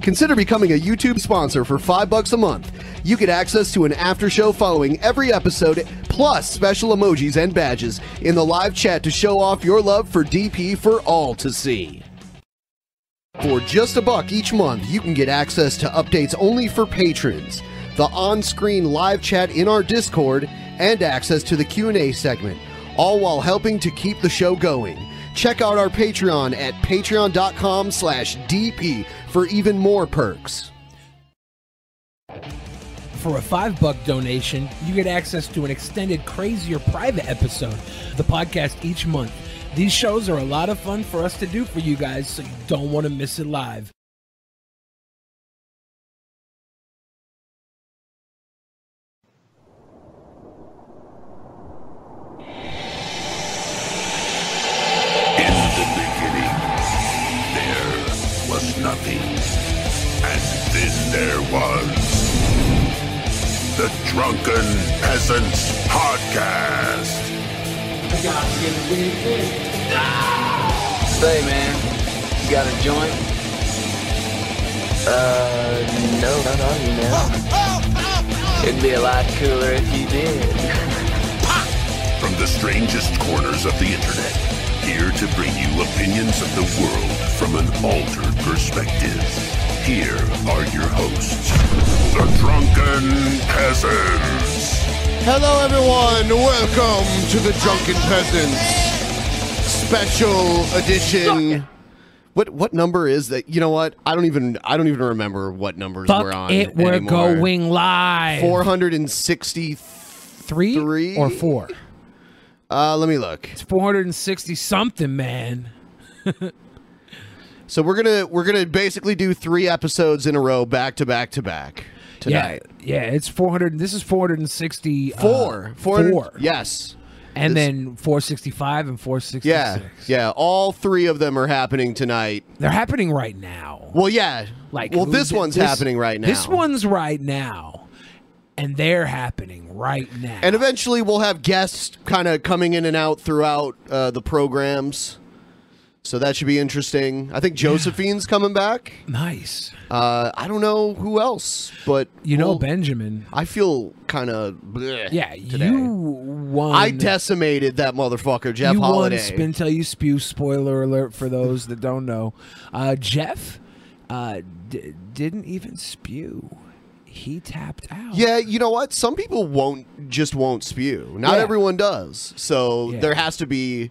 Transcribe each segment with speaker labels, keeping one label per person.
Speaker 1: Consider becoming a YouTube sponsor for five bucks a month. You get access to an after show following every episode, plus special emojis and badges in the live chat to show off your love for DP for all to see. For just a buck each month, you can get access to updates only for patrons, the on-screen live chat in our Discord, and access to the Q&A segment, all while helping to keep the show going. Check out our Patreon at patreon.com slash DP for even more perks.
Speaker 2: For a five buck donation, you get access to an extended, crazier private episode of the podcast each month. These shows are a lot of fun for us to do for you guys, so you don't want to miss it live.
Speaker 3: In the beginning, there was nothing. And then there was the Drunken Peasants Podcast.
Speaker 4: Say, man, you got a joint? Uh, no, not on you, man. It'd be a lot cooler if you did.
Speaker 3: From the strangest corners of the internet, here to bring you opinions of the world from an altered perspective. Here are your hosts, the Drunken Peasants.
Speaker 5: Hello, everyone. Welcome to the Drunken Peasants Special Edition.
Speaker 1: What what number is that? You know what? I don't even I don't even remember what numbers
Speaker 2: Fuck
Speaker 1: we're on.
Speaker 2: it, we're going live.
Speaker 1: four hundred and sixty.
Speaker 2: three,
Speaker 1: three?
Speaker 2: or four.
Speaker 1: Uh, let me look.
Speaker 2: It's 460 something, man.
Speaker 1: So we're gonna we're gonna basically do three episodes in a row, back to back to back tonight.
Speaker 2: Yeah, yeah, it's 400. This is 460. uh,
Speaker 1: Four, four, hundred-
Speaker 2: four.
Speaker 1: Yes.
Speaker 2: and
Speaker 1: this-
Speaker 2: then 465 and 466.
Speaker 1: Yeah, yeah. All three of them are happening tonight.
Speaker 2: They're happening right now.
Speaker 1: Well, yeah.
Speaker 2: Like,
Speaker 1: well,
Speaker 2: who
Speaker 1: this
Speaker 2: did-
Speaker 1: one's happening right now.
Speaker 2: This one's right now, and they're happening right now.
Speaker 1: and eventually we'll have guests kind of coming in and out throughout uh, the programs. So that should be interesting. I think Josephine's coming back.
Speaker 2: nice,
Speaker 1: Uh, I don't know who else, but
Speaker 2: you know,
Speaker 1: we'll-
Speaker 2: Benjamin.
Speaker 1: I feel kind of bleh
Speaker 2: Yeah,
Speaker 1: today.
Speaker 2: you won.
Speaker 1: I decimated that motherfucker, Jeff
Speaker 2: you
Speaker 1: Holiday.
Speaker 2: won. Spin tell you spew. Spoiler alert for those that don't know. Uh, Jeff uh, d- didn't even spew. He tapped out.
Speaker 1: yeah, you know what? Some people won't just won't spew. Not
Speaker 2: Yeah.
Speaker 1: everyone does. So
Speaker 2: Yeah.
Speaker 1: there has to be.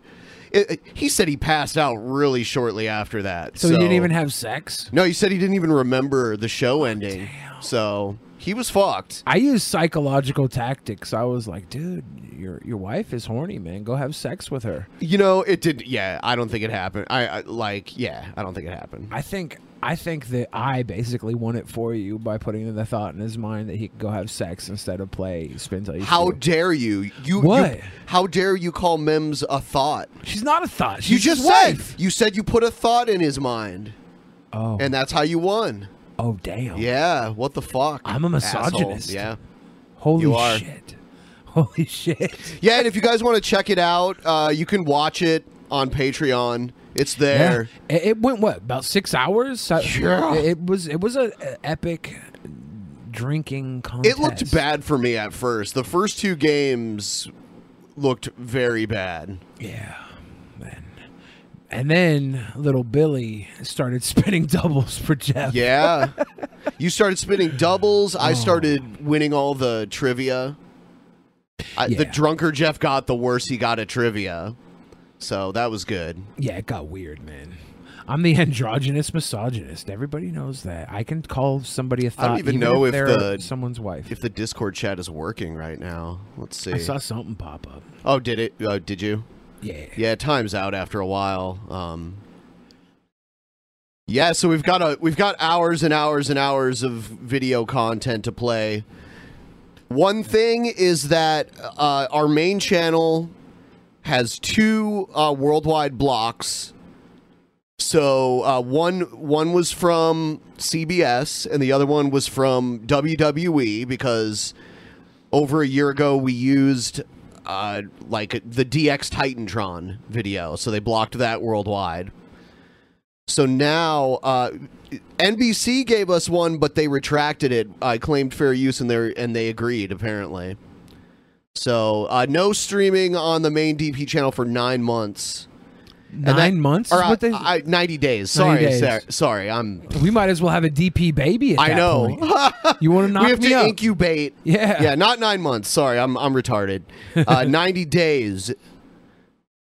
Speaker 1: It, it- he said he passed out really shortly after that.
Speaker 2: So, he didn't even have sex.
Speaker 1: No, he said he didn't even remember the show ending. So he was fucked.
Speaker 2: I use psychological tactics. I was like, dude, your your wife is horny, man. Go have sex with her.
Speaker 1: You know, it did. Yeah, I don't think it happened. I, I like, yeah, I don't think it happened.
Speaker 2: I think I think that I basically won it for you by putting the thought in his mind that he could go have sex instead of play spin till you.
Speaker 1: How
Speaker 2: Spew.
Speaker 1: dare you? You
Speaker 2: What?
Speaker 1: You, how dare you call Mims a thought?
Speaker 2: she's not a thought. She's
Speaker 1: You just
Speaker 2: his wife.
Speaker 1: said you said you put a thought in his mind,
Speaker 2: Oh,
Speaker 1: and that's how you won.
Speaker 2: oh, damn.
Speaker 1: Yeah, what the fuck?
Speaker 2: I'm a
Speaker 1: asshole.
Speaker 2: misogynist.
Speaker 1: Yeah,
Speaker 2: Holy
Speaker 1: you are.
Speaker 2: shit. Holy shit.
Speaker 1: yeah. And if you guys want to check it out, uh, you can watch it on Patreon. It's there.
Speaker 2: Yeah. It, it went what about six hours? I-
Speaker 1: Yeah.
Speaker 2: It, it was it was a, a epic drinking contest.
Speaker 1: It looked bad for me at first. The first two games looked very bad.
Speaker 2: Yeah, man. And then little Billy started spinning doubles for Jeff.
Speaker 1: Yeah. you started spinning doubles.
Speaker 2: Oh.
Speaker 1: I started winning all the trivia. I, The
Speaker 2: Yeah.
Speaker 1: drunker Jeff got, the worse he got at trivia. So that was good.
Speaker 2: Yeah, it got weird, man. I'm the androgynous misogynist. Everybody knows that. I can call somebody a thought.
Speaker 1: I don't even know if
Speaker 2: they're
Speaker 1: the-
Speaker 2: someone's wife.
Speaker 1: If the Discord chat is working right now, let's see.
Speaker 2: I saw something pop up.
Speaker 1: oh, did it? Oh, did you?
Speaker 2: Yeah.
Speaker 1: Yeah, time's out after a while. Um, yeah, so we've got a we've got hours and hours and hours of video content to play. One thing is that uh, our main channel has two uh, worldwide blocks. So uh, one one was from CBS and the other one was from WWE because over a year ago we used uh, like the DX Titantron video, so they blocked that worldwide. So now uh, NBC gave us one, but they retracted it. I claimed fair use, and they and they agreed apparently. So uh, no streaming on the main DP channel for nine months. And
Speaker 2: Nine months?
Speaker 1: Or,
Speaker 2: is
Speaker 1: uh,
Speaker 2: what they-
Speaker 1: I- ninety days.
Speaker 2: 90
Speaker 1: Sorry,
Speaker 2: days.
Speaker 1: Sarah- sorry. I'm.
Speaker 2: we might as well have a DP baby. At
Speaker 1: I
Speaker 2: that
Speaker 1: know.
Speaker 2: point. You want to knock
Speaker 1: we have
Speaker 2: me
Speaker 1: to
Speaker 2: up?
Speaker 1: incubate.
Speaker 2: Yeah.
Speaker 1: Yeah, not nine months. Sorry, I'm I'm retarded. Uh, Ninety days.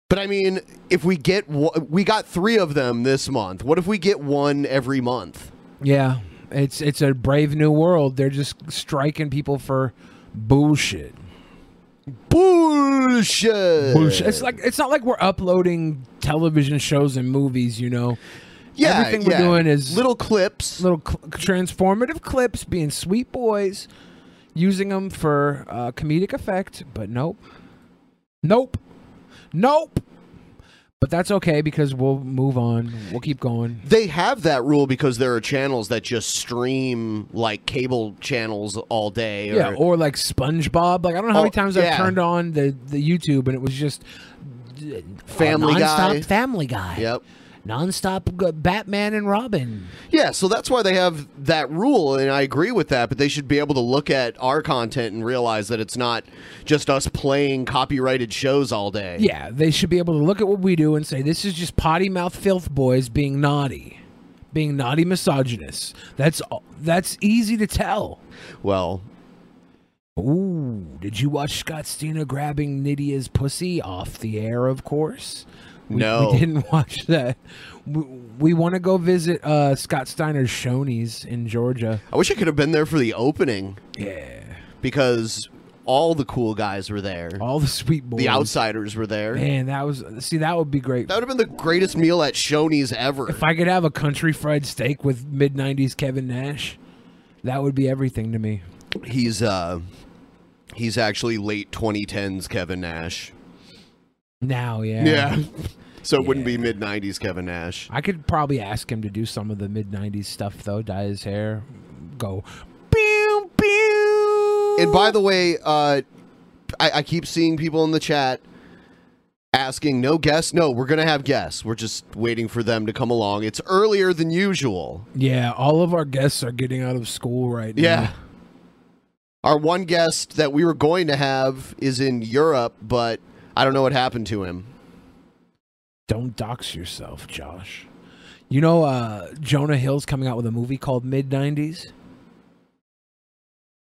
Speaker 1: But I mean, if we get w- we got three of them this month. What if we get one every month?
Speaker 2: Yeah, it's it's a brave new world. They're just striking people for bullshit.
Speaker 1: Bullshit.
Speaker 2: Bullshit. It's like it's not like we're uploading television shows and movies. You know,
Speaker 1: Yeah,
Speaker 2: everything we're
Speaker 1: yeah.
Speaker 2: doing is
Speaker 1: little clips.
Speaker 2: little cl- transformative clips, being sweet boys, using them for uh, comedic effect. But nope, nope, nope. But that's okay because we'll move on. We'll keep going.
Speaker 1: They have that rule because there are channels that just stream like cable channels all day. Or,
Speaker 2: Yeah, or like SpongeBob. Like I don't know how
Speaker 1: Oh,
Speaker 2: many times
Speaker 1: yeah.
Speaker 2: I've turned on the the YouTube and it was just uh,
Speaker 1: Family
Speaker 2: nonstop
Speaker 1: Guy.
Speaker 2: Family Guy.
Speaker 1: Yep.
Speaker 2: Nonstop uh, Batman and Robin.
Speaker 1: Yeah, so that's why they have that rule, and I agree with that. But they should be able to look at our content and realize that it's not just us playing copyrighted shows all day.
Speaker 2: Yeah, they should be able to look at what we do and say this is just potty mouth filth boys being naughty, being naughty misogynists. That's all- that's easy to tell.
Speaker 1: Well,
Speaker 2: Ooh, did you watch Scott Steiner grabbing Nydia's pussy off the air? Of course. We,
Speaker 1: No.
Speaker 2: we didn't watch that. We, we want to go visit uh, Scott Steiner's Shoney's in Georgia.
Speaker 1: I wish I could have been there for the opening
Speaker 2: Yeah,
Speaker 1: because all the cool guys were there,
Speaker 2: all the sweet boys.
Speaker 1: the outsiders were there.
Speaker 2: Man, that was see that would be great.
Speaker 1: That would have been the greatest meal at Shoney's ever.
Speaker 2: if I could have a country fried steak with mid '90s Kevin Nash, that would be everything to me.
Speaker 1: He's uh, he's actually late 2010s Kevin Nash.
Speaker 2: Now, yeah,
Speaker 1: Yeah, so it wouldn't be mid 90s Kevin Nash.
Speaker 2: I could probably ask him to do some of the mid '90s stuff though. Dye his hair, go, pew pew.
Speaker 1: And by the way, uh, I, I keep seeing people in the chat asking, no guests. No, we're going to have guests. We're just waiting for them to come along. It's earlier than usual.
Speaker 2: Yeah, all of our guests are getting out of school right now.
Speaker 1: Yeah. Our one guest that we were going to have is in Europe, but I don't know what happened to him.
Speaker 2: Don't dox yourself, Josh. You know, uh, Jonah Hill's coming out with a movie called Mid 90s?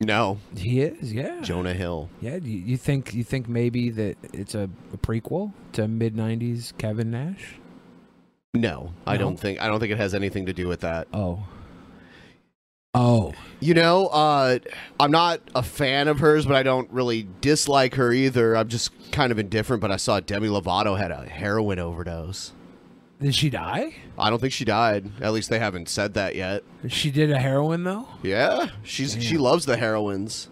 Speaker 1: No,
Speaker 2: He is, yeah.
Speaker 1: Jonah Hill.
Speaker 2: yeah, you, you think you think maybe that it's a, a prequel to mid 90s Kevin Nash?
Speaker 1: No, I
Speaker 2: No.
Speaker 1: don't think I don't think it has anything to do with that.
Speaker 2: Oh. Oh.
Speaker 1: You know, uh, I'm not a fan of hers, but I don't really dislike her either. I'm just kind of indifferent. But I saw Demi Lovato had a heroin overdose.
Speaker 2: Did she die?
Speaker 1: I don't think she died. At least they haven't said that yet.
Speaker 2: She did a heroin though?
Speaker 1: Yeah, she's she loves the heroines.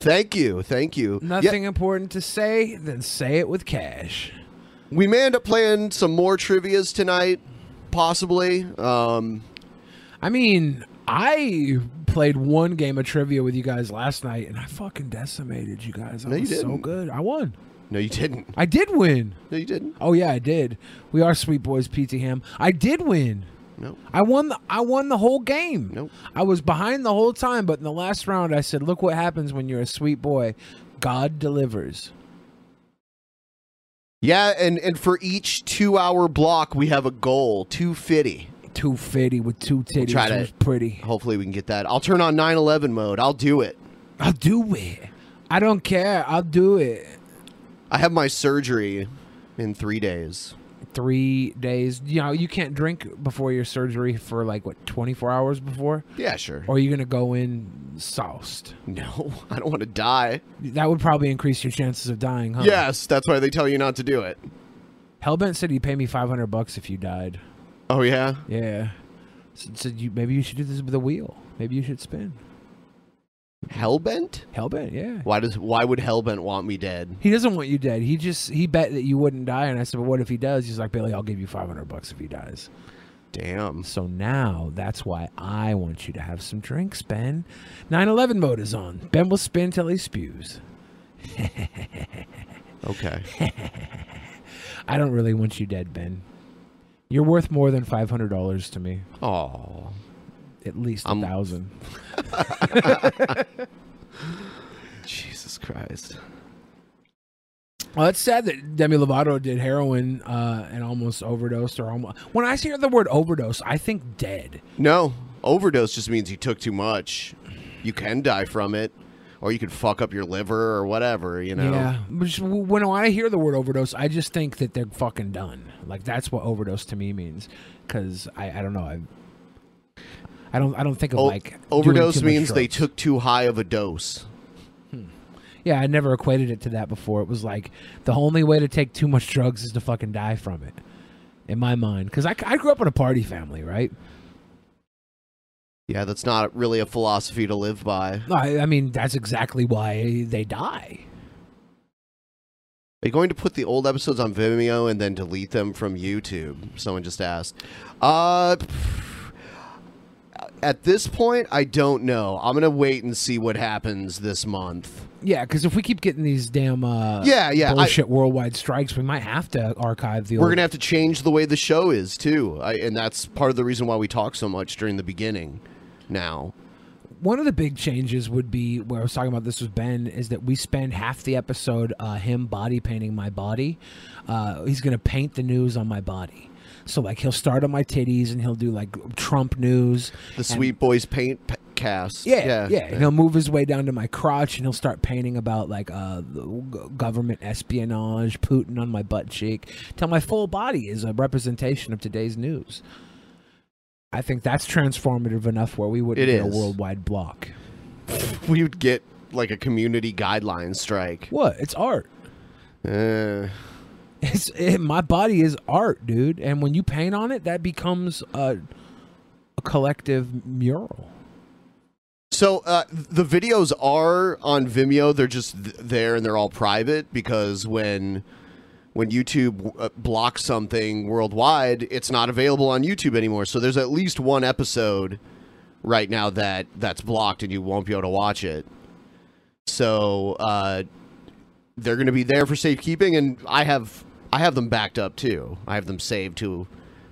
Speaker 1: Thank you, thank you. Yeah,
Speaker 2: Nothing important to say, then say it with cash.
Speaker 1: we may end up playing some more trivia's tonight, possibly. Um,
Speaker 2: I mean, I played one game of trivia with you guys last night, and I fucking decimated you guys. I
Speaker 1: No, you
Speaker 2: was so
Speaker 1: didn't.
Speaker 2: good. I won.
Speaker 1: no, you didn't.
Speaker 2: I did win.
Speaker 1: No, you didn't.
Speaker 2: Oh yeah, I did. We are sweet boys, PT Ham. I did win.
Speaker 1: No.
Speaker 2: I won. The, I won the whole game.
Speaker 1: Nope.
Speaker 2: I was behind the whole time, but in the last round, I said, "Look what happens when you're a sweet boy. God delivers."
Speaker 1: Yeah, and, and for each two hour block, we have a goal 250.
Speaker 2: 250 with two titties.
Speaker 1: try to-
Speaker 2: was pretty.
Speaker 1: Hopefully, we can get that. I'll turn on 911 mode. I'll do it.
Speaker 2: I'll do it. I don't care. I'll do it.
Speaker 1: I have my surgery in three days.
Speaker 2: Three days. You know, you can't drink before your surgery for like, what, 24 hours before?
Speaker 1: Yeah, sure.
Speaker 2: Or you're going to go in sauced.
Speaker 1: No, I don't want to die.
Speaker 2: That would probably increase your chances of dying, huh?
Speaker 1: Yes, that's why they tell you not to do it.
Speaker 2: Hellbent said he'd pay me 500 bucks if you died.
Speaker 1: Oh, yeah?
Speaker 2: Yeah. S- Said you maybe you should do this with a wheel. Maybe you should spin.
Speaker 1: Hellbent?
Speaker 2: Hellbent, yeah.
Speaker 1: Why does why would Hellbent want me dead?
Speaker 2: He doesn't want you dead. He just he bet that you wouldn't die, and I said, "But what if he does?" He's like, "Billy, I'll give you five hundred bucks if he dies."
Speaker 1: Damn.
Speaker 2: So now that's why I want you to have some drinks, Ben. 9/11 mode is on. Ben will spin till he spews.
Speaker 1: Okay.
Speaker 2: I don't really want you dead, Ben. You're worth more than five hundred dollars to me.
Speaker 1: Oh.
Speaker 2: At least a
Speaker 1: I'm-
Speaker 2: thousand.
Speaker 1: Jesus Christ.
Speaker 2: Well, it's sad that Demi Lovato did heroin uh, and almost overdosed. Or almost. When I hear the word overdose, I think dead.
Speaker 1: No, overdose just means you took too much. You can die from it, or you could fuck up your liver or whatever, you know?
Speaker 2: Yeah. But just- when I hear the word overdose, I just think that they're fucking done. Like that's what overdose to me means. Because I, I don't know. I, I don't. I don't think of
Speaker 1: O-
Speaker 2: like doing
Speaker 1: overdose
Speaker 2: too much
Speaker 1: means they
Speaker 2: drugs.
Speaker 1: took too high of a dose.
Speaker 2: Yeah, I never equated it to that before. It was like the only way to take too much drugs is to fucking die from it, in my mind. Because I, I grew up in a party family, right?
Speaker 1: Yeah, that's not really a philosophy to live by.
Speaker 2: No, I, I mean that's exactly why they die.
Speaker 1: Are you going to put the old episodes on Vimeo and then delete them from YouTube? Someone just asked. Uh, at this point, I don't know. I'm gonna wait and see what happens this month.
Speaker 2: Yeah, because if we keep getting these damn uh,
Speaker 1: Yeah, yeah, I-
Speaker 2: bullshit worldwide strikes, we might have to archive the.
Speaker 1: We're
Speaker 2: old-
Speaker 1: gonna have to change the way the show is too, I, and that's part of the reason why we talk so much during the beginning. Now,
Speaker 2: One of the big changes would be where I was talking about this with Ben is that we spend half the episode uh, him body painting my body. Uh, he's gonna paint the news on my body. So like he'll start on my titties and he'll do like Trump news.
Speaker 1: the Sweet Boys Paint p- Cast.
Speaker 2: Yeah, yeah, And he'll move his way down to my crotch, and he'll start painting about like uh, the g- government espionage, Putin on my butt cheek, till my full body is a representation of today's news. I think that's transformative enough where we would
Speaker 1: It
Speaker 2: get a
Speaker 1: is.
Speaker 2: worldwide block.
Speaker 1: we would get like a community guideline strike.
Speaker 2: What? It's art.
Speaker 1: Uh,
Speaker 2: It's it, my body is art, dude. And when you paint on it, that becomes a, a collective mural.
Speaker 1: So uh, the videos are on Vimeo. They're just th- there and they're all private because when when YouTube uh, blocks something worldwide, it's not available on YouTube anymore. So there's at least one episode right now that that's blocked and you won't be able to watch it. So uh, they're going to be there for safekeeping, and I have I have them backed up too. I have them saved to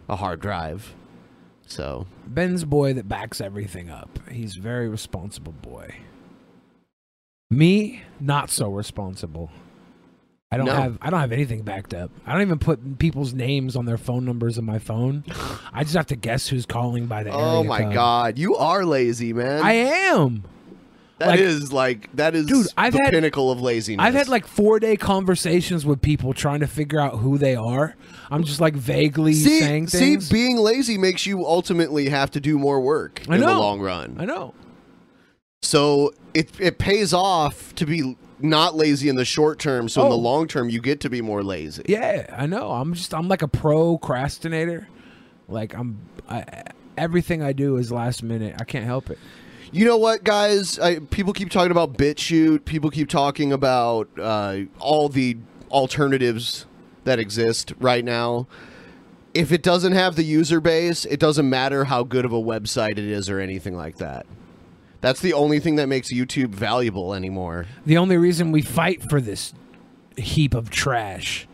Speaker 1: a hard drive. So
Speaker 2: Ben's boy that backs everything up. He's a very responsible boy. Me, not so responsible. I don't
Speaker 1: No.
Speaker 2: have I don't have anything backed up. I don't even put people's names on their phone numbers in my phone. I just have to guess who's calling by the
Speaker 1: oh
Speaker 2: area
Speaker 1: my
Speaker 2: code.
Speaker 1: god, you are lazy, man.
Speaker 2: I am.
Speaker 1: That
Speaker 2: Like-
Speaker 1: is like, that is
Speaker 2: Dude, I've
Speaker 1: the
Speaker 2: had-
Speaker 1: pinnacle of laziness.
Speaker 2: I've had like four day conversations with people trying to figure out who they are. I'm just like vaguely
Speaker 1: see,
Speaker 2: saying
Speaker 1: see,
Speaker 2: things.
Speaker 1: being lazy makes you ultimately have to do more work
Speaker 2: I
Speaker 1: in the
Speaker 2: know.
Speaker 1: long run.
Speaker 2: I know.
Speaker 1: So it it pays off to be not lazy in the short term. So in the
Speaker 2: Oh.
Speaker 1: long term, you get to be more lazy.
Speaker 2: Yeah, I know. I'm just I'm like a procrastinator. Like I'm I, everything I do is last minute. I can't help it.
Speaker 1: You know what, guys? I, people keep talking about BitChute. People keep talking about uh, all the alternatives that exist right now. If it doesn't have the user base, it doesn't matter how good of a website it is or anything like that. That's the only thing that makes YouTube valuable anymore.
Speaker 2: The only reason we fight for this heap of trash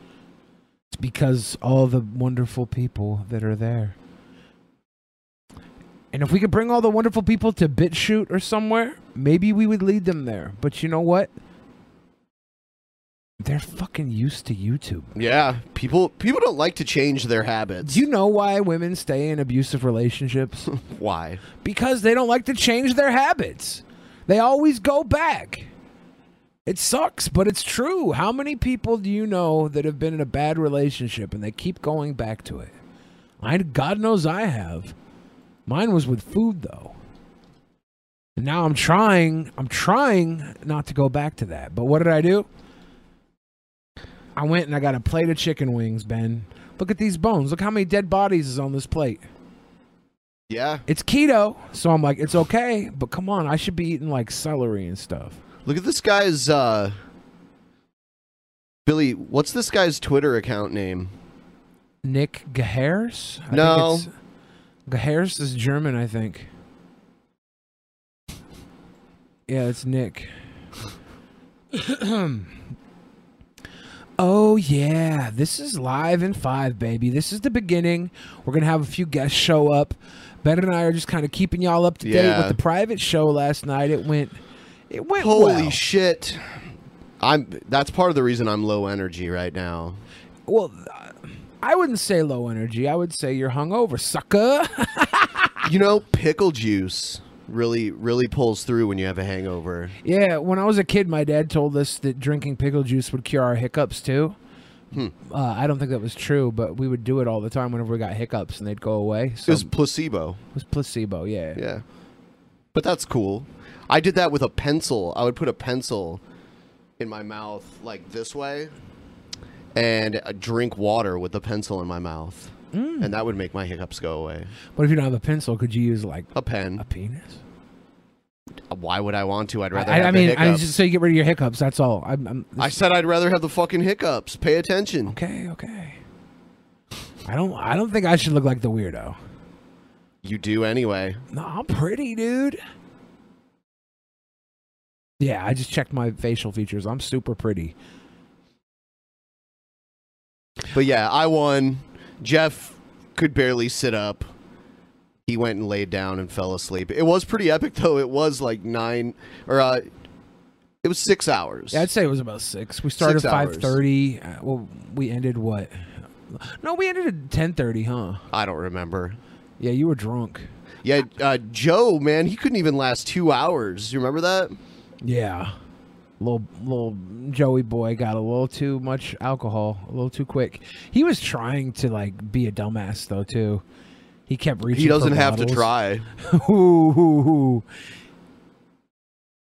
Speaker 2: is because all the wonderful people that are there. And if we could bring all the wonderful people to BitChute or somewhere, maybe we would lead them there. But you know what? They're fucking used to YouTube.
Speaker 1: Yeah, people people don't like to change their habits.
Speaker 2: Do you know why women stay in abusive relationships?
Speaker 1: Why?
Speaker 2: because they don't like to change their habits. They always go back. It sucks, but it's true. How many people do you know that have been in a bad relationship and they keep going back to it? I God knows I have. Mine was with food though. And now I'm trying, I'm trying not to go back to that. But what did I do? I went and I got a plate of chicken wings, Ben. Look at these bones. Look how many dead bodies is on this plate.
Speaker 1: Yeah.
Speaker 2: It's keto, so I'm like, it's okay, but come on, I should be eating like celery and stuff.
Speaker 1: Look at this guy's uh Billy, what's this guy's Twitter account name?
Speaker 2: Nick Gehers? I
Speaker 1: No.
Speaker 2: think it's- Gehers is German, I think. Yeah, it's Nick. oh, yeah. This is live in five, baby. This is the beginning. We're going to have a few guests show up. Ben and I are just kind of keeping y'all up to date
Speaker 1: Yeah.
Speaker 2: with the private show last night. It went. It went
Speaker 1: Holy
Speaker 2: well.
Speaker 1: shit. I'm that's part of the reason I'm low energy right now.
Speaker 2: Well, uh, I wouldn't say low energy. I would say you're hungover, sucker.
Speaker 1: You know, pickle juice really really pulls through when you have a hangover.
Speaker 2: yeah, when I was a kid, my dad told us that drinking pickle juice would cure our hiccups too.
Speaker 1: Hmm.
Speaker 2: Uh, I don't think that was true, but we would do it all the time whenever we got hiccups and they'd go away.
Speaker 1: It
Speaker 2: So
Speaker 1: was placebo.
Speaker 2: placebo, yeah.
Speaker 1: Yeah. But that's cool. I did that with a pencil. I would put a pencil in my mouth like this way and uh, drink water with the pencil in my mouth.
Speaker 2: Mm.
Speaker 1: And that would make my hiccups go away.
Speaker 2: But if you don't have a pencil, could you use like
Speaker 1: A pen.
Speaker 2: a penis?
Speaker 1: Why would I want to? I'd rather
Speaker 2: I,
Speaker 1: have
Speaker 2: I mean,
Speaker 1: the
Speaker 2: I
Speaker 1: hiccups.
Speaker 2: just so you get rid of your hiccups. That's all. I'm, I'm
Speaker 1: I said I'd rather have the fucking hiccups. Pay attention.
Speaker 2: okay, okay. I don't. I don't think I should look like the weirdo.
Speaker 1: You do anyway.
Speaker 2: No, I'm pretty, dude. Yeah, I just checked my facial features. I'm super pretty.
Speaker 1: But yeah, I won. Jeff could barely sit up. He went and laid down and fell asleep. It was pretty epic though. It was like nine or uh it was six hours.
Speaker 2: Yeah, I'd say it was about six. We started
Speaker 1: Six
Speaker 2: at
Speaker 1: hours.
Speaker 2: five thirty. Uh, well, we ended what? No, we ended at ten thirty, huh?
Speaker 1: I don't remember.
Speaker 2: Yeah, you were drunk.
Speaker 1: Yeah, uh, Joe, man, he couldn't even last two hours. You remember that?
Speaker 2: Yeah, little little Joey boy got a little too much alcohol, a little too quick. He was trying to like be a dumbass though too. He kept reaching.
Speaker 1: He doesn't
Speaker 2: for
Speaker 1: have to
Speaker 2: bottles.
Speaker 1: try.
Speaker 2: Ooh, ooh, ooh.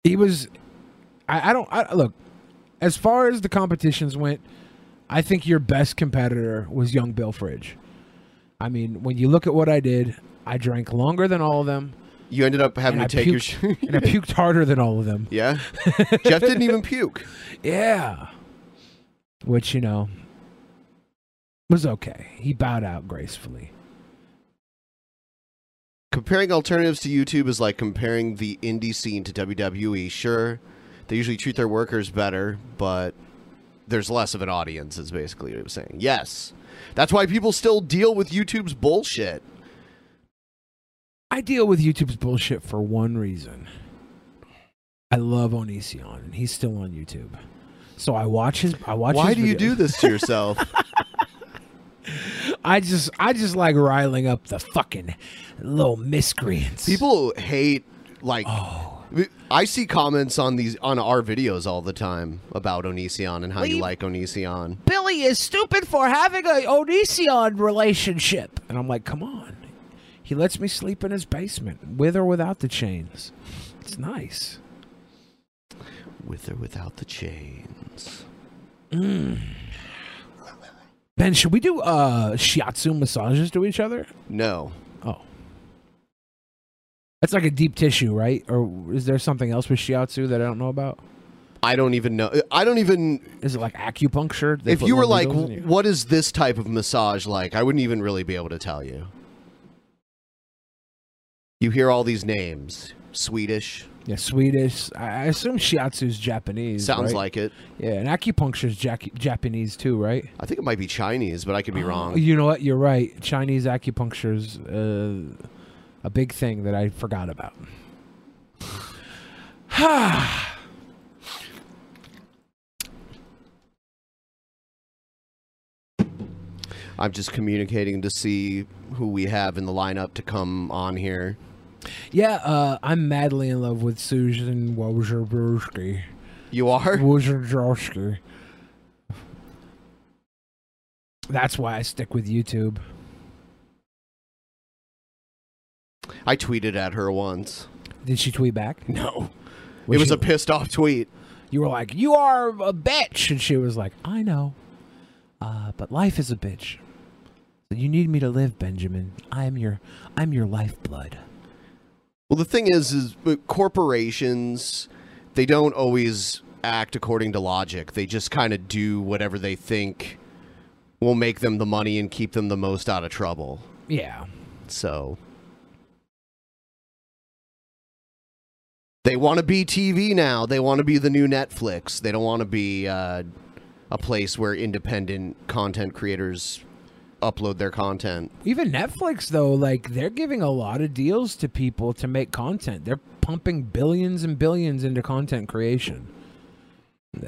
Speaker 2: He was. I, I don't. I, look, as far as the competitions went, I think your best competitor was Young Bill Fridge. I mean, when you look at what I did, I drank longer than all of them,
Speaker 1: You ended up having
Speaker 2: and I,
Speaker 1: to take your.
Speaker 2: puked, and I puked harder than all of them.
Speaker 1: yeah, Jeff didn't even puke.
Speaker 2: Yeah. Which, you know, was okay. He bowed out gracefully.
Speaker 1: Comparing alternatives to YouTube is like comparing the indie scene to WWE. Sure, they usually treat their workers better, but there's less of an audience. Is basically what I'm saying. Yes, that's why people still deal with YouTube's bullshit.
Speaker 2: I deal with YouTube's bullshit for one reason. I love Onision, and he's still on YouTube. So I watch his. I watch.
Speaker 1: why
Speaker 2: his
Speaker 1: do you
Speaker 2: videos.
Speaker 1: do this to yourself?
Speaker 2: I just, I just like riling up the fucking little miscreants.
Speaker 1: People hate like
Speaker 2: Oh.
Speaker 1: I see comments on these on our videos all the time about Onision and how you
Speaker 2: Leave-
Speaker 1: like Onision.
Speaker 2: Billy is stupid for having a Onision relationship, and I'm like, come on. He lets me sleep in his basement, with or without the chains. It's nice.
Speaker 1: With or without the chains.
Speaker 2: Mm. Ben, should we do uh shiatsu massages to each other?
Speaker 1: No.
Speaker 2: Oh. That's like a deep tissue, right? Or is there something else with shiatsu that I don't know about?
Speaker 1: I don't even know. I don't even.
Speaker 2: Is it like acupuncture? They
Speaker 1: if
Speaker 2: put
Speaker 1: you were
Speaker 2: little
Speaker 1: like,
Speaker 2: needles in you?
Speaker 1: what is this type of massage like? I wouldn't even really be able to tell you. You hear all these names Swedish.
Speaker 2: Yeah, Swedish. I I assume shiatsu's Japanese.
Speaker 1: Sounds
Speaker 2: right?
Speaker 1: like it.
Speaker 2: Yeah, and acupuncture's Jac- Japanese too, right?
Speaker 1: I think it might be Chinese, but I could be
Speaker 2: Oh,
Speaker 1: wrong.
Speaker 2: You know what? You're right. Chinese acupuncture's uh, a big thing that I forgot about.
Speaker 1: I'm just communicating to see who we have in the lineup to come on here.
Speaker 2: Yeah, uh, I'm madly in love with Susan Wojcicki.
Speaker 1: You are?
Speaker 2: Wojcicki. That's why I stick with YouTube.
Speaker 1: I tweeted at her once.
Speaker 2: Did she tweet back?
Speaker 1: No.
Speaker 2: Was
Speaker 1: it was
Speaker 2: she-
Speaker 1: a pissed off tweet.
Speaker 2: You were like, "You are a bitch," and she was like, "I know, uh, but life is a bitch. So you need me to live, Benjamin. I'm your, I'm your lifeblood."
Speaker 1: Well, the thing is, is uh, corporations they don't always act according to logic. They just kind of do whatever they think will make them the money and keep them the most out of trouble.
Speaker 2: Yeah.
Speaker 1: So they want to be TV now. They want to be the new Netflix. They don't want to be uh, a place where independent content creators upload their content.
Speaker 2: Even Netflix though, like they're giving a lot of deals to people to make content. They're pumping billions and billions into content creation.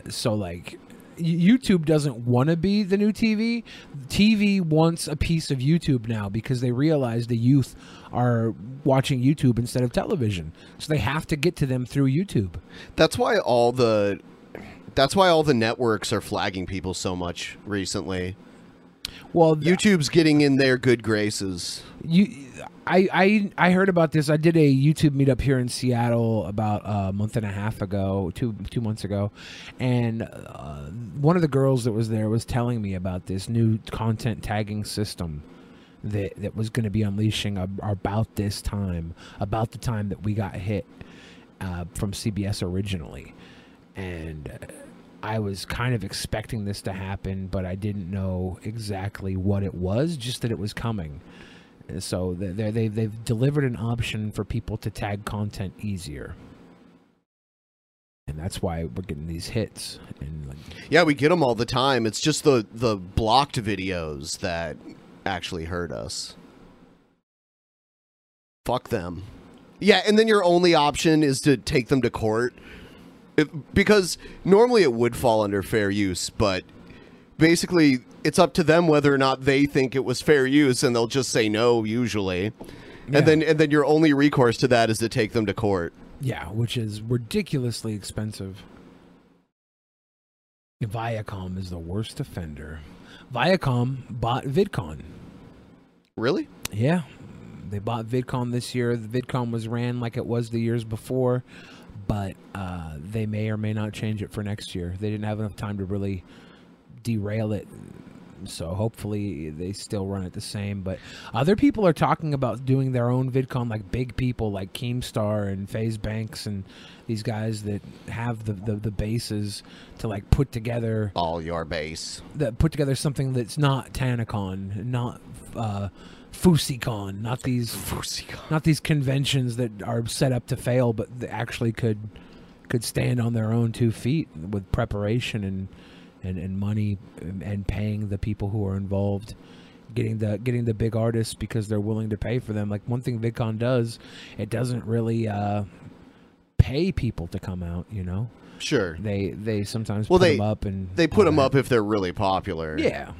Speaker 2: So like y- YouTube doesn't want to be the new TV. TV wants a piece of YouTube now because they realize the youth are watching YouTube instead of television. So they have to get to them through YouTube.
Speaker 1: That's why all the that's why all the networks are flagging people so much recently.
Speaker 2: Well,
Speaker 1: YouTube's getting in their good graces.
Speaker 2: you I, I I heard about this. I did a YouTube meetup here in Seattle about a month and a half ago, two two months ago, and uh, one of the girls that was there was telling me about this new content tagging system that that was going to be unleashing ab- about this time, about the time that we got hit uh, from CBS originally, and. uh, I was kind of expecting this to happen, but I didn't know exactly what it was, just that it was coming. And So they- they they they've delivered an option for people to tag content easier, and that's why we're getting these hits. And like,
Speaker 1: Yeah, we get them all the time. It's just the the blocked videos that actually hurt us. Fuck them. Yeah, and then your only option is to take them to court. It- because normally it would fall under fair use, but basically it's up to them whether or not they think it was fair use and they'll just say no usually.
Speaker 2: Yeah.
Speaker 1: And then and then your only recourse to that is to take them to court.
Speaker 2: yeah, which is ridiculously expensive. Viacom is the worst offender. Viacom bought VidCon.
Speaker 1: Really?
Speaker 2: Yeah, they bought VidCon this year. The VidCon was ran like it was the years before, but uh, they may or may not change it for next year. They didn't have enough time to really derail it. So hopefully they still run it the same. But other people are talking about doing their own VidCon, like big people like Keemstar and FaZe Banks and these guys that have the, the, the bases to like put together
Speaker 1: All your base.
Speaker 2: that put together something that's not Tanacon, not uh, FusiCon, not these not these conventions that are set up to fail, but that actually could could stand on their own two feet with preparation and and, and money and, and paying the people who are involved. Getting the getting the big artists because they're willing to pay for them. Like one thing VidCon does, it doesn't really uh, pay people to come out. You know,
Speaker 1: Sure.
Speaker 2: they they sometimes
Speaker 1: Well,
Speaker 2: put
Speaker 1: they-
Speaker 2: them up and
Speaker 1: They put
Speaker 2: all
Speaker 1: them
Speaker 2: that.
Speaker 1: up if they're really popular.
Speaker 2: Yeah,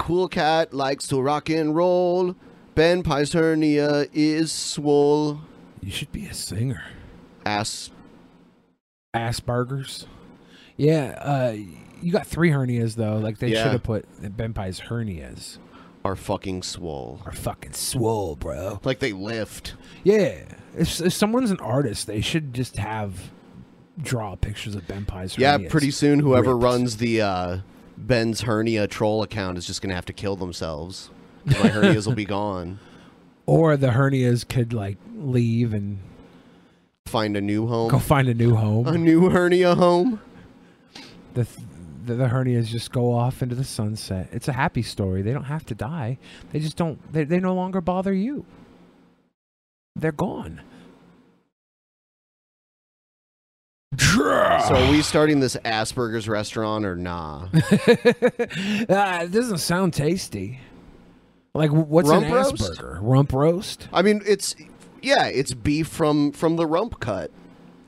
Speaker 1: Cool cat likes to rock and roll. Ben Pye's hernia is swole.
Speaker 2: You should be a singer.
Speaker 1: Ass.
Speaker 2: Asperger's. Yeah, uh, you got three hernias though. Like they
Speaker 1: Yeah.
Speaker 2: should have put Ben Pye's hernias
Speaker 1: are fucking swole.
Speaker 2: are fucking swole, bro.
Speaker 1: Like they lift.
Speaker 2: Yeah, if, if someone's an artist, they should just have draw pictures of Ben Pye's.
Speaker 1: Yeah,
Speaker 2: hernias
Speaker 1: pretty soon whoever
Speaker 2: ripped.
Speaker 1: runs the uh, Ben's hernia troll account is just gonna have to kill themselves. My hernias will be gone.
Speaker 2: or the hernias could like leave and
Speaker 1: Find a new
Speaker 2: go
Speaker 1: home.
Speaker 2: find a new home.
Speaker 1: A new hernia home.
Speaker 2: the, th- the the hernias just go off into the sunset. It's a happy story. They don't have to die. They just don't. They they no longer bother you. They're gone.
Speaker 1: So are we starting this Asperger's restaurant or nah?
Speaker 2: Ah, it doesn't sound tasty. Like wh- what's
Speaker 1: Rump
Speaker 2: an
Speaker 1: roast?
Speaker 2: Asperger? Rump roast?
Speaker 1: I mean, it's yeah, it's beef from from the rump cut.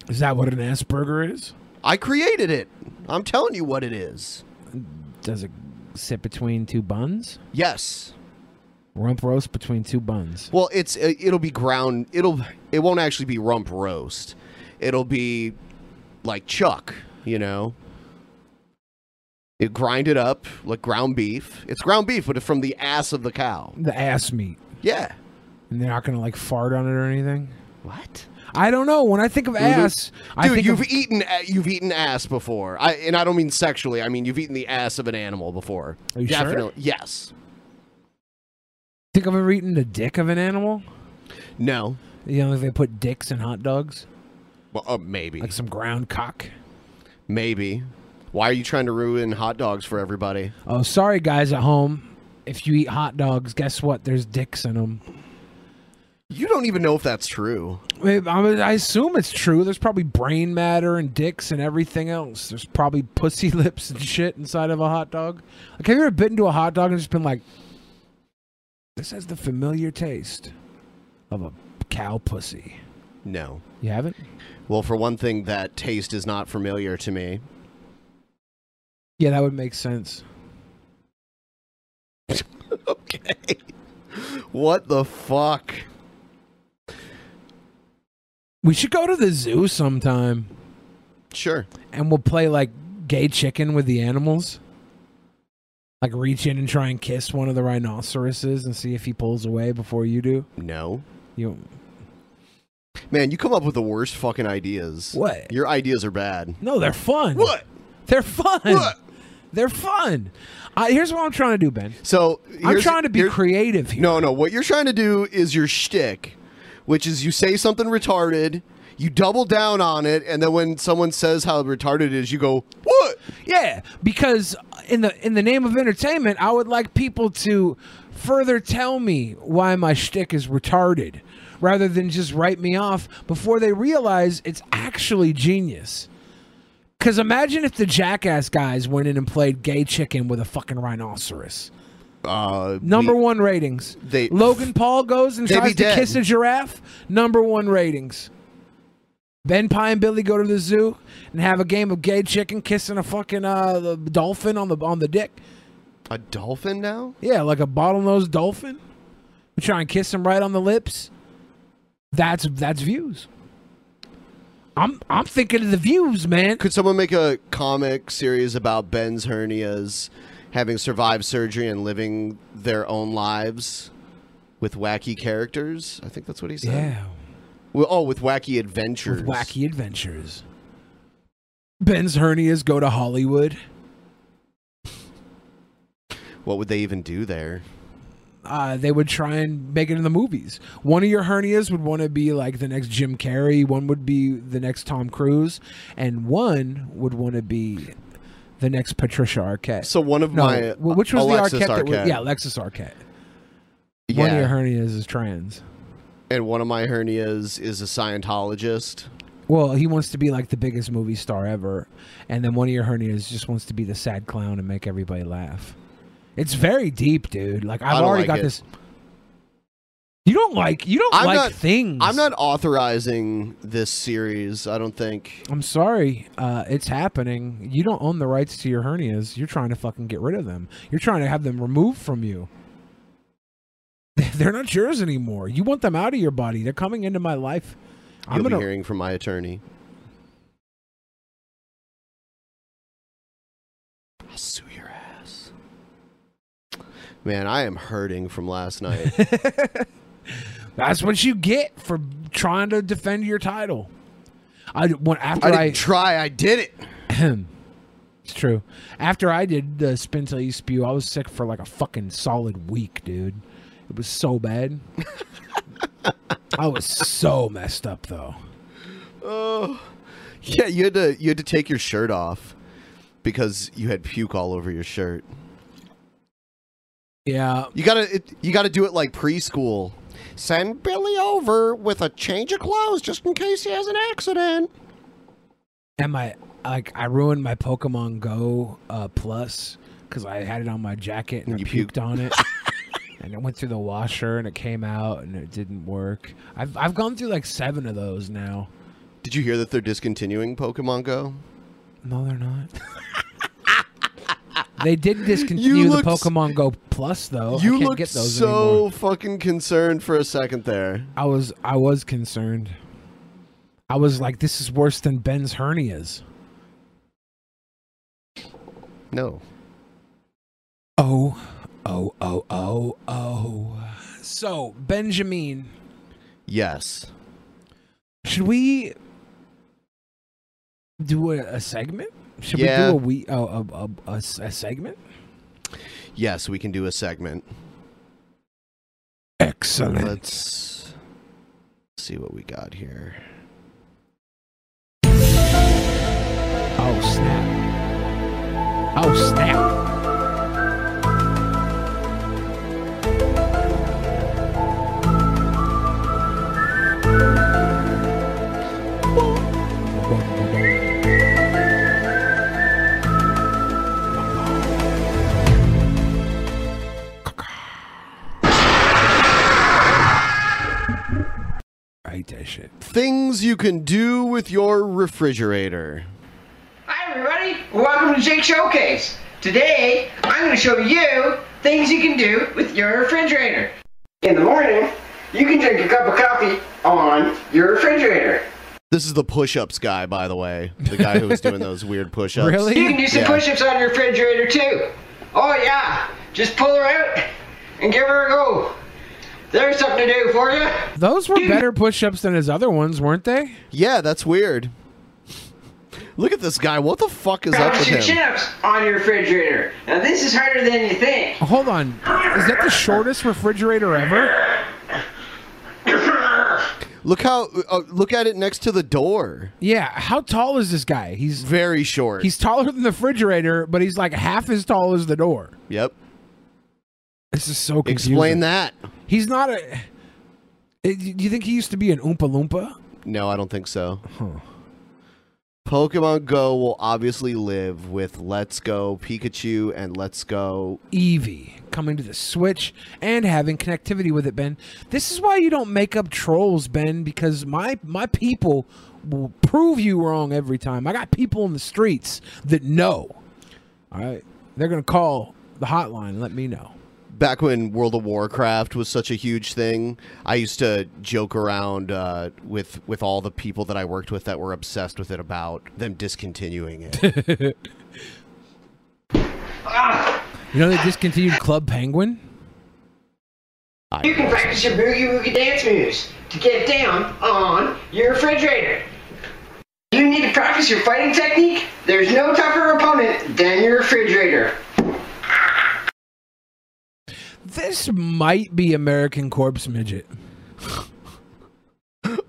Speaker 2: Is that what an Asperger is?
Speaker 1: I created it. I'm telling you what it is.
Speaker 2: Does it sit between two buns?
Speaker 1: Yes.
Speaker 2: Rump roast between two buns.
Speaker 1: Well, it's uh, it'll be ground. It'll it won't actually be rump roast. It'll be like chuck. You know, you grind it up like ground beef. It's ground beef, but from the ass of the cow.
Speaker 6: The ass meat.
Speaker 1: Yeah.
Speaker 2: And they're not gonna like fart on it or anything.
Speaker 1: What?
Speaker 2: I don't know. When I think of ass, I
Speaker 1: Mm-hmm. Dude,
Speaker 2: think
Speaker 1: you've
Speaker 2: of,
Speaker 1: eaten a- you've eaten ass before. I and I don't mean sexually. I mean you've eaten the ass of an animal before.
Speaker 2: Are you sure?
Speaker 1: Definitely. Yes.
Speaker 2: think I've ever eaten the dick of an animal.
Speaker 1: e- No.
Speaker 2: You know, like they put dicks in hot dogs,
Speaker 1: Well, uh, maybe.
Speaker 2: like some ground cock.
Speaker 1: Maybe. Why are you trying to ruin hot dogs for everybody?
Speaker 2: Oh, sorry, guys at home. If you eat hot dogs, guess what? There's dicks in them.
Speaker 1: You don't even know if that's true.
Speaker 2: I, mean, I assume it's true. There's probably brain matter and dicks and everything else. There's probably pussy lips and shit inside of a hot dog. Like, have you ever bitten to a hot dog and just been like, "This has the familiar taste of a cow pussy."
Speaker 1: No.
Speaker 2: You haven't?
Speaker 1: Well, for one thing, that taste is not familiar to me.
Speaker 2: Yeah, that would make sense.
Speaker 1: okay. What the fuck?
Speaker 2: We should go to the zoo sometime,
Speaker 1: Sure.
Speaker 2: and we'll play like gay chicken with the animals. Like reach in and try and kiss one of the rhinoceroses and see if he pulls away before you do.
Speaker 1: No.
Speaker 2: You
Speaker 1: Man, you come up with the worst fucking ideas.
Speaker 2: What?
Speaker 1: Your ideas are bad.
Speaker 2: no, they're fun.
Speaker 1: What?
Speaker 2: They're fun.
Speaker 1: What?
Speaker 2: They're fun. Uh, here's what I'm trying to do, Ben.
Speaker 1: So
Speaker 2: I'm
Speaker 1: here's-
Speaker 2: trying to be
Speaker 1: here-
Speaker 2: creative here.
Speaker 1: No, no. What you're trying to do is your shtick, which is you say something retarded, you double down on it, and then when someone says how retarded it is, you go, "What?"
Speaker 2: Yeah, because in the in the name of entertainment, I would like people to further tell me why my shtick is retarded, rather than just write me off before they realize it's actually genius. Because imagine if the jackass guys went in and played gay chicken with a fucking rhinoceros.
Speaker 1: Uh,
Speaker 2: Number one ratings.
Speaker 1: They-
Speaker 2: Logan Paul goes and
Speaker 1: They'd
Speaker 2: tries
Speaker 1: be
Speaker 2: to
Speaker 1: dead.
Speaker 2: kiss a giraffe. Number one ratings. Ben Pie and Billy go to the zoo and have a game of gay chicken kissing a fucking uh, the dolphin on the on the dick.
Speaker 1: a dolphin now?
Speaker 2: Yeah, like a bottlenose dolphin. We try and kiss him right on the lips. That's that's views. I'm I'm thinking of the views, man.
Speaker 1: Could someone make a comic series about Ben's hernias having survived surgery and living their own lives with wacky characters? I think that's what he said.
Speaker 2: Yeah,
Speaker 1: Well, oh, with wacky adventures.
Speaker 2: with wacky adventures. Ben's hernias go to Hollywood.
Speaker 1: What would they even do there?
Speaker 2: uh, they would try and make it in the movies. One of your hernias would want to be like the next Jim Carrey, one would be the next Tom Cruise, and one would want to be the next Patricia Arquette.
Speaker 1: So one of
Speaker 2: no,
Speaker 1: my
Speaker 2: wh- which was the
Speaker 1: Alexis
Speaker 2: Arquette? That
Speaker 1: Arquette.
Speaker 2: was, yeah, Alexis Arquette.
Speaker 1: yeah.
Speaker 2: One of your hernias is trans.
Speaker 1: and one of my hernias is a Scientologist.
Speaker 2: Well, he wants to be like the biggest movie star ever, and then one of your hernias just wants to be the sad clown and make everybody laugh. It's very deep, dude. Like
Speaker 1: I
Speaker 2: I've
Speaker 1: don't
Speaker 2: already got
Speaker 1: like it.
Speaker 2: this. You don't like you don't
Speaker 1: I'm
Speaker 2: like
Speaker 1: not-
Speaker 2: things.
Speaker 1: I'm not authorizing this series. I don't think.
Speaker 2: I'm sorry, uh, it's happening. You don't own the rights to your hernias. You're trying to fucking get rid of them. You're trying to have them removed from you. They're not yours anymore. You want them out of your body. They're coming into my life.
Speaker 1: You'll
Speaker 2: I'm
Speaker 1: be
Speaker 2: gonna.
Speaker 1: hearing from my attorney. I'll sue your ass. Man, I am hurting from last night.
Speaker 2: That's what you get for trying to defend your title. I when after
Speaker 1: I
Speaker 2: I,
Speaker 1: didn't try. I did it.
Speaker 2: it's true. After I did the spin till you spew, I was sick for like a fucking solid week, dude. It was so bad. I was so messed up though.
Speaker 1: Oh, yeah. You had to. You had to take your shirt off because you had puke all over your shirt.
Speaker 2: Yeah,
Speaker 1: You gotta it, you gotta do it like preschool. Send Billy over with a change of clothes just in case he has an accident.
Speaker 2: and my like I ruined my Pokemon Go uh, Plus because I had it on my jacket and
Speaker 1: You
Speaker 2: I puked, on it, and it went through the washer and it came out and it didn't work. I've I've gone through like seven of those now.
Speaker 1: Did you hear that they're discontinuing Pokemon Go?
Speaker 2: No, they're not. They did discontinue
Speaker 1: You
Speaker 2: the
Speaker 1: look s-
Speaker 2: Pokemon Go Plus, though. I
Speaker 1: you
Speaker 2: can't
Speaker 1: looked
Speaker 2: get those
Speaker 1: so
Speaker 2: anymore.
Speaker 1: fucking concerned for a second there.
Speaker 2: I was I was concerned. I was like, this is worse than Ben's hernias.
Speaker 1: No.
Speaker 2: Oh, oh, oh, oh, oh. So Benjamin,
Speaker 1: Yes.
Speaker 2: should we do a, a segment? Should we do
Speaker 1: Yeah.
Speaker 2: a we oh, a, a, a s- a segment?
Speaker 1: Yes, we can do a segment.
Speaker 2: Excellent.
Speaker 1: Let's see what we got here.
Speaker 2: Oh snap! Oh snap! I hate that shit.
Speaker 1: Things you can do with your refrigerator.
Speaker 7: Hi, everybody. Welcome to Jake Showcase. Today, I'm going to show you things you can do with your refrigerator. In the morning, you can drink a cup of coffee on your refrigerator.
Speaker 1: This is the push ups guy, by the way. The guy who was doing those weird push ups.
Speaker 7: You can do some
Speaker 1: Yeah.
Speaker 7: push ups on your refrigerator, too. Oh, yeah. Just pull her out and give her a go. There's something to do for you.
Speaker 2: Those were better push-ups than his other ones, weren't they?
Speaker 1: Yeah, that's weird. Look at this guy. What the fuck is up
Speaker 7: Bounce
Speaker 1: with
Speaker 7: your
Speaker 1: him?
Speaker 7: chin ups on your refrigerator. Now, this is harder than you think.
Speaker 2: Hold on. Is that the shortest refrigerator ever?
Speaker 1: Look how. Uh, look at it next to the door.
Speaker 2: Yeah. How tall is this guy? He's
Speaker 1: Very short.
Speaker 2: he's taller than the refrigerator, but he's like half as tall as the door.
Speaker 1: yep.
Speaker 2: This is so confusing.
Speaker 1: Explain that.
Speaker 2: He's not a. Eh, Do you think he used to be an Oompa Loompa?
Speaker 1: No, I don't think so. Pokemon Go will obviously live with Let's Go Pikachu and Let's Go.
Speaker 2: Eevee coming to the Switch and having connectivity with it, Ben. This is why you don't make up trolls, Ben, because my my people will prove you wrong every time. I got people in the streets that know. All right, they're gonna call the hotline and let me know.
Speaker 1: Back when World of Warcraft was such a huge thing, I used to joke around uh, with with all the people that I worked with that were obsessed with it about them discontinuing it.
Speaker 2: You know they discontinued Club Penguin.
Speaker 7: You can practice your boogie woogie dance moves to get down on your refrigerator. You need to practice your fighting technique. There's no tougher opponent than your refrigerator.
Speaker 2: This might be American Corpse Midget.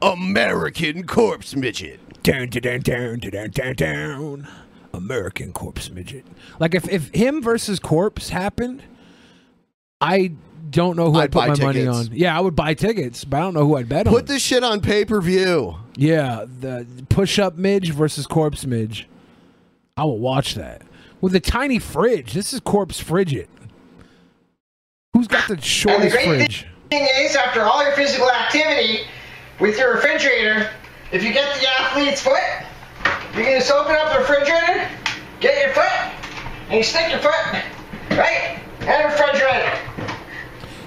Speaker 1: American Corpse Midget.
Speaker 2: down, down, down, down, down, down. American Corpse Midget. Like if, if him versus Corpse happened, I don't know who I'd,
Speaker 1: I'd
Speaker 2: put
Speaker 1: buy
Speaker 2: my money on.
Speaker 1: tickets.
Speaker 2: Yeah, I would buy tickets, but I don't know who I'd bet
Speaker 1: Put
Speaker 2: on.
Speaker 1: this shit on pay per view.
Speaker 2: yeah, the push up Midge versus Corpse Midge. I will watch that with a tiny fridge. This is Corpse Frigid. Who's got the shortest
Speaker 7: great thing-
Speaker 2: fridge?
Speaker 7: Thing is, after all your physical activity with your refrigerator, if you get the athlete's foot, you're gonna just open up the refrigerator, get your foot, and you stick your foot right at the refrigerator.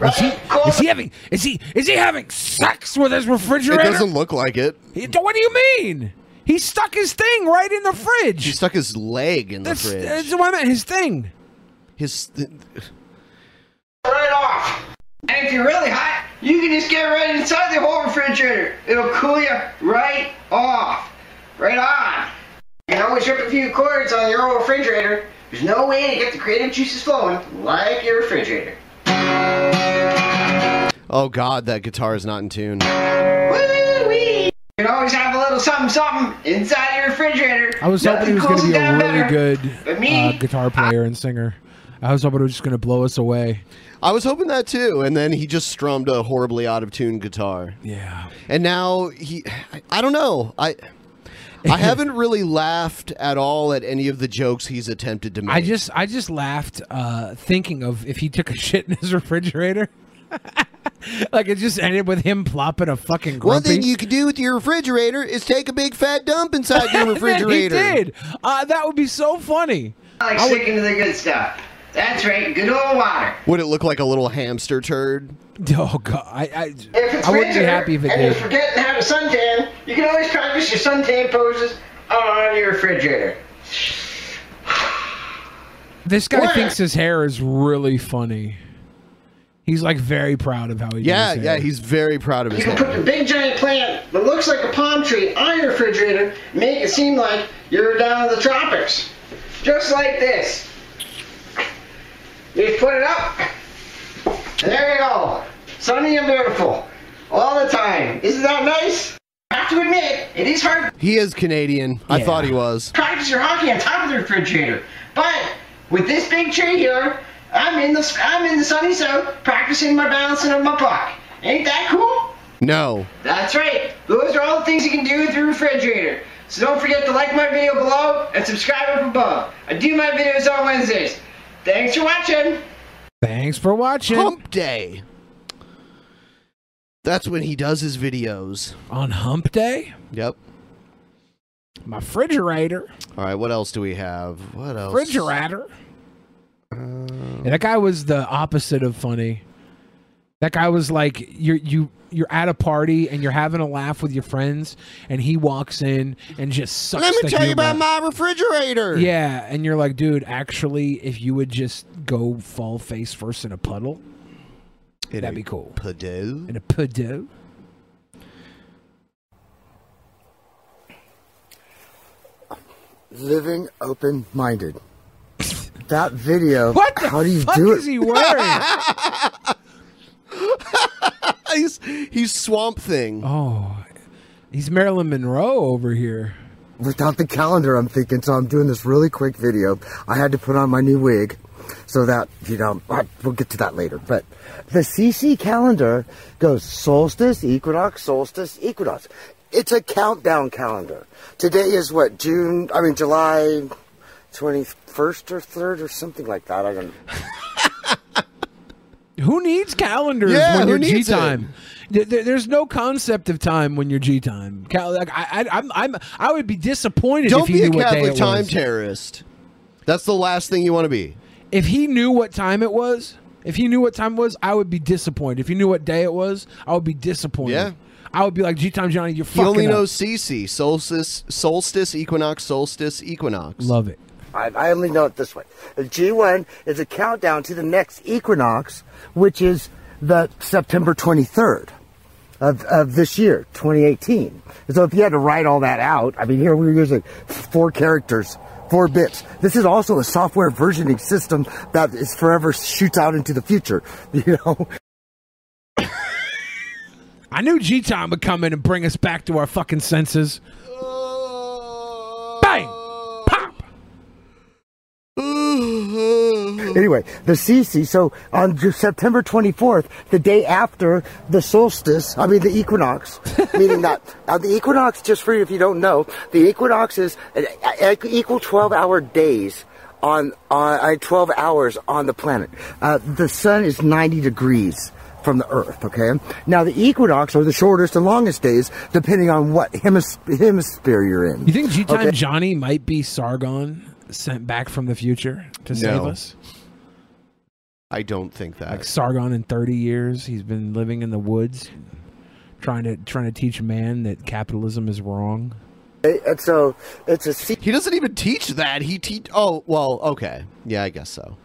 Speaker 2: Is he,
Speaker 7: Cool.
Speaker 2: is he having is he is he having sex with his
Speaker 1: It
Speaker 2: refrigerator?
Speaker 1: doesn't look like it.
Speaker 2: He- What do you mean? He stuck his thing right in the fridge.
Speaker 1: He stuck his leg in the
Speaker 2: that's,
Speaker 1: fridge.
Speaker 2: that's what I meant. His thing.
Speaker 1: his
Speaker 7: right off. And if you're really hot, you can just get right inside the whole refrigerator. It'll cool you right off. Right on. You can always rip a few cords on your old refrigerator. There's no way to get the creative juices flowing like your refrigerator.
Speaker 1: Oh God, that guitar is not in tune.
Speaker 7: Woo-wee! You can always have a little something something inside your refrigerator.
Speaker 2: I was hoping he was going to be a really good
Speaker 7: But me,
Speaker 2: uh, guitar player and singer. I was hoping he was just going to blow us away.
Speaker 1: I was hoping that too, and then he just strummed a horribly out of tune guitar.
Speaker 2: Yeah.
Speaker 1: And now he, I, I don't know. I, I haven't really laughed at all at any of the jokes he's attempted to make.
Speaker 2: I just I just laughed uh, thinking of if he took a shit in his refrigerator. like it just ended with him plopping a fucking grumpy.
Speaker 1: one thing you could do with your refrigerator is take a big fat dump inside your
Speaker 2: And then
Speaker 1: refrigerator.
Speaker 2: he did. Uh, that would be so funny.
Speaker 7: like sticking to the good stuff. That's right, good old water.
Speaker 1: Would it look like a little hamster turd?
Speaker 2: Oh god, I I,
Speaker 7: If it's winter and you're forgetting how to suntan, you can always practice your suntan poses on your refrigerator.
Speaker 2: This guy thinks his hair is really funny. He's like very proud of how he. did
Speaker 1: Yeah,
Speaker 2: his
Speaker 1: yeah,
Speaker 2: hair.
Speaker 1: he's very proud of his
Speaker 7: You can put
Speaker 1: hair.
Speaker 7: the big giant plant that looks like a palm tree on your refrigerator, make it seem like you're down in the tropics. Just like this. You put it up. and There you go. Sunny and beautiful. All the time. Isn't that nice? I have to admit, it is hard
Speaker 1: He is Canadian. I
Speaker 2: Yeah.
Speaker 1: thought he was.
Speaker 7: practice your hockey on top of the refrigerator. But with this big tree here, I'm in the I'm in the sunny south practicing my balancing of my puck. Ain't that cool?
Speaker 1: No.
Speaker 7: That's right. Those are all the things you can do with your refrigerator. So don't forget to like my video below and subscribe up above. I do my videos on Wednesdays. Thanks for watching.
Speaker 2: Thanks for watching
Speaker 1: Hump day. That's when he does his videos.
Speaker 2: on Hump Day.
Speaker 1: Yep.
Speaker 2: My refrigerator,
Speaker 1: All right, what else do we have? What else?
Speaker 2: refrigerator. And that guy was the opposite of funny. That guy was like you you you're at a party and you're having a laugh with your friends, and he walks in and just sucks.
Speaker 1: Let
Speaker 2: the
Speaker 1: me tell you
Speaker 2: humor.
Speaker 1: about my refrigerator.
Speaker 2: Yeah, and you're like, dude, actually, if you would just go fall face first in a puddle,
Speaker 1: In
Speaker 2: that'd
Speaker 1: a
Speaker 2: be cool.
Speaker 1: Padoo.
Speaker 2: in a puddle.
Speaker 8: living open minded. That video.
Speaker 2: What the
Speaker 8: how do you
Speaker 2: fuck
Speaker 8: do
Speaker 2: is
Speaker 8: it?
Speaker 2: he wearing?
Speaker 1: He's, he's Swamp Thing.
Speaker 2: oh, he's Marilyn Monroe over here.
Speaker 8: Without the calendar, I'm thinking. So I'm doing this really quick video. I had to put on my new wig, so that you know I- we'll get to that later. But the CC calendar goes solstice, equinox, solstice, equinox. It's a countdown calendar. Today is what June? I mean July. 21st or 3rd or something like that. I don't
Speaker 2: Who needs calendars
Speaker 1: Yeah,
Speaker 2: when
Speaker 1: who
Speaker 2: you're G
Speaker 1: needs it?
Speaker 2: time? There- there- There's no concept of time when you're G time. Cal- like, I, I, I'm, I'm, I would be disappointed
Speaker 1: Don't
Speaker 2: if he
Speaker 1: be a
Speaker 2: knew what day
Speaker 1: Catholic
Speaker 2: it
Speaker 1: time
Speaker 2: was.
Speaker 1: terrorist. That's the last thing you want to be.
Speaker 2: if he knew what time it was, if he knew what time it was, I would be disappointed. If he knew what day it was, I would be disappointed.
Speaker 1: Yeah.
Speaker 2: I would be like, G time Johnny, you're
Speaker 1: He
Speaker 2: fucking
Speaker 1: only
Speaker 2: up."
Speaker 1: knows CC, solstice, solstice, equinox, solstice, equinox.
Speaker 2: Love it.
Speaker 8: I, I only know it this way. G1 is a countdown to the next equinox, which is the September 23rd of, of this year, 2018. So if you had to write all that out, I mean, here we were using four characters, four bits. This is also a software versioning system that is forever shoots out into the future, you know?
Speaker 2: I knew G time would come in and bring us back to our fucking senses.
Speaker 1: Uh,
Speaker 2: Bang! Pop! Mm-hmm.
Speaker 8: Anyway, the CC. So on Ju- September 24th, the day after the solstice, I mean the equinox, meaning that uh, the equinox, just for you if you don't know, the equinox is an e- equal 12 hour days on, on uh, 12 hours on the planet. Uh, the sun is 90 degrees from the earth, okay? Now the equinox are the shortest and longest days depending on what hemis- hemisphere you're in.
Speaker 2: You think G time Johnny might be Sargon sent back from the future to save
Speaker 1: No.
Speaker 2: us?
Speaker 1: I don't think that.
Speaker 2: Like Sargon in 30 years, he's been living in the woods trying to trying to teach man that capitalism is wrong.
Speaker 8: And so it's a C.
Speaker 1: he doesn't even teach that. He teach. Oh well, okay. Yeah, I guess so.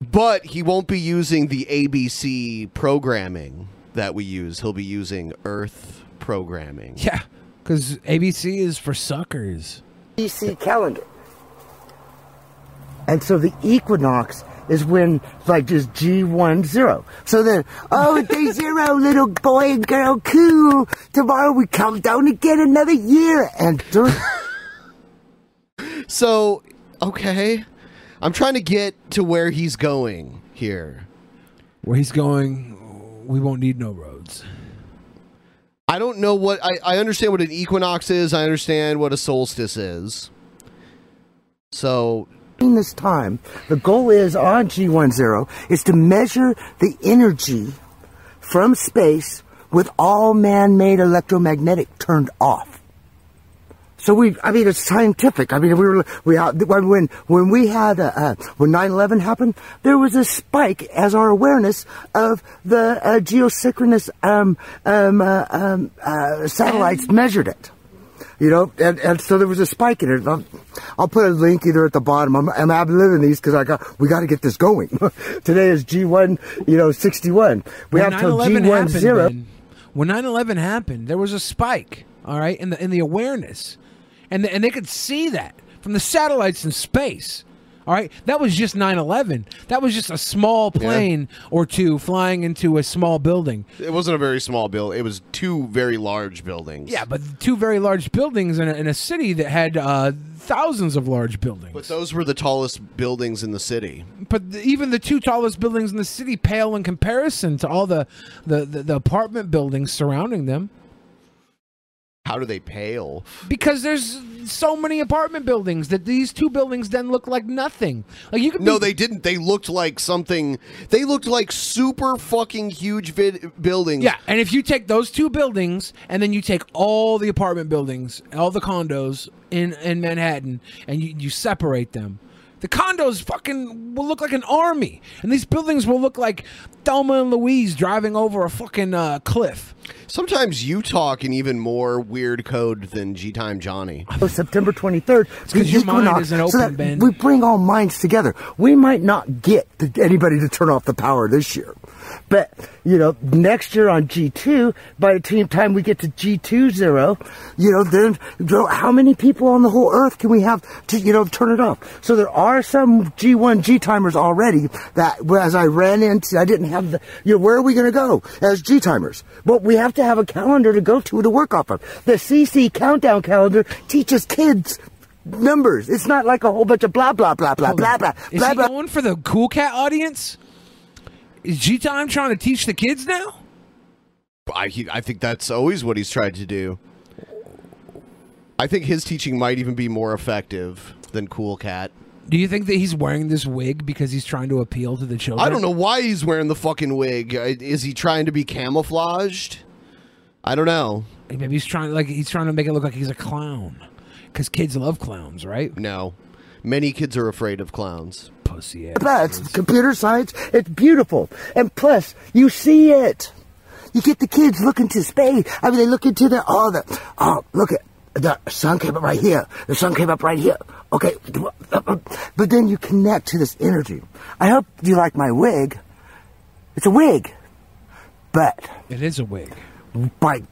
Speaker 1: But he won't be using the ABC programming that we use. He'll be using Earth programming.
Speaker 2: Yeah, cuz ABC is for suckers.
Speaker 8: BC calendar. And so the equinox is when, like, just G10. So then, oh, day zero, little boy and girl, cool. Tomorrow we come down again another year. And during
Speaker 1: So, okay, I'm trying to get to where he's going here.
Speaker 2: Where he's going, we won't need no roads.
Speaker 1: I don't know what I, I understand what an equinox is. I understand what a solstice is. So
Speaker 8: this time, the goal is on G10 is to measure the energy from space with all man made electromagnetic turned off. So we, I mean, it's scientific. I mean, we were, we, had- when, when, when we had, uh, uh, when 9-11 happened, there was a spike as our awareness of the uh, geosynchronous, um, um, uh, um, uh, satellites measured it. You know, and, and so there was a spike in it. I'll, I'll put a link either at the bottom. I'm, I'm outliving these because I got we got to get this going. Today is G1, you know, 61. We
Speaker 2: When
Speaker 8: have till
Speaker 2: 9/11
Speaker 8: G10.
Speaker 2: happened, Ben, when 9/11 happened, there was a spike. All right, in the in the awareness, and and they could see that from the satellites in space. All right, that was just 9/11. That was just a small plane or two flying into a small building.
Speaker 1: It wasn't a very small bill. It was two very large buildings.
Speaker 2: Yeah, but two very large buildings in a, in a city that had uh, thousands of large buildings.
Speaker 1: But those were the tallest buildings in the city.
Speaker 2: But the, even the two tallest buildings in the city pale in comparison to all the the, the, the apartment buildings surrounding them.
Speaker 1: How do they pale?
Speaker 2: Because there's so many apartment buildings that these two buildings then look like nothing. Like you could
Speaker 1: No, they didn't. They looked like something. They looked like super fucking huge vid- buildings.
Speaker 2: Yeah, and if you take those two buildings and then you take all the apartment buildings, all the condos in in Manhattan, and you, you separate them, the condos fucking will look like an army, and these buildings will look like Thelma and Louise driving over a fucking uh, cliff.
Speaker 1: Sometimes you talk in even more weird code than G Time Johnny.
Speaker 8: Oh, September 23rd. the
Speaker 1: 'cause your mind
Speaker 8: equinox,
Speaker 1: isn't
Speaker 8: so
Speaker 1: open,
Speaker 8: that
Speaker 1: Ben.
Speaker 8: We bring all minds together. We might not get to anybody to turn off the power this year. But, you know, next year on G2, by the team time we get to G20, you know, then you know, how many people on the whole earth can we have to, you know, turn it off? So there are some G1 G timers already that, as I ran into, I didn't have the, you know, where are we going to go as G timers? But we have to have a calendar to go to to work off of. The CC countdown calendar teaches kids numbers. It's not like a whole bunch of blah, blah, blah, blah,
Speaker 2: Hold
Speaker 8: blah,
Speaker 2: on.
Speaker 8: blah,
Speaker 2: Is
Speaker 8: blah,
Speaker 2: he
Speaker 8: blah.
Speaker 2: going for the cool cat audience? Is G Time trying to teach the kids now?
Speaker 1: I, he, I think that's always what he's tried to do. I think his teaching might even be more effective than Cool Cat.
Speaker 2: Do you think that he's wearing this wig because he's trying to appeal to the children?
Speaker 1: I don't know why he's wearing the fucking wig. I- Is he trying to be camouflaged? I don't know.
Speaker 2: Maybe he's trying like he's trying to make it look like he's a clown, because kids love clowns, right?
Speaker 1: No, many kids are afraid of clowns.
Speaker 2: Pussy
Speaker 8: blah. It's computer science. It's beautiful. And plus, you see it. You get the kids looking to space. I mean, they look into the, oh, the, oh, look at, the sun came up right here. The sun came up right here. Okay. But then you connect to this energy. I hope you like my wig. It's a wig. But
Speaker 2: It is a wig.
Speaker 8: by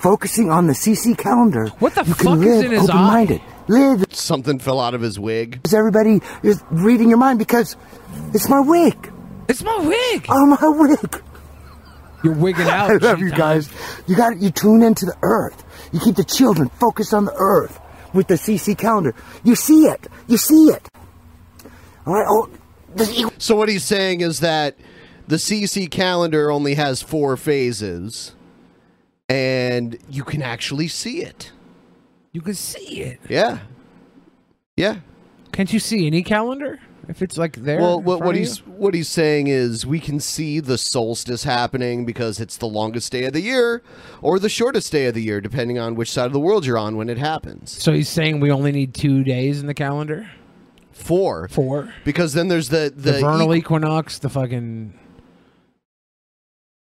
Speaker 8: focusing on the CC calendar, what the you
Speaker 1: fuck
Speaker 8: can
Speaker 1: is
Speaker 8: live
Speaker 1: in his eye?
Speaker 8: open-minded. Live
Speaker 1: Something fell out of his wig.
Speaker 8: is everybody is reading your mind because it's my wig.
Speaker 2: It's my wig.
Speaker 8: Oh, my wig.
Speaker 2: You're wigging out.
Speaker 8: I love you guys. You got you tune into the earth. You keep the children focused on the earth with the CC calendar. You see it. You see it. All right. Oh,
Speaker 1: So what he's saying is that the CC calendar only has four phases, and you can actually see it.
Speaker 2: You can see it.
Speaker 1: Yeah, yeah.
Speaker 2: Can't you see any calendar if it's like there?
Speaker 1: Well,
Speaker 2: in
Speaker 1: what,
Speaker 2: front
Speaker 1: what
Speaker 2: of you?
Speaker 1: he's what he's saying is we can see the solstice happening because it's the longest day of the year, or the shortest day of the year, depending on which side of the world you're on when it happens.
Speaker 2: So he's saying we only need two days in the calendar.
Speaker 1: Four.
Speaker 2: Four.
Speaker 1: Because then there's the
Speaker 2: The,
Speaker 1: the,
Speaker 2: vernal
Speaker 1: e-
Speaker 2: equinox, the fucking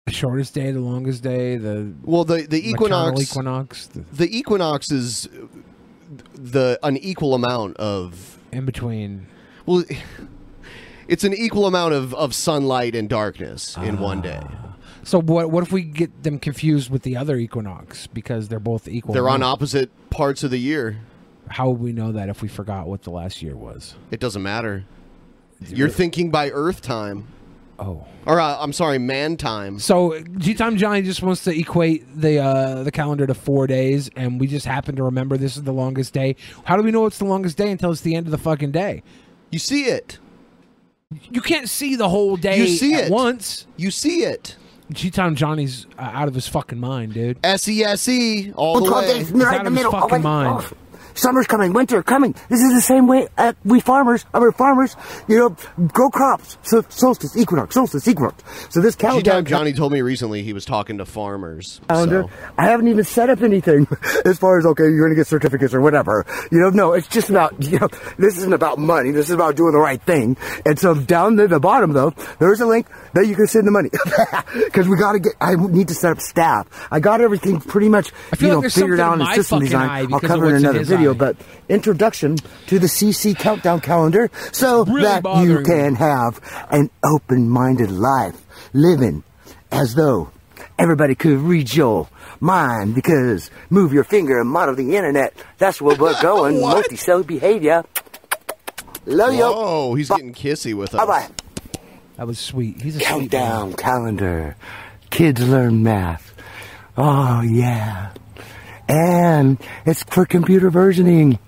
Speaker 2: the shortest day, the longest day, the
Speaker 1: well the the
Speaker 2: maternal
Speaker 1: equinox.
Speaker 2: equinox, the
Speaker 1: The equinox is uh, the an equal amount of
Speaker 2: in between.
Speaker 1: Well, it's an equal amount of of sunlight and darkness in
Speaker 2: Ah,
Speaker 1: one day.
Speaker 2: So what? What if we get them confused with the other equinox because they're both equal?
Speaker 1: They're on
Speaker 2: amounts?
Speaker 1: opposite parts of the year.
Speaker 2: How would we know that if we forgot what the last year was?
Speaker 1: It doesn't matter. You're thinking by Earth time.
Speaker 2: Oh.
Speaker 1: Or uh, I'm sorry, man time.
Speaker 2: So G Time Johnny just wants to equate the uh, the calendar to four days, and we just happen to remember this is the longest day. How do we know it's the longest day until it's the end of the fucking day?
Speaker 1: You see it.
Speaker 2: You can't see the whole day.
Speaker 1: You see
Speaker 2: at
Speaker 1: it.
Speaker 2: once.
Speaker 1: You see it.
Speaker 2: G Time Johnny's uh, out of his fucking mind, dude.
Speaker 1: S E S E all
Speaker 8: Oh,
Speaker 1: the
Speaker 8: 12
Speaker 1: way.
Speaker 8: days, right in the middle. Oh, wait. Oh. Summer's coming, winter coming. This is the same way uh, we farmers, our farmers, you know, grow crops. So solstice, equinox, solstice, equinox. So this
Speaker 1: G
Speaker 8: calendar.
Speaker 1: Time Johnny told me recently he was talking to farmers.
Speaker 8: calendar.
Speaker 1: So.
Speaker 8: I haven't even set up anything as far as okay, you're gonna get certificates or whatever. You know, no, it's just about you know, this isn't about money. This is about doing the right thing. And so down at the bottom though, there's a link that you can send the money because we gotta get. I need to set up staff. I got everything pretty much
Speaker 2: I feel
Speaker 8: you
Speaker 2: like
Speaker 8: know
Speaker 2: there's
Speaker 8: figured
Speaker 2: something
Speaker 8: out
Speaker 2: in
Speaker 8: in
Speaker 2: my
Speaker 8: system
Speaker 2: fucking eye
Speaker 8: design. I'll
Speaker 2: because of
Speaker 8: cover it in
Speaker 2: what's in
Speaker 8: another
Speaker 2: his
Speaker 8: video,
Speaker 2: eye.
Speaker 8: but introduction to the CC countdown calendar so
Speaker 2: Really
Speaker 8: that
Speaker 2: bothering
Speaker 8: you
Speaker 2: me.
Speaker 8: can have an open-minded life, living as though everybody could read your mind because move your finger and model the internet. That's where we're going. Multicellular behavior. Love you.
Speaker 1: Whoa, Oh, he's getting kissy with us.
Speaker 8: Bye bye.
Speaker 2: That was sweet. He's a sweet man.
Speaker 8: Countdown calendar. Kids learn math. Oh, yeah. And it's for computer versioning.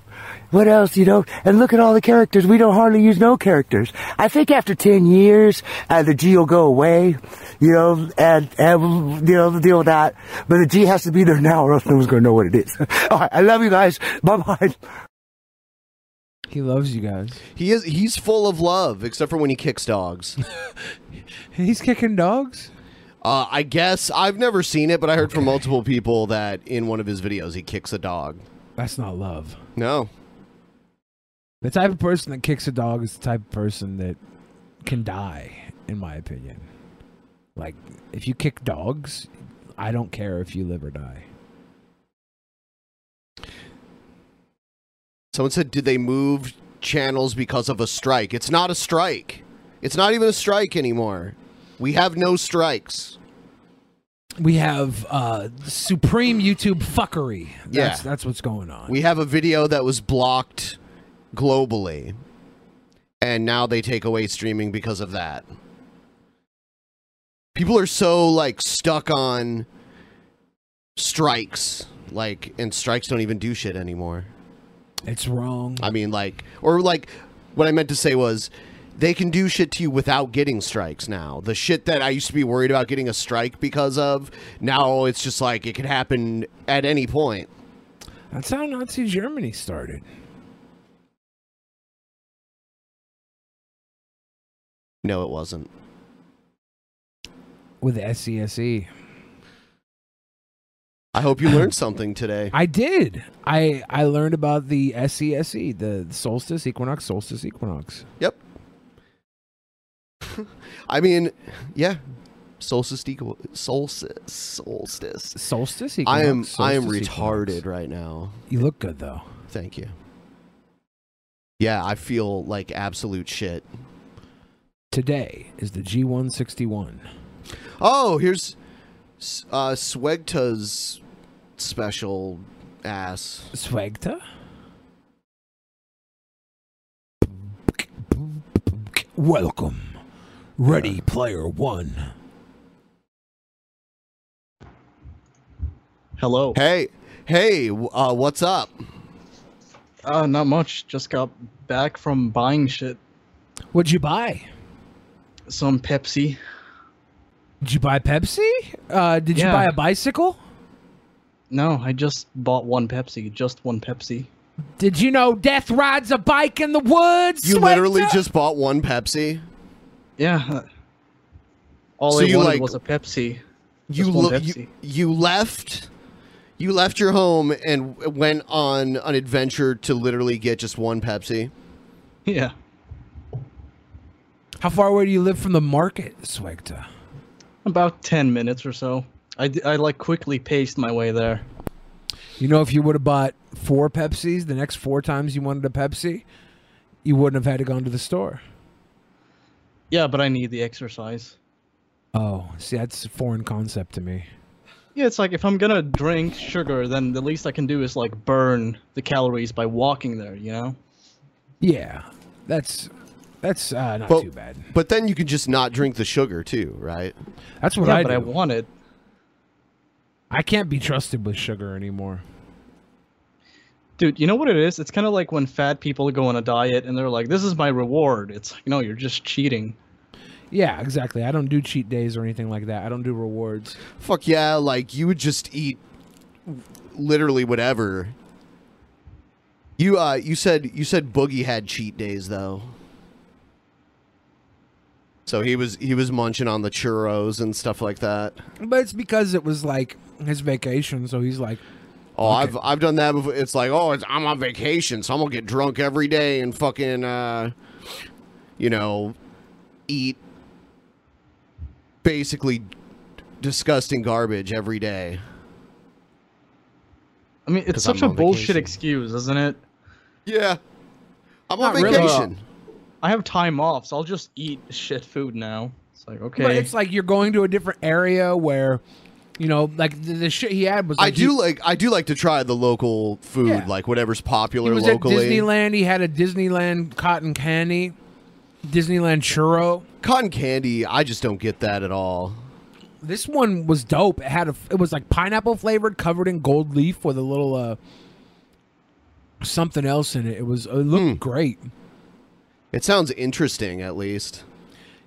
Speaker 8: What else, you know? And look at all the characters. We don't hardly use no characters. I think after 10 years, uh, the G will go away, you know, and, and you know, the deal with that. But the G has to be there now or else no one's going to know what it is. all right. I love you guys. Bye bye.
Speaker 2: He loves you guys.
Speaker 1: He is he's full of love, except for when he kicks dogs.
Speaker 2: He's kicking dogs.
Speaker 1: Uh, I guess I've never seen it, but I heard from multiple people that in one of his videos he kicks a dog.
Speaker 2: That's not love.
Speaker 1: No,
Speaker 2: The type of person that kicks a dog is the type of person that can die, in my opinion. Like, if you kick dogs, I don't care if you live or die.
Speaker 1: someone said, did they move channels because of a strike? It's not a strike. It's not even a strike anymore. We have no strikes.
Speaker 2: We have uh, supreme YouTube fuckery. That's,
Speaker 1: Yeah.
Speaker 2: that's what's going on.
Speaker 1: We have a video that was blocked globally, and now they take away streaming because of that. People are so like stuck on strikes, like, and strikes don't even do shit anymore.
Speaker 2: it's wrong.
Speaker 1: I mean, like, or like, what I meant to say was, they can do shit to you without getting strikes now. The shit that I used to be worried about getting a strike because of, now it's just like it can happen at any point.
Speaker 2: That's how Nazi Germany started.
Speaker 1: No, it wasn't.
Speaker 2: With E the SESE.
Speaker 1: I hope you learned something today.
Speaker 2: I did. I I learned about the SESE, E, the solstice, equinox, solstice, equinox.
Speaker 1: Yep. I mean, yeah. Solstice, deco- solstice, solstice.
Speaker 2: Solstice,
Speaker 1: I
Speaker 2: equinox.
Speaker 1: am, I am
Speaker 2: solstice,
Speaker 1: retarded
Speaker 2: equinox.
Speaker 1: right now.
Speaker 2: You look good though.
Speaker 1: Thank you. Yeah, I feel like absolute shit.
Speaker 2: Today is the G161.
Speaker 1: Oh, here's S- uh, Swegta's special ass.
Speaker 2: Swagta? Welcome. Ready
Speaker 1: Uh.
Speaker 2: player one.
Speaker 9: Hello.
Speaker 1: Hey, hey, w- uh, what's up?
Speaker 9: Uh, not much. Just got back from buying shit.
Speaker 2: What'd you buy?
Speaker 9: Some Pepsi.
Speaker 2: Did you buy Pepsi? Uh, did you
Speaker 9: Yeah.
Speaker 2: buy a bicycle?
Speaker 9: No, I just bought one Pepsi. Just one Pepsi.
Speaker 2: Did you know death rides a bike in the woods?
Speaker 1: You literally
Speaker 2: Swagta?
Speaker 1: just bought one Pepsi.
Speaker 9: Yeah. uh, All
Speaker 1: So
Speaker 9: I
Speaker 1: you,
Speaker 9: wanted
Speaker 1: like-
Speaker 9: was a Pepsi.
Speaker 1: You,
Speaker 9: Just one
Speaker 1: lo-
Speaker 9: Pepsi.
Speaker 1: you you left you left your home and w- went on an adventure to literally get just one Pepsi.
Speaker 9: Yeah.
Speaker 2: How far away do you live from the market, Swagta?
Speaker 9: About 10 minutes or so. I, d- I like quickly paced my way there.
Speaker 2: You know, if you would have bought four Pepsis the next four times you wanted a Pepsi, you wouldn't have had to go into the store.
Speaker 9: Yeah, but I need the exercise.
Speaker 2: Oh, see, that's a foreign concept to me.
Speaker 9: Yeah, it's like if I'm gonna drink sugar, then the least I can do is like burn the calories by walking there, you know?
Speaker 2: Yeah, that's that's uh, not
Speaker 1: But
Speaker 2: too bad.
Speaker 1: but then you could just not drink the sugar too, right?
Speaker 2: That's what
Speaker 9: yeah,
Speaker 2: I
Speaker 9: but
Speaker 2: do. I
Speaker 9: I want it.
Speaker 2: can't be trusted with sugar anymore.
Speaker 9: Dude, you know what it is? It's kind of like when fat people go on a diet and they're like, "This is my reward." It's like, no, you're just cheating.
Speaker 2: Yeah, exactly. I don't do cheat days or anything like that. I don't do rewards.
Speaker 1: Fuck yeah, like you would just eat literally whatever. You uh, you said you said Boogie had cheat days though. So he was he was munching on the churros and stuff like that.
Speaker 2: But it's because it was like his vacation, so he's like,
Speaker 1: Oh, I've I've done that before. It's like, oh, it's, I'm on vacation, so I'm gonna get drunk every day and fucking, uh, you know, eat basically disgusting garbage every day.
Speaker 9: I mean, it's
Speaker 1: 'Cause I'm
Speaker 9: such a
Speaker 1: on
Speaker 9: bullshit
Speaker 1: vacation.
Speaker 9: excuse, isn't it?
Speaker 1: Yeah. I'm
Speaker 9: Not
Speaker 1: on
Speaker 9: really.
Speaker 1: vacation.
Speaker 9: I have time off, so I'll just eat shit food now. It's like okay.
Speaker 2: but it's like you're going to a different area where, you know, like the, the shit he had was.
Speaker 1: I
Speaker 2: Like he-
Speaker 1: do like I do like to try the local food,
Speaker 2: Yeah.
Speaker 1: like whatever's popular
Speaker 2: He was at
Speaker 1: locally.
Speaker 2: Disneyland. He had a Disneyland cotton candy, Disneyland churro.
Speaker 1: Cotton candy, I just don't get that at all.
Speaker 2: This one was dope. It had a. It was like pineapple flavored, covered in gold leaf with a little uh something else in it. It was. It looked great.
Speaker 1: Hmm. It sounds interesting, at least.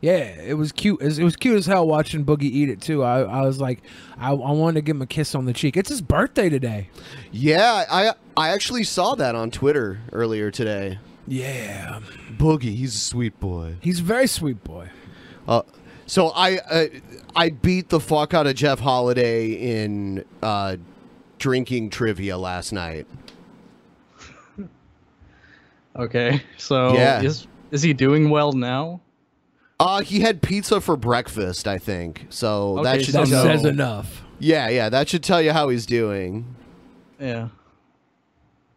Speaker 2: Yeah, it was cute. It was, it was cute as hell watching Boogie eat it too. I, I was like, I, I wanted to give him a kiss on the cheek. It's his birthday today.
Speaker 1: Yeah, I I actually saw that on Twitter earlier today.
Speaker 2: Yeah.
Speaker 1: Boogie, he's a sweet boy.
Speaker 2: He's a very sweet boy.
Speaker 1: Uh, so I uh, I beat the fuck out of Jeff Holiday in uh, drinking trivia last night.
Speaker 9: okay, so
Speaker 1: Yeah.
Speaker 9: Oh, is is he doing well now?
Speaker 1: Uh, he had pizza for breakfast, I think. So that
Speaker 9: Okay,
Speaker 1: should
Speaker 9: so
Speaker 1: tell-
Speaker 9: no. Says enough.
Speaker 1: Yeah, yeah, that should tell you how he's doing.
Speaker 9: Yeah.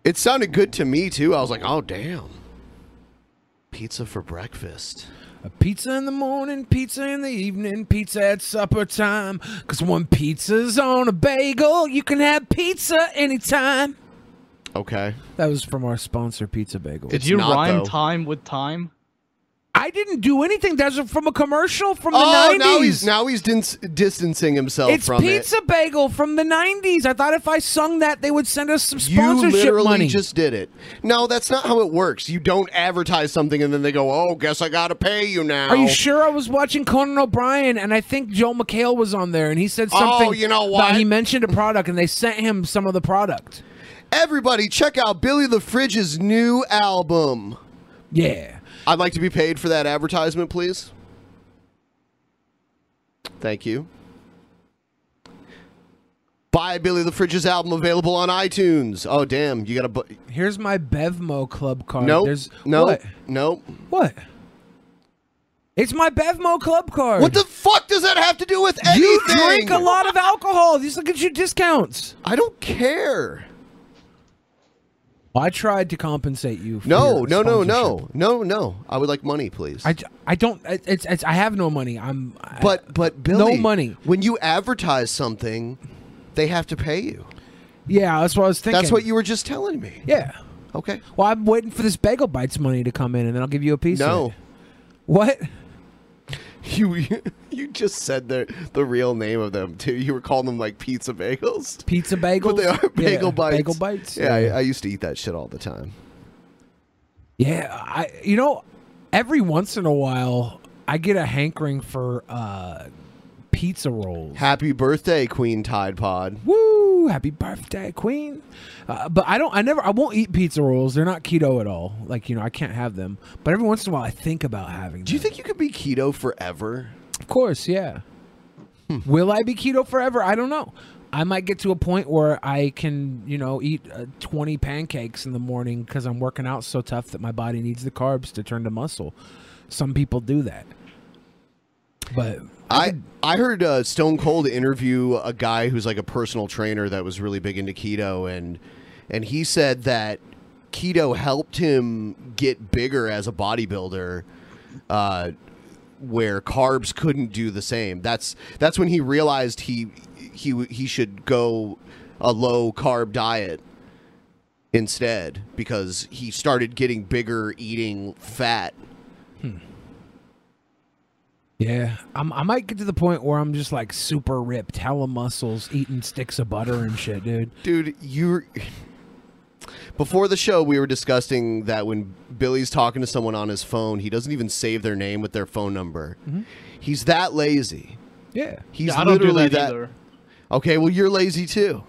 Speaker 1: It sounded good to me too. I was like, oh damn, pizza for breakfast.
Speaker 2: A pizza in the morning, pizza in the evening, pizza at supper time. Cause one pizza's on a bagel. You can have pizza anytime.
Speaker 1: Okay.
Speaker 2: That was from our sponsor, Pizza Bagel.
Speaker 9: Did you rhyme time with time?
Speaker 2: I didn't do anything. That's from a commercial from the
Speaker 1: Oh,
Speaker 2: 90s.
Speaker 1: now he's now he's dins- distancing himself
Speaker 2: it's
Speaker 1: from it.
Speaker 2: Pizza Bagel from the 90s. I thought if I sung that, they would send us some
Speaker 1: You
Speaker 2: sponsorship
Speaker 1: literally
Speaker 2: money.
Speaker 1: just did it. No, that's not how it works. You don't advertise something and then they go, "Oh, guess I gotta pay you now."
Speaker 2: Are you sure I was watching Conan O'Brien and I think Joe McHale was on there and he said
Speaker 1: Oh,
Speaker 2: something
Speaker 1: you know
Speaker 2: about
Speaker 1: what?
Speaker 2: he mentioned a product and they sent him some of the product.
Speaker 1: Everybody, check out Billy the Fridge's new album.
Speaker 2: Yeah.
Speaker 1: I'd like to be paid for that advertisement, please. Thank you. Buy Billy the Fridge's album available on iTunes. Oh damn, you gotta. Bu-
Speaker 2: Here's my Bevmo Club card.
Speaker 1: nope.
Speaker 2: There's
Speaker 1: nope.
Speaker 2: what?
Speaker 1: Nope.
Speaker 2: What? It's my Bevmo Club card. What
Speaker 1: the fuck does that have to do with
Speaker 2: anything? You
Speaker 1: anything?
Speaker 2: drink a lot of alcohol. These look at your discounts.
Speaker 1: I don't care.
Speaker 2: I tried to compensate you. For
Speaker 1: No,
Speaker 2: your
Speaker 1: no, no, no,
Speaker 2: sponsorship.
Speaker 1: no, no. I would like money, please.
Speaker 2: I, I don't. It's, it's I have no money. I'm. I-
Speaker 1: But but Billy,
Speaker 2: no money.
Speaker 1: When you advertise something, they have to pay you.
Speaker 2: Yeah, that's what I was thinking.
Speaker 1: That's what you were just telling me.
Speaker 2: Yeah.
Speaker 1: Okay.
Speaker 2: Well, I'm waiting for this Bagel Bites money to come in, and then I'll give you a piece. of
Speaker 1: No.
Speaker 2: it. What?
Speaker 1: You you just said the the real name of them too. You were calling them like pizza bagels.
Speaker 2: Pizza bagels.
Speaker 1: But they are bagel
Speaker 2: Yeah,
Speaker 1: bites.
Speaker 2: bagel bites,
Speaker 1: Yeah, I,
Speaker 2: yeah.
Speaker 1: I used to eat that shit all the time.
Speaker 2: Yeah, I. You know, every once in a while, I get a hankering for uh, pizza rolls.
Speaker 1: Happy birthday, Queen Tide Pod.
Speaker 2: Woo! Happy birthday, Queen. Uh, but I don't. I never. I won't eat pizza rolls. They're not keto at all. Like you know, I can't have them. But every once in a while, I think about having.
Speaker 1: Do you think you could be keto forever?
Speaker 2: Of course, yeah. Will I be keto forever? I don't know. I might get to a point where I can, you know, eat uh, 20 pancakes in the morning because I'm working out so tough that my body needs the carbs to turn to muscle. Some people do that. But
Speaker 1: I I heard uh, Stone Cold interview a guy who's like a personal trainer that was really big into keto and and he said that keto helped him get bigger as a bodybuilder uh, where carbs couldn't do the same. That's that's when he realized he he he should go a low carb diet instead because he started getting bigger eating fat.
Speaker 2: yeah, I'm, I might get to the point where I'm just like super ripped, hella muscles, eating sticks of butter and shit, dude.
Speaker 1: Dude, you're. Before the show, we were discussing that when Billy's talking to someone on his phone, he doesn't even save their name with their phone number.
Speaker 2: Mm-hmm.
Speaker 1: He's that lazy.
Speaker 2: Yeah.
Speaker 1: He's
Speaker 9: Yeah, I don't do
Speaker 1: literally
Speaker 9: that
Speaker 1: that.
Speaker 9: either.
Speaker 1: Okay, well, you're lazy too.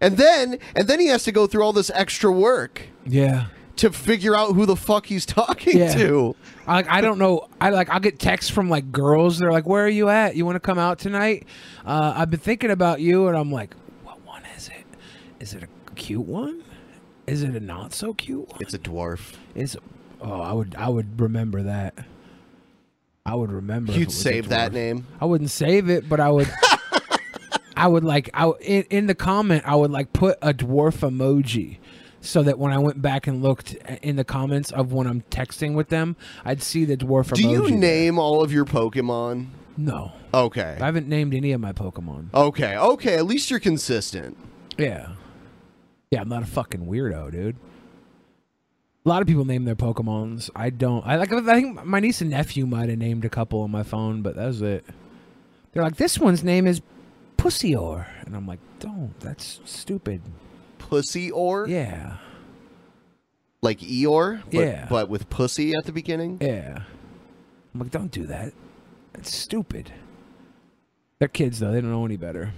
Speaker 1: And then and then he has to go through all this extra work
Speaker 2: Yeah.
Speaker 1: to figure out who the fuck he's talking
Speaker 2: Yeah.
Speaker 1: to.
Speaker 2: I, I don't know. I like I'll get texts from like girls. They're like, "Where are you at? You want to come out tonight? Uh, I've been thinking about you." And I'm like, "What one is it? Is it a cute one? Is it a not so cute one?
Speaker 1: It's a dwarf.
Speaker 2: Is oh, I would I would remember that. I would remember. if it
Speaker 1: You'd
Speaker 2: was a
Speaker 1: save that
Speaker 2: dwarf.
Speaker 1: name.
Speaker 2: I wouldn't save it, but I would. I would like I in, in the comment I would like put a dwarf emoji, so that when I went back and looked uh, in the comments of when I'm texting with them, I'd see the dwarf
Speaker 1: Do
Speaker 2: emoji.
Speaker 1: you
Speaker 2: there.
Speaker 1: name all of your Pokemon?
Speaker 2: No.
Speaker 1: Okay.
Speaker 2: I haven't named any of my Pokemon.
Speaker 1: Okay. Okay. At least you're consistent.
Speaker 2: Yeah. Yeah, I'm not a fucking weirdo, dude. A lot of people name their Pokemons. I don't. I like. I think my niece and nephew might have named a couple on my phone, but that was it. They're like, this one's name is Pussyor, and I'm like, don't. That's stupid.
Speaker 1: Pussy or?
Speaker 2: Yeah.
Speaker 1: Like Eeyore? But,
Speaker 2: Yeah.
Speaker 1: But with pussy at the beginning?
Speaker 2: Yeah. I'm like, don't do that. That's stupid. They're kids though; they don't know any better.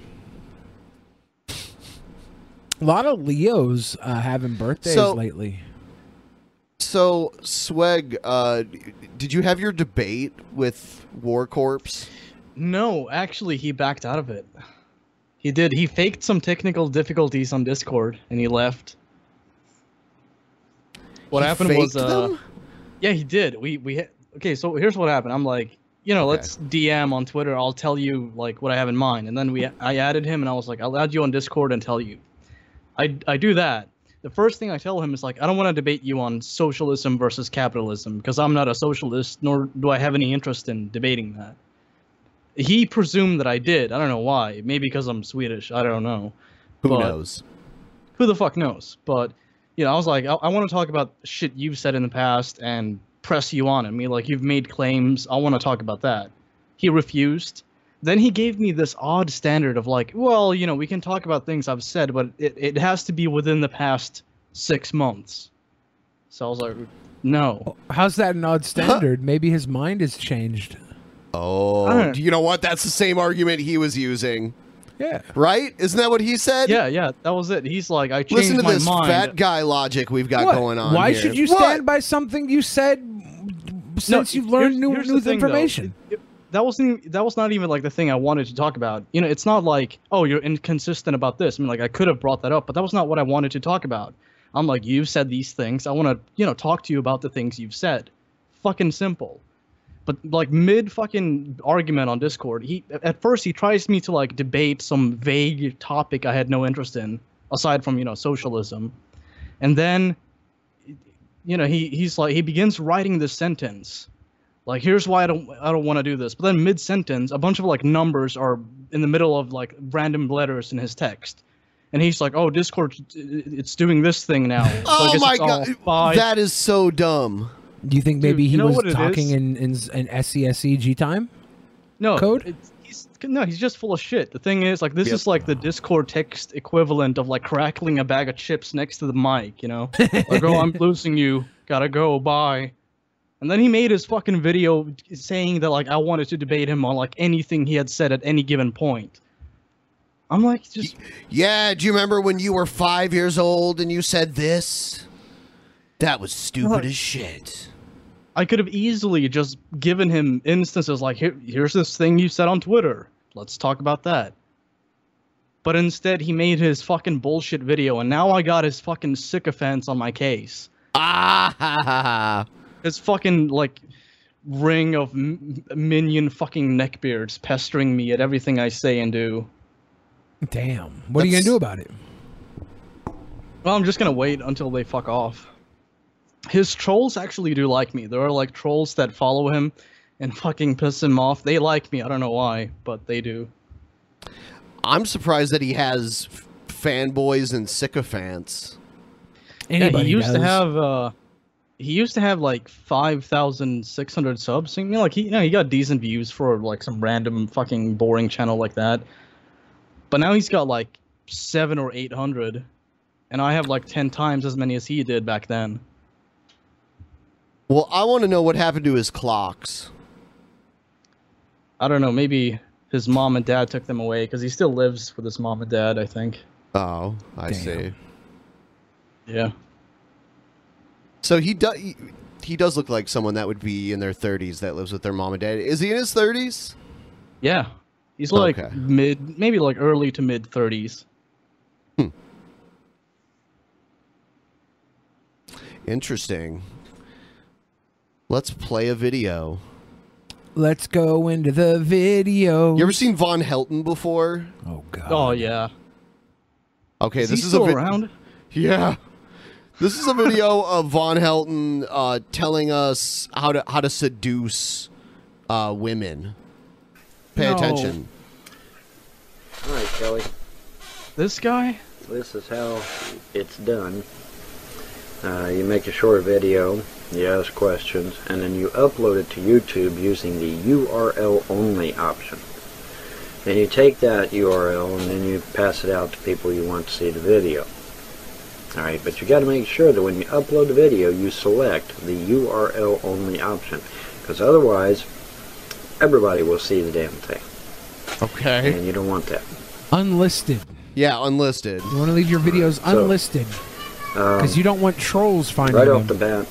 Speaker 2: A lot of Leos uh, having birthdays
Speaker 1: So-
Speaker 2: lately.
Speaker 1: So, Sweg, uh, did you have your debate with War Corpse?
Speaker 9: No, actually, he backed out of it. He did. He faked some technical difficulties on Discord and he left. What
Speaker 1: He
Speaker 9: happened was,
Speaker 1: faked
Speaker 9: uh,
Speaker 1: them?
Speaker 9: yeah, he did. We we ha- okay. So here's what happened. I'm like, you know, let's DM on Twitter. I'll tell you like what I have in mind. And then we I added him and I was like, I'll add you on Discord and tell you. I I do that. The first thing I tell him is like, I don't want to debate you on socialism versus capitalism because I'm not a socialist, nor do I have any interest in debating that he presumed that I did. I don't know why. Maybe because I'm Swedish. I don't know.
Speaker 1: Who
Speaker 9: But-
Speaker 1: knows?
Speaker 9: Who the fuck knows? But you know, I was like, I, I want to talk about shit you've said in the past and press you on it. Me like you've made claims. I want to talk about that. He refused. Then he gave me this odd standard of like, well, you know, we can talk about things I've said, but it, it has to be within the past six months. So I was like, no.
Speaker 2: How's that an odd standard? Maybe his mind has changed.
Speaker 1: Oh,
Speaker 9: don't-
Speaker 1: do you know what? That's the same argument he was using.
Speaker 2: Yeah.
Speaker 1: Right? Isn't that what he said?
Speaker 9: Yeah, yeah, that was it. He's like, I changed
Speaker 1: Listen to
Speaker 9: my
Speaker 1: this
Speaker 9: mind.
Speaker 1: fat guy logic we've got
Speaker 2: What?
Speaker 1: going on.
Speaker 2: Why
Speaker 1: here.
Speaker 2: should you stand by something you said since you've learned
Speaker 9: here's-
Speaker 2: new
Speaker 9: here's the
Speaker 2: new
Speaker 9: thing, though.
Speaker 2: information?
Speaker 9: It- it- that wasn't even- that was not even like the thing I wanted to talk about. You know, it's not like oh you're inconsistent about this. I mean, like I could have brought that up, but that was not what I wanted to talk about. I'm like you've said these things. I want to you know talk to you about the things you've said. Fucking simple. But like mid fucking argument on Discord, he at first he tries me to like debate some vague topic I had no interest in aside from you know socialism, and then you know he he's like he begins writing this sentence like here's why i don't i don't want to do this but then mid sentence a bunch of like numbers are in the middle of like random letters in his text and he's like oh discord it's doing this thing now So I
Speaker 1: Oh
Speaker 9: guess
Speaker 1: my
Speaker 9: it's all
Speaker 1: god.
Speaker 9: five.
Speaker 1: That is so dumb.
Speaker 2: Do you think maybe he
Speaker 9: Dude, you know what
Speaker 2: was
Speaker 9: it
Speaker 2: talking
Speaker 9: is?
Speaker 2: in in, in E SESEG time?
Speaker 9: no
Speaker 2: code?
Speaker 9: it's- he's no he's just full of shit the thing is like this is like the discord text equivalent of like crackling a bag of chips next to the mic you know like oh i'm losing you gotta go bye and then he made his fucking video saying that like i wanted to debate him on like anything he had said at any given point i'm like just
Speaker 1: Yeah, do you remember when you were five years old and you said this? That was stupid
Speaker 9: What?
Speaker 1: as shit.
Speaker 9: I could have easily just given him instances like here, here's this thing you said on Twitter. Let's talk about that. But instead, he made his fucking bullshit video, and now I got his fucking sycophants on my case.
Speaker 1: Ah ha ha ha.
Speaker 9: His fucking like ring of m- minion fucking neckbeards pestering me at everything I say and do.
Speaker 2: Damn. What are you gonna
Speaker 1: That's-
Speaker 2: do about it?
Speaker 9: Well, I'm just gonna wait until they fuck off. His trolls actually do like me. There are like trolls that follow him and fucking piss him off. They like me. I don't know why, but they do.
Speaker 1: I'm surprised that he has f- fanboys and sycophants.
Speaker 9: yeah,
Speaker 2: Anybody
Speaker 9: he used to
Speaker 2: does.
Speaker 9: have uh he used to have like 5600 subs you know like he you know he got decent views for like some random fucking boring channel like that but now he's got like 7 or 800 and i have like 10 times as many as he did back then
Speaker 1: Well, I want to know what happened to his clocks.
Speaker 9: i don't know maybe his mom and dad took them away because he still lives with his mom and dad i think
Speaker 1: Oh, I
Speaker 9: Damn.
Speaker 1: see.
Speaker 9: Yeah.
Speaker 1: So he does. He does look like someone that would be in their 30s that lives with their mom and dad. Is he in his 30s?
Speaker 9: Yeah. He's like
Speaker 1: Okay.
Speaker 9: mid, maybe like early to mid 30s.
Speaker 1: Interesting. Let's play a video.
Speaker 2: Let's go into the video.
Speaker 1: You ever seen Von Helton before?
Speaker 2: Oh god.
Speaker 9: Oh yeah.
Speaker 1: Okay,
Speaker 9: Is
Speaker 1: this
Speaker 9: he
Speaker 1: is
Speaker 9: still
Speaker 1: a vid-
Speaker 9: around?
Speaker 1: Yeah. This is a video of Von Helton uh, telling us how to how to seduce uh, women. Pay
Speaker 9: No.
Speaker 1: attention.
Speaker 10: All right, Kelly.
Speaker 9: This guy?
Speaker 10: This is how it's done. Uh, you make a short video, you ask questions, and then you upload it to YouTube using the URL only option. Then you take that URL and then you pass it out to people you want to see the video. All right, but you got to make sure that when you upload the video, you select the URL only option, because otherwise, everybody will see the damn thing.
Speaker 1: Okay.
Speaker 10: And you don't want that.
Speaker 2: Unlisted.
Speaker 1: Yeah, unlisted.
Speaker 2: You want to leave your videos
Speaker 10: So-
Speaker 2: unlisted
Speaker 10: Um,
Speaker 2: because you don't want trolls finding
Speaker 10: right
Speaker 2: them.
Speaker 10: off the bat,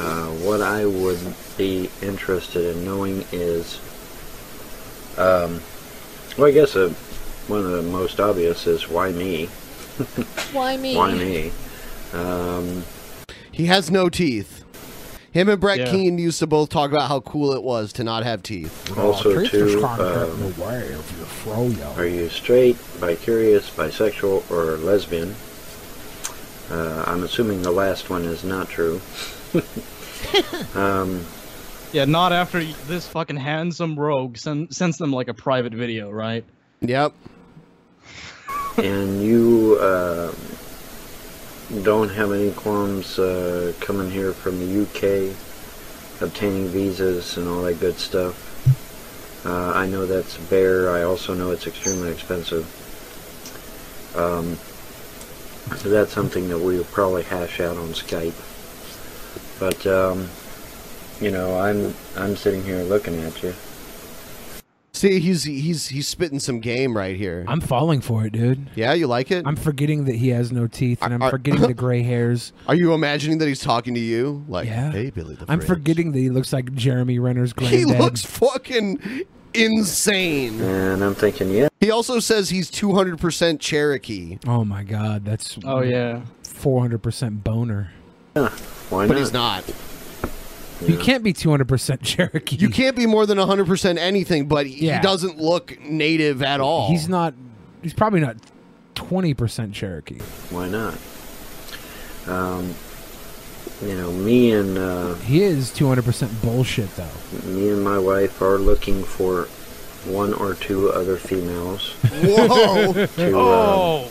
Speaker 10: uh, what I would be interested in knowing is, um, well, I guess uh one of the most obvious is why me?
Speaker 11: Why me?
Speaker 10: Why me? Um,
Speaker 1: He has no teeth. Him and Brett
Speaker 10: Yeah.
Speaker 1: Keane used to both talk about how cool it was to not have teeth.
Speaker 9: Oh,
Speaker 10: also, too, um, are you straight, bicurious, bisexual, or lesbian? Uh, I'm assuming the last one is not true. um,
Speaker 9: Yeah, not after y- this fucking handsome rogue send, sends them like a private video, right?
Speaker 1: Yep.
Speaker 10: and you uh, don't have any qualms uh, coming here from the UK, obtaining visas and all that good stuff. Uh, I know that's bare. I also know it's extremely expensive. Um, so that's something that we'll probably hash out on Skype. But um, you know, I'm I'm sitting here looking at you.
Speaker 1: See, he's he's he's spitting some game right here.
Speaker 2: I'm falling for it, dude.
Speaker 1: Yeah, you like it?
Speaker 2: I'm forgetting that he has no teeth, and I'm
Speaker 1: I-
Speaker 2: forgetting the gray hairs.
Speaker 1: Are you imagining that he's talking to you? Like, hey, Billy the
Speaker 2: I'm
Speaker 1: Fridge."
Speaker 2: forgetting that he looks like Jeremy Renner's granddad.
Speaker 1: He looks fucking insane.
Speaker 10: And I'm thinking, yeah.
Speaker 1: He also says he's 200% Cherokee.
Speaker 2: Oh my god, that's
Speaker 9: Oh, yeah.
Speaker 2: 400% boner.
Speaker 10: Why
Speaker 1: but
Speaker 10: not?
Speaker 1: he's not.
Speaker 2: You can't be 200% Cherokee.
Speaker 1: You can't be more than 100% anything, but he
Speaker 2: Yeah.
Speaker 1: doesn't look native at all.
Speaker 2: He's not. He's probably not 20% Cherokee.
Speaker 10: Why not? Um, you know, me and uh,
Speaker 2: He is 200% bullshit though.
Speaker 10: me and my wife are looking for one or two other females
Speaker 2: Whoa.
Speaker 10: to uh,
Speaker 2: Oh.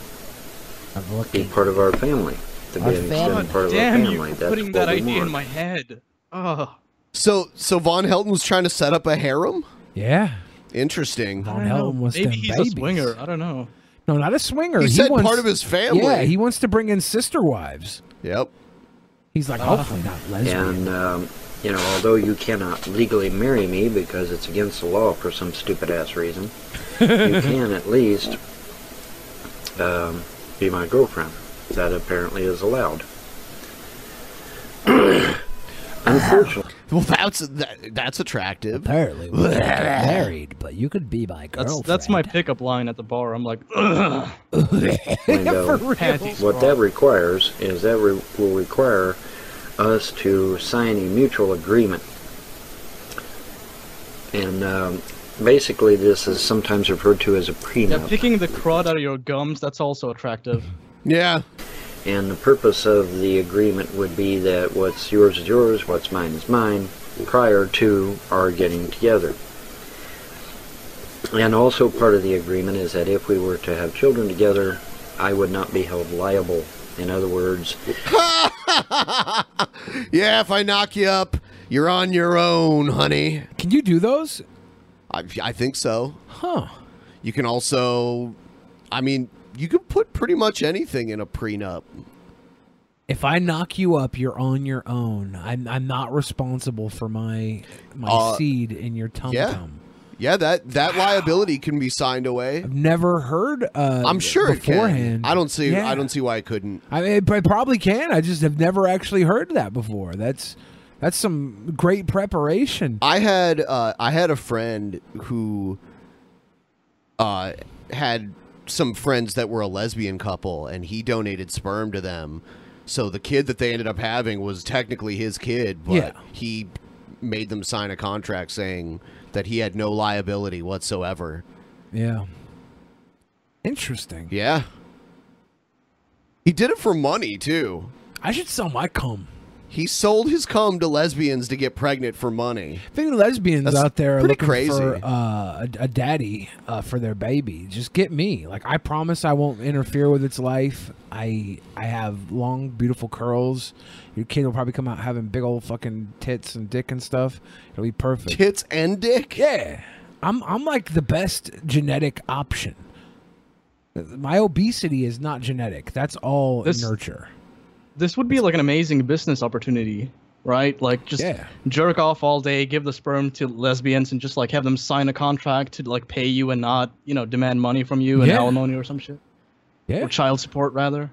Speaker 10: be part of our family, to be
Speaker 1: Our
Speaker 10: an extended
Speaker 1: family.
Speaker 10: part of
Speaker 9: Damn, you
Speaker 10: our family.
Speaker 9: for
Speaker 10: That's
Speaker 9: putting
Speaker 10: what
Speaker 9: that
Speaker 10: we
Speaker 9: idea in
Speaker 10: want.
Speaker 9: my head. Ugh.
Speaker 1: So, so Von Helton was trying to set up a harem?
Speaker 2: Yeah.
Speaker 1: Interesting. Von
Speaker 9: I don't know, Maybe he's a swinger. I don't know.
Speaker 2: No, not a swinger.
Speaker 1: He
Speaker 2: He
Speaker 1: said
Speaker 2: wants-
Speaker 1: part of his family.
Speaker 2: Yeah, he wants to bring in sister wives.
Speaker 1: Yep. Oh.
Speaker 2: He's like,
Speaker 10: Uh,
Speaker 2: hopefully not lesbian.
Speaker 10: And um, you know, although you cannot legally marry me because it's against the law for some stupid ass reason, you can at least um, be my girlfriend. That apparently is allowed. Unfortunately,
Speaker 1: Well, that's that, that's attractive.
Speaker 2: Apparently,
Speaker 9: we can't get
Speaker 2: married, but you could be my
Speaker 9: That's that's my pickup line at the bar. I'm like, ugh.
Speaker 10: And, uh,
Speaker 9: Panties
Speaker 10: what
Speaker 9: sprawl.
Speaker 10: that requires is that re- will require us to sign a mutual agreement. And um, basically, this is sometimes referred to as a
Speaker 9: Yeah,
Speaker 10: prenup.
Speaker 9: picking the crud out of your gums, that's also attractive.
Speaker 1: Yeah.
Speaker 10: And the purpose of the agreement would be that what's yours is yours, what's mine is mine, prior to our getting together. And also part of the agreement is that if we were to have children together, I would not be held liable. In other words,
Speaker 1: Yeah, if I knock you up, you're on your own, honey.
Speaker 2: Can you do those?
Speaker 1: I, I think so.
Speaker 2: Huh.
Speaker 1: You can also, I mean, you can put pretty much anything in a prenup.
Speaker 2: If I knock you up, you're on your own. I'm I'm not responsible for my my
Speaker 1: Uh,
Speaker 2: seed in your tum
Speaker 1: yeah.
Speaker 2: tum.
Speaker 1: Yeah, that that liability can be signed away.
Speaker 2: I've never heard. Uh,
Speaker 1: I'm sure it can.
Speaker 2: beforehand.
Speaker 1: I don't see.
Speaker 2: Yeah.
Speaker 1: I don't see why it couldn't.
Speaker 2: I mean, it, I probably can. I just have never actually heard that before. That's that's some great preparation.
Speaker 1: I had uh, I had a friend who uh, had some friends that were a lesbian couple, and he donated sperm to them. So the kid that they ended up having was technically his kid, but
Speaker 2: Yeah.
Speaker 1: he made them sign a contract saying that he had no liability whatsoever.
Speaker 2: Yeah. Interesting.
Speaker 1: Yeah, he did it for money too.
Speaker 2: I should sell my cum.
Speaker 1: He sold his cum to lesbians to get pregnant for money.
Speaker 2: I think lesbians
Speaker 1: That's
Speaker 2: out there are
Speaker 1: pretty
Speaker 2: looking
Speaker 1: crazy.
Speaker 2: for uh, a, a daddy uh, for their baby. Just get me. Like I promise, I won't interfere with its life. I I have long, beautiful curls. Your kid will probably come out having big old fucking tits and dick and stuff. It'll be perfect.
Speaker 1: Tits and dick.
Speaker 2: Yeah, I'm I'm like the best genetic option. My obesity is not genetic. That's all
Speaker 9: This-
Speaker 2: nurture.
Speaker 9: This would be like an amazing business opportunity, right? Like just jerk off all day, give the sperm to lesbians, and just like have them sign a contract to like pay you and not, you know, demand money from you and
Speaker 2: Yeah.
Speaker 9: alimony or some shit.
Speaker 2: Yeah.
Speaker 9: Or child support rather.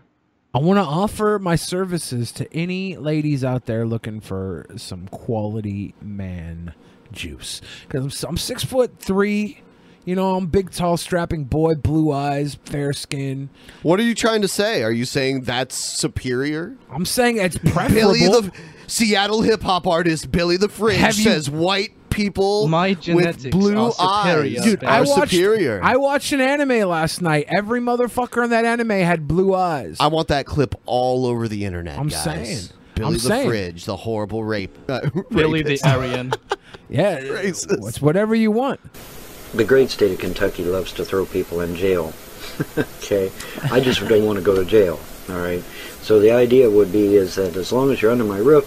Speaker 2: I want to offer my services to any ladies out there looking for some quality man juice. Because I'm, I'm six foot three. You know, I'm big, tall, strapping boy, blue eyes, fair skin.
Speaker 1: What are you trying to say? Are you saying that's superior?
Speaker 2: I'm saying it's preferable.
Speaker 1: Billy the Seattle hip hop artist Billy the Fringe
Speaker 2: Have you-
Speaker 1: says white people
Speaker 9: My
Speaker 1: with blue eyes
Speaker 2: Dude,
Speaker 1: are
Speaker 2: I watched,
Speaker 1: superior.
Speaker 2: I watched an anime last night. Every motherfucker in that anime had blue eyes.
Speaker 1: I want that clip all over the internet.
Speaker 2: I'm
Speaker 1: guys.
Speaker 2: saying.
Speaker 1: Billy
Speaker 2: I'm
Speaker 1: the
Speaker 2: saying.
Speaker 1: Fridge, the horrible rape. Uh,
Speaker 9: Billy the
Speaker 1: rapist.
Speaker 9: Aryan.
Speaker 2: yeah, it's whatever you want.
Speaker 10: The great state of Kentucky loves to throw people in jail. okay, I just don't want to go to jail. All right. So the idea would be is that as long as you're under my roof,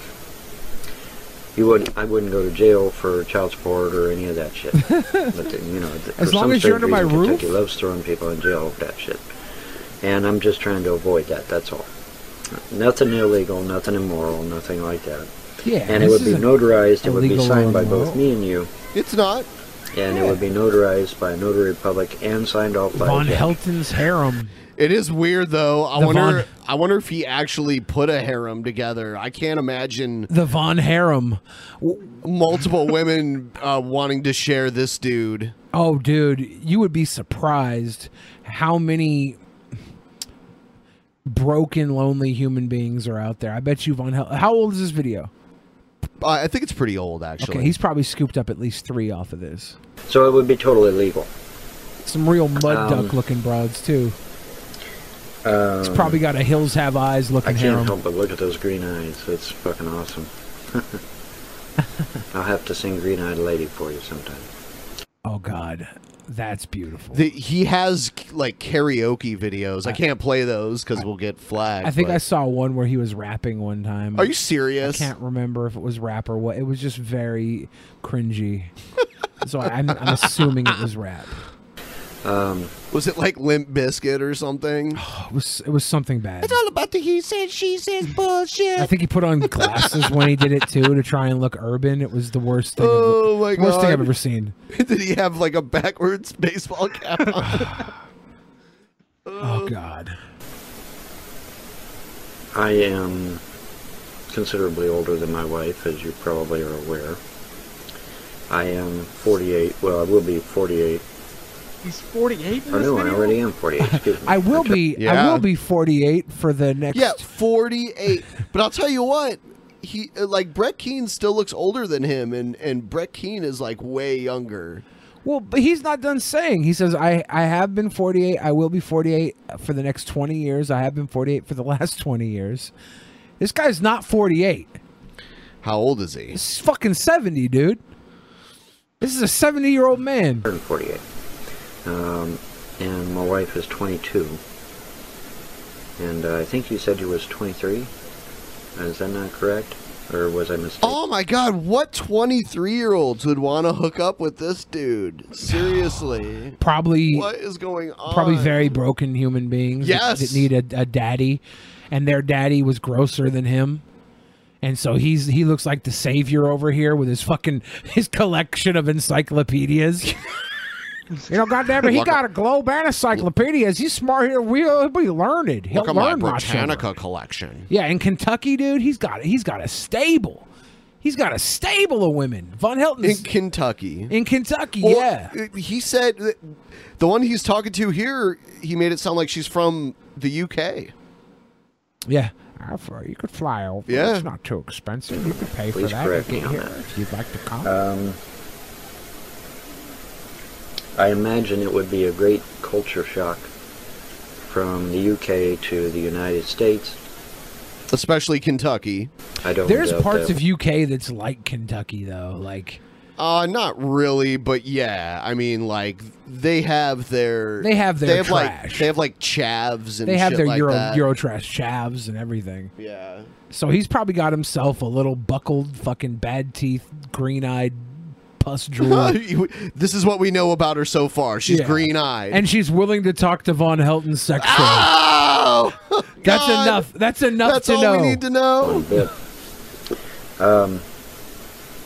Speaker 10: you would I wouldn't go to jail for child support or any of that shit. but the, you know, the,
Speaker 2: As
Speaker 10: for
Speaker 2: long
Speaker 10: some
Speaker 2: as you're
Speaker 10: strange
Speaker 2: under my
Speaker 10: reason,
Speaker 2: roof?
Speaker 10: Kentucky loves throwing people in jail for that shit. And I'm just trying to avoid that. That's all. Nothing illegal, nothing immoral, nothing like that.
Speaker 2: Yeah,
Speaker 10: and it
Speaker 2: this
Speaker 10: would be
Speaker 2: isn't
Speaker 10: notarized. It would be
Speaker 2: illegal or
Speaker 10: signed by
Speaker 2: immoral.
Speaker 10: both me and you
Speaker 1: It's not.
Speaker 10: and it would be notarized by a notary public and signed off by a
Speaker 2: Von
Speaker 10: judge.
Speaker 2: Helton's harem.
Speaker 1: It is weird though. I
Speaker 2: The
Speaker 1: wonder.
Speaker 2: Von-
Speaker 1: I wonder if he actually put a harem together. I can't imagine
Speaker 2: The Von Harem.
Speaker 1: multiple women uh, wanting to share this dude.
Speaker 2: Oh, dude, you would be surprised how many broken, lonely human beings are out there. I bet you Von Hel- How old is this video?
Speaker 1: Uh, I think it's pretty old actually.
Speaker 2: Okay, he's probably scooped up at least three off of this.
Speaker 10: So it would be totally legal.
Speaker 2: Some real mud
Speaker 10: Um,
Speaker 2: duck looking broads too.
Speaker 10: Um,
Speaker 2: It's probably got a hills have eyes
Speaker 10: I
Speaker 2: looking
Speaker 10: can't
Speaker 2: harem.
Speaker 10: help but look at those green eyes. It's fucking awesome. I'll have to sing Green Eyed Lady for you sometime.
Speaker 2: Oh God, that's beautiful.
Speaker 1: The, he has like karaoke videos. I can't play those because we'll get flagged.
Speaker 2: I think
Speaker 1: but-
Speaker 2: I saw one where he was rapping one time.
Speaker 1: Are you serious?
Speaker 2: I can't remember if it was rap or what. It was just very cringy. so I'm, I'm assuming it was rap.
Speaker 10: Um,
Speaker 1: was it like Limp Biscuit or something?
Speaker 2: It was it was something bad.
Speaker 1: all about the he said she says bullshit.
Speaker 2: I think he put on glasses when he did it too to try and look urban. It was the worst thing.
Speaker 1: Oh my
Speaker 2: I've, worst thing I've
Speaker 1: God.
Speaker 2: ever seen.
Speaker 1: Did he have like a backwards baseball cap on?
Speaker 2: Oh God.
Speaker 10: I am considerably older than my wife, as you probably are aware. I am 48. Well, I will be 48.
Speaker 9: He's 48 in
Speaker 10: Oh
Speaker 9: this
Speaker 10: no, I
Speaker 9: video?
Speaker 10: already am 48. Excuse me.
Speaker 2: I will be I
Speaker 1: Yeah.
Speaker 2: will be 48 for the next.
Speaker 1: yeah, forty-eight. But I'll tell you what, he uh, like Brett Keane still looks older than him, and and Brett Keane is like way younger.
Speaker 2: Well, but he's not done saying. He says I I have been 48. I will be 48 for the next 20 years. I have been 48 for the last 20 years. This guy's not 48.
Speaker 1: How old is he?
Speaker 2: This is fucking 70, dude. This is a 70 year old man.
Speaker 10: I'm 48. Um, and my wife is 22. And uh, I think you said you was 23. Is that not correct? Or was I mistaken?
Speaker 1: Oh my god, what 23 year olds would want to hook up with this dude? Seriously.
Speaker 2: Probably
Speaker 1: What is going on?
Speaker 2: probably very broken human beings that-
Speaker 1: Yes.
Speaker 2: that, need a, a daddy and their daddy was grosser than him And so he's he looks like the savior over here with his fucking his collection of encyclopedias. you know, goddamn it, he
Speaker 1: Look-
Speaker 2: got a globe and encyclopedias. He's smart here. We'll be learned. He'll
Speaker 1: Look at my
Speaker 2: learn my shit.
Speaker 1: Britannica collection.
Speaker 2: Yeah, in Kentucky, dude, he's got he's got a stable. He's got a stable of women. Von Helton
Speaker 1: In Kentucky.
Speaker 2: in Kentucky.
Speaker 1: Well,
Speaker 2: yeah,
Speaker 1: uh, He said that the one he's talking to here, he made it sound like she's from the UK.
Speaker 2: yeah. I fly- You could fly over.
Speaker 1: Yeah.
Speaker 2: it's not too expensive. You could pay for
Speaker 10: Please
Speaker 2: that.
Speaker 10: correct
Speaker 2: to
Speaker 10: me
Speaker 2: get
Speaker 10: on
Speaker 2: here
Speaker 10: that.
Speaker 2: if you'd like to come.
Speaker 10: Um, I imagine it would be a great culture shock from the UK to the United States.
Speaker 1: Especially Kentucky.
Speaker 10: I don't.
Speaker 2: There's
Speaker 10: doubt
Speaker 2: parts
Speaker 10: that.
Speaker 2: of UK that's like Kentucky though, like
Speaker 1: Uh, not really, but yeah. I mean, like they have their
Speaker 2: They have their
Speaker 1: they have like
Speaker 2: trash.
Speaker 1: they have like chavs and
Speaker 2: they have
Speaker 1: shit
Speaker 2: their
Speaker 1: like
Speaker 2: Euro
Speaker 1: that.
Speaker 2: Eurotrash chavs and everything.
Speaker 1: Yeah.
Speaker 2: So he's probably got himself a little buckled, fucking bad teeth, green eyed, pus drool.
Speaker 1: You- this is what we know about her so far. She's
Speaker 2: Yeah.
Speaker 1: green eyed.
Speaker 2: And she's willing to talk to Von Helton's sexually.
Speaker 1: Oh!
Speaker 2: That's
Speaker 1: God!
Speaker 2: enough. That's enough
Speaker 1: That's
Speaker 2: to
Speaker 1: all
Speaker 2: know.
Speaker 1: we need to know.
Speaker 10: Um,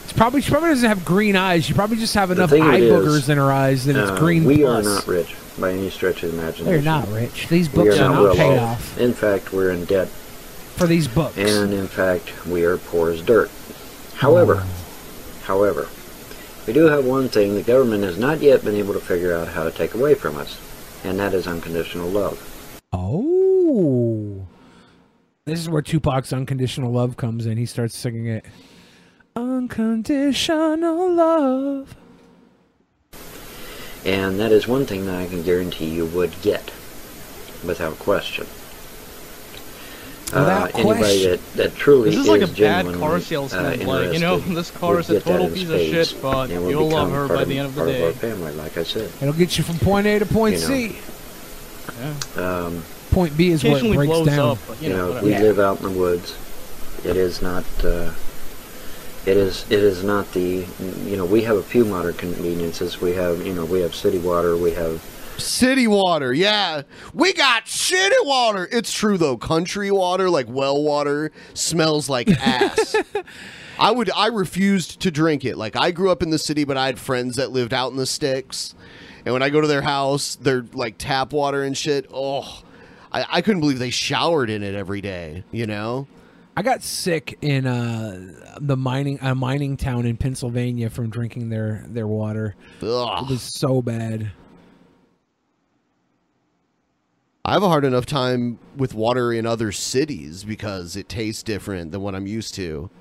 Speaker 2: It's probably she probably doesn't have green eyes. She probably just have
Speaker 10: the
Speaker 2: enough
Speaker 10: thing of
Speaker 2: eye
Speaker 10: it is,
Speaker 2: boogers in her eyes that
Speaker 10: uh,
Speaker 2: it's green
Speaker 10: We
Speaker 2: pus.
Speaker 10: are not rich by any stretch of the imagination.
Speaker 2: They're not rich. These
Speaker 10: We
Speaker 2: books
Speaker 10: are
Speaker 2: are
Speaker 10: not
Speaker 2: not
Speaker 10: well
Speaker 2: paid off
Speaker 10: off. In fact, we're in debt,
Speaker 2: for these books.
Speaker 10: and in fact, we are poor as dirt. However,
Speaker 9: Hmm.
Speaker 10: however, we do have one thing the government has not yet been able to figure out how to take away from us, and that is unconditional love.
Speaker 2: Oh. This is where Tupac's unconditional love comes in. He starts singing it. Unconditional love.
Speaker 10: And that is one thing that I can guarantee you would get, without question. Uh,
Speaker 9: Without
Speaker 10: Anybody
Speaker 9: question.
Speaker 10: that, that truly
Speaker 9: This is like a bad
Speaker 10: genuinely,
Speaker 9: car
Speaker 10: uh,
Speaker 9: salesman. like, you know,
Speaker 10: interested
Speaker 9: this car
Speaker 10: would
Speaker 9: is a
Speaker 10: get that
Speaker 9: total
Speaker 10: in
Speaker 9: piece of
Speaker 10: spades
Speaker 9: shit, but
Speaker 10: and would
Speaker 9: you'll love
Speaker 10: become
Speaker 9: her
Speaker 10: part
Speaker 9: by the end of the
Speaker 10: part
Speaker 9: day.
Speaker 10: our family, like I said.
Speaker 2: It'll get you from point A to point
Speaker 10: You know.
Speaker 2: C.
Speaker 10: Um,
Speaker 2: Point B is where it breaks down.
Speaker 10: you know, we live out in the woods. It is not. Uh, it is. It is not the. You know, we have a few modern conveniences. We have. You know, we have city water. We have.
Speaker 1: City water, yeah. We got city water. It's true though. Country water, like well water, smells like ass. I would I refused to drink it. Like I grew up in the city, but I had friends that lived out in the sticks. And when I go to their house, their like tap water and shit. Oh, I, I couldn't believe they showered in it every day, you know?
Speaker 2: I got sick in uh, the mining a mining town in Pennsylvania from drinking their their water.
Speaker 1: Ugh.
Speaker 2: It was so bad.
Speaker 1: I have a hard enough time with water in other cities because it tastes different than what I'm used to.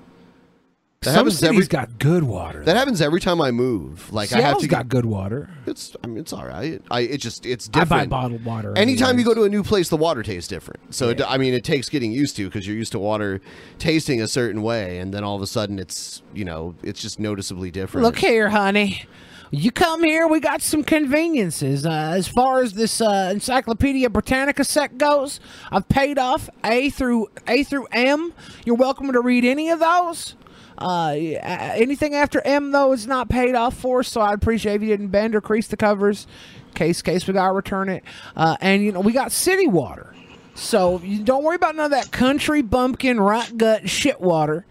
Speaker 1: That
Speaker 2: Some
Speaker 1: happens
Speaker 2: cities
Speaker 1: every
Speaker 2: got good water.
Speaker 1: That happens every time I move. Like I have
Speaker 2: Seattle's
Speaker 1: to
Speaker 2: got good water.
Speaker 1: It's I mean it's all right. I it just it's
Speaker 2: I
Speaker 1: different.
Speaker 2: buy bottled water
Speaker 1: Anytime
Speaker 2: anyway.
Speaker 1: you go to a new place, the water tastes different. So it, I mean, it takes getting used to because you're used to water tasting a certain way, and then all of a sudden it's you know it's just noticeably different.
Speaker 2: Look here, honey. You come here, we got some conveniences. Uh, as far as this uh, Encyclopedia Britannica set goes, I've paid off A through A through M. You're welcome to read any of those. Uh, y- uh, anything after M though is not paid off for, so I'd appreciate if you didn't bend or crease the covers. Case case, we gotta return it. Uh, and you know we got city water, so you don't worry about none of that country bumpkin rot gut shit water.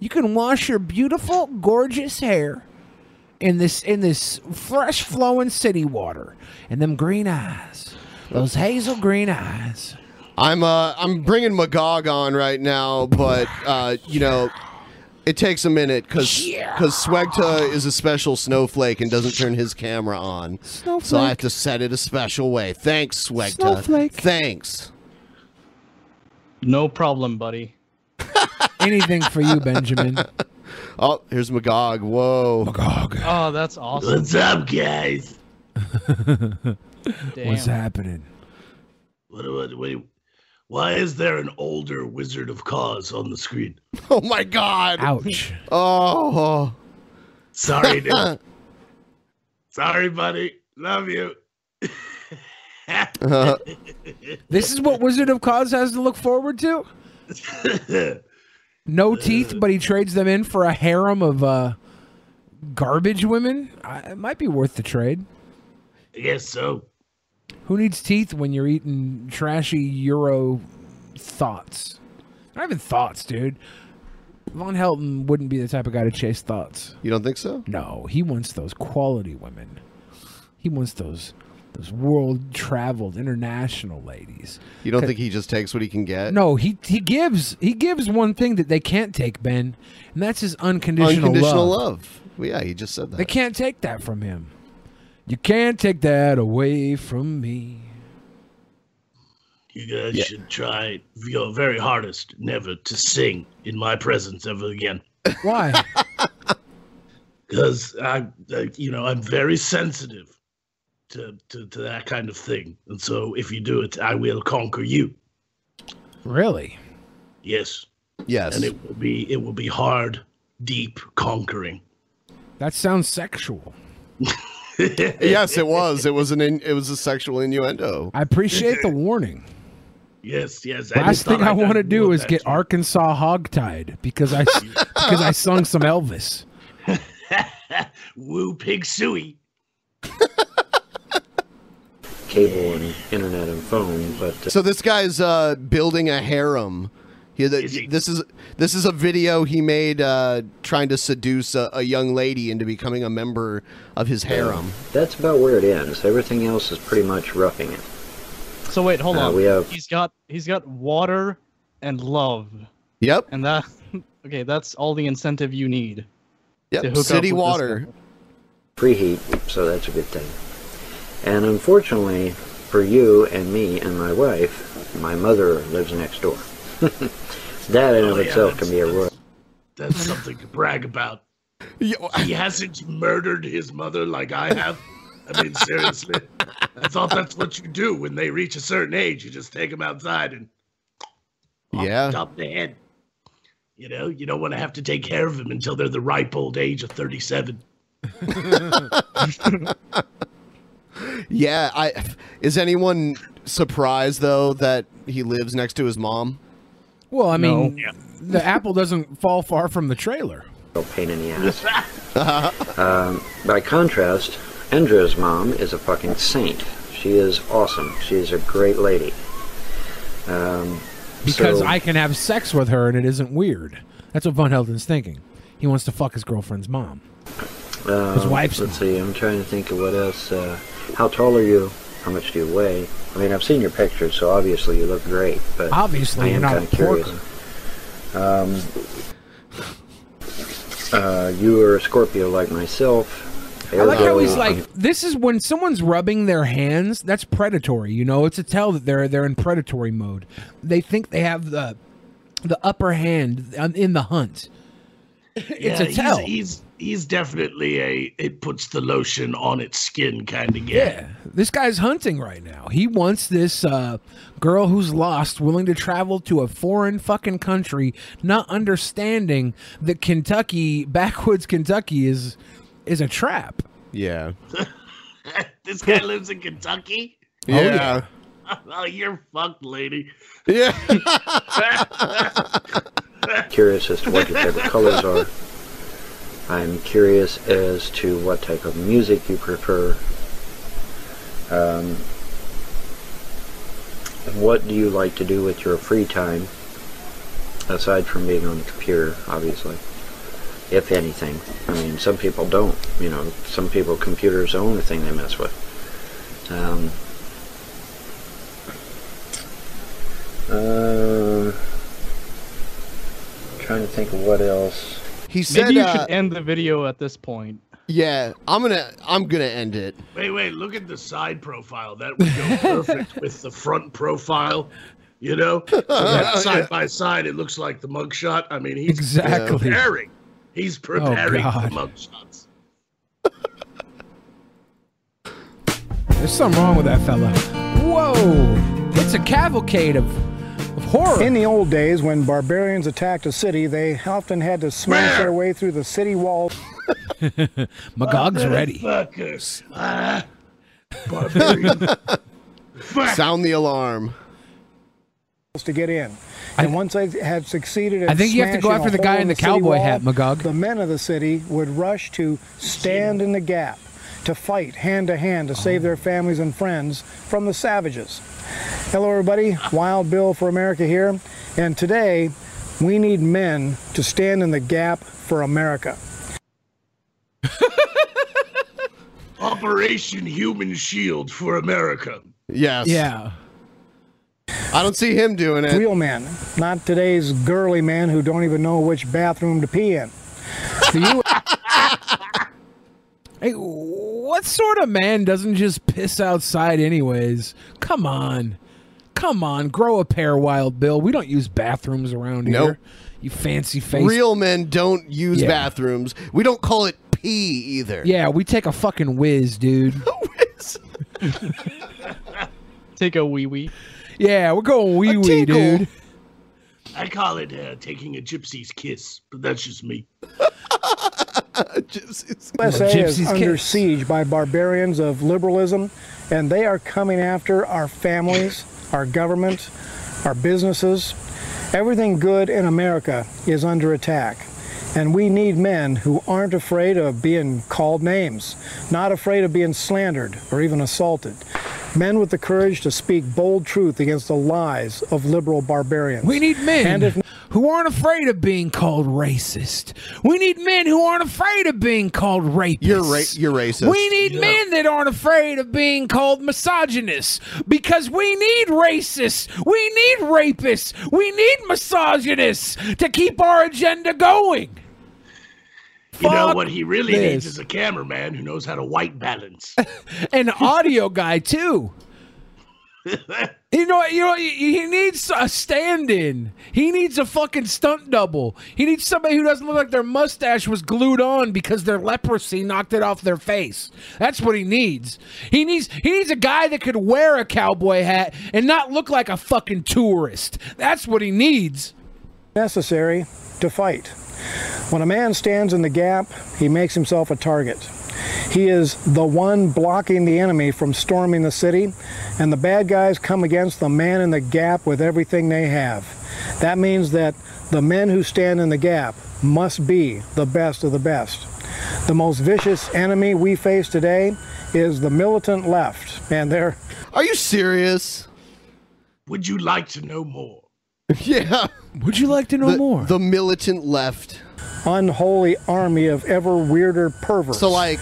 Speaker 2: You can wash your beautiful, gorgeous hair in this in this fresh flowing city water and them green eyes those hazel green eyes
Speaker 1: I'm uh I'm bringing Magog on right now, but uh you know it takes a minute because because Swegta is a special snowflake and doesn't turn his camera on, so I
Speaker 2: Snowflake.
Speaker 1: have to set it a special way. Thanks, Swegta.
Speaker 2: Snowflake.
Speaker 1: Thanks.
Speaker 9: No problem, buddy.
Speaker 2: anything for you benjamin
Speaker 1: Oh, here's Magog. Whoa.
Speaker 2: Magog.
Speaker 9: Oh, that's awesome.
Speaker 2: What's up, guys?
Speaker 9: Damn.
Speaker 2: what's happening
Speaker 11: What, what, wait, why is there an older Wizard of Cause on the screen?
Speaker 1: Oh my god.
Speaker 2: Ouch.
Speaker 1: Oh.
Speaker 11: Sorry, dude. Sorry, buddy. Love you.
Speaker 2: this is what wizard of cause has to look forward to no teeth but he trades them in for a harem of uh garbage women I, it might be worth the trade
Speaker 11: I guess so.
Speaker 2: who needs teeth when you're eating trashy euro thoughts not even thoughts dude Von Helton wouldn't be the type of guy to chase thoughts.
Speaker 1: You don't think so?
Speaker 2: No, he wants those quality women. He wants those those world traveled international ladies.
Speaker 1: You don't think he just takes what he can get?
Speaker 2: No, he he gives he gives one thing that they can't take, Ben, and that's his unconditional
Speaker 1: Unconditional
Speaker 2: love.
Speaker 1: love. Well, yeah, he just said that.
Speaker 2: They can't take that from him. You can't take that away from me.
Speaker 11: You guys should try your very hardest never to sing in my presence ever again.
Speaker 2: Why?
Speaker 11: Because I, I, you know, I'm very sensitive to, to to that kind of thing, and so if you do it, I will conquer you.
Speaker 2: Really?
Speaker 11: Yes.
Speaker 1: Yes.
Speaker 11: And it will be it will be hard, deep conquering.
Speaker 2: That sounds sexual.
Speaker 1: yes, it was. It was an in, it was a sexual innuendo.
Speaker 2: I appreciate the warning.
Speaker 11: Yes, yes.
Speaker 2: Last
Speaker 11: just thought
Speaker 2: thing I,
Speaker 11: I'd
Speaker 2: want to
Speaker 11: let you know
Speaker 2: do is
Speaker 11: that.
Speaker 2: get Arkansas hogtied because I because I sung some Elvis.
Speaker 11: Woo Pig Suey.
Speaker 10: Cable and internet and phone, but uh,
Speaker 1: So this guy's uh, building a harem. He, the, this is this is a video he made uh, trying to seduce a, a young lady into becoming a member of his harem.
Speaker 10: that's about where it ends. Everything else is pretty much roughing it.
Speaker 9: So wait, hold
Speaker 10: Uh,
Speaker 9: on.
Speaker 10: we have-
Speaker 9: He's got he's got water and love.
Speaker 1: Yep.
Speaker 9: And that okay, that's all the incentive you need.
Speaker 10: Yep,
Speaker 9: to hook up
Speaker 10: city
Speaker 9: with this
Speaker 10: water.
Speaker 9: guy.
Speaker 10: Preheat, so that's a good thing. And unfortunately for you and me and my wife, my mother lives next door. that in
Speaker 11: Oh,
Speaker 10: of
Speaker 11: yeah,
Speaker 10: itself can be a royal.
Speaker 11: That's something to brag about. he hasn't murdered his mother like I have. I mean, seriously. I thought that's what you do when they reach a certain age. You just take them outside and
Speaker 1: yeah,
Speaker 11: top the head. You know, you don't want to have to take care of them until they're the ripe old age of thirty-seven.
Speaker 1: Yeah, I is anyone surprised though that he lives next to his mom?
Speaker 2: Well, I
Speaker 1: No.
Speaker 2: mean, the apple doesn't fall far from the trailer.
Speaker 10: No pain in the ass. um, by contrast, Endra's mom is a fucking saint. She is awesome. She is a great lady. Um,
Speaker 2: Because
Speaker 10: so-
Speaker 2: I can have sex with her and it isn't weird. That's what Von Helden's thinking. He wants to fuck his girlfriend's mom.
Speaker 10: Um,
Speaker 2: wife's
Speaker 10: Let's see. I'm trying to think of what else. Uh, how tall are you? How much do you weigh? I mean, I've seen your pictures, so obviously you look great. But
Speaker 2: Obviously,
Speaker 10: I
Speaker 2: you're
Speaker 10: am
Speaker 2: not
Speaker 10: kind
Speaker 2: a
Speaker 10: of curious. Um, uh, you are a Scorpio like myself.
Speaker 2: I like how he's
Speaker 10: Aries-
Speaker 2: like, this is when someone's rubbing their hands, that's predatory, you know? It's a tell that they're they're in predatory mode. They think they have the the upper hand um, in the hunt. It's
Speaker 11: Yeah,
Speaker 2: a tell.
Speaker 11: He's, he's he's definitely a it puts the lotion on its skin kind of guy.
Speaker 2: Yeah. This guy's hunting right now. He wants this uh, girl who's lost, willing to travel to a foreign fucking country, not understanding that Kentucky, backwoods Kentucky, is is a trap.
Speaker 1: Yeah.
Speaker 11: This guy lives in Kentucky.
Speaker 1: Oh, yeah.
Speaker 11: oh, you're fucked, lady.
Speaker 1: Yeah.
Speaker 10: curious as to what your favorite colors are. I'm curious as to what type of music you prefer. Um, what do you like to do with your free time, aside from being on the computer, obviously? If anything, I mean, some people don't. You know, some people computers are the only thing they mess with. Um, uh, trying to think of what else.
Speaker 1: He
Speaker 9: Maybe
Speaker 1: said,
Speaker 9: you
Speaker 1: uh,
Speaker 9: should end the video at this point.
Speaker 1: Yeah, I'm gonna I'm gonna end it.
Speaker 11: Wait, wait, look at the side profile. That would go perfect with the front profile. You know, So that side by side, it looks like the mugshot. I mean, he's
Speaker 2: Exactly. Oh,
Speaker 11: preparing. He's preparing
Speaker 2: God.
Speaker 11: the mugshots.
Speaker 2: There's something wrong with that fella. Whoa! It's a cavalcade of, of horror.
Speaker 12: In the old days, when barbarians attacked a city, they often had to smash their way through the city wall.
Speaker 2: Magog's ready.
Speaker 11: Fuckers.
Speaker 1: Sound the alarm.
Speaker 12: To get in, and once they had succeeded, at
Speaker 2: I think you have to go
Speaker 12: smashing
Speaker 2: after
Speaker 12: a
Speaker 2: the guy
Speaker 12: hole
Speaker 2: in the
Speaker 12: city
Speaker 2: cowboy
Speaker 12: wall,
Speaker 2: hat, Magog.
Speaker 12: The men of the city would rush to stand in the gap, to fight hand to hand to save
Speaker 2: Oh.
Speaker 12: their families and friends from the savages. Hello, everybody. Wild Bill for America here, and today We need men to stand in the gap for America.
Speaker 11: Operation Human Shield for America.
Speaker 1: Yes.
Speaker 2: Yeah.
Speaker 1: I don't see him doing it.
Speaker 12: Real men, not today's girly men who don't even know which bathroom to pee in. The
Speaker 2: Hey, what sort of man doesn't just piss outside, anyways? Come on. Come on. Grow a pair, Wild Bill. We don't use bathrooms around
Speaker 1: Nope.
Speaker 2: here. You fancy face.
Speaker 1: Real men don't use
Speaker 2: Yeah.
Speaker 1: bathrooms. We don't call it pee either.
Speaker 2: Yeah, we take a fucking whiz, dude.
Speaker 9: Take a wee wee.
Speaker 2: yeah, we're going wee wee, dude.
Speaker 11: I call it uh, taking a gypsy's kiss, but that's just me.
Speaker 12: USA is under siege by barbarians of liberalism, and they are coming after our families, our government, our businesses. Everything good in America is under attack. And we need men who aren't afraid of being called names, not afraid of being slandered or even assaulted. Men with the courage to speak bold truth against the lies of liberal barbarians.
Speaker 2: We need men
Speaker 12: And if
Speaker 2: who aren't afraid of being called racist. We need men who aren't afraid of being called rapists.
Speaker 1: You're ra- you're racist.
Speaker 2: We need
Speaker 1: Yeah.
Speaker 2: men that aren't afraid of being called misogynists because we need racists. We need rapists. We need misogynists to keep our agenda going.
Speaker 11: You know
Speaker 2: Fuck
Speaker 11: what he really
Speaker 2: this.
Speaker 11: needs is a cameraman who knows how to white balance.
Speaker 2: An audio guy too. You know, what- you know, he- he needs a stand-in. He needs a fucking stunt double. He needs somebody who doesn't look like their mustache was glued on because their leprosy knocked it off their face. That's what he needs. He needs he needs a guy that could wear a cowboy hat and not look like a fucking tourist. That's what he needs.
Speaker 12: necessary to fight. When a man stands in the gap, he makes himself a target. He is the one blocking the enemy from storming the city, and the bad guys come against the man in the gap with everything they have. That means that the men who stand in the gap must be the best of the best. The most vicious enemy we face today is the militant left, and they're.
Speaker 1: Are you serious?
Speaker 11: Would you like to know more?
Speaker 1: yeah.
Speaker 2: Would you like to know
Speaker 1: more? The militant left.
Speaker 12: Unholy army of ever weirder perverts.
Speaker 1: So like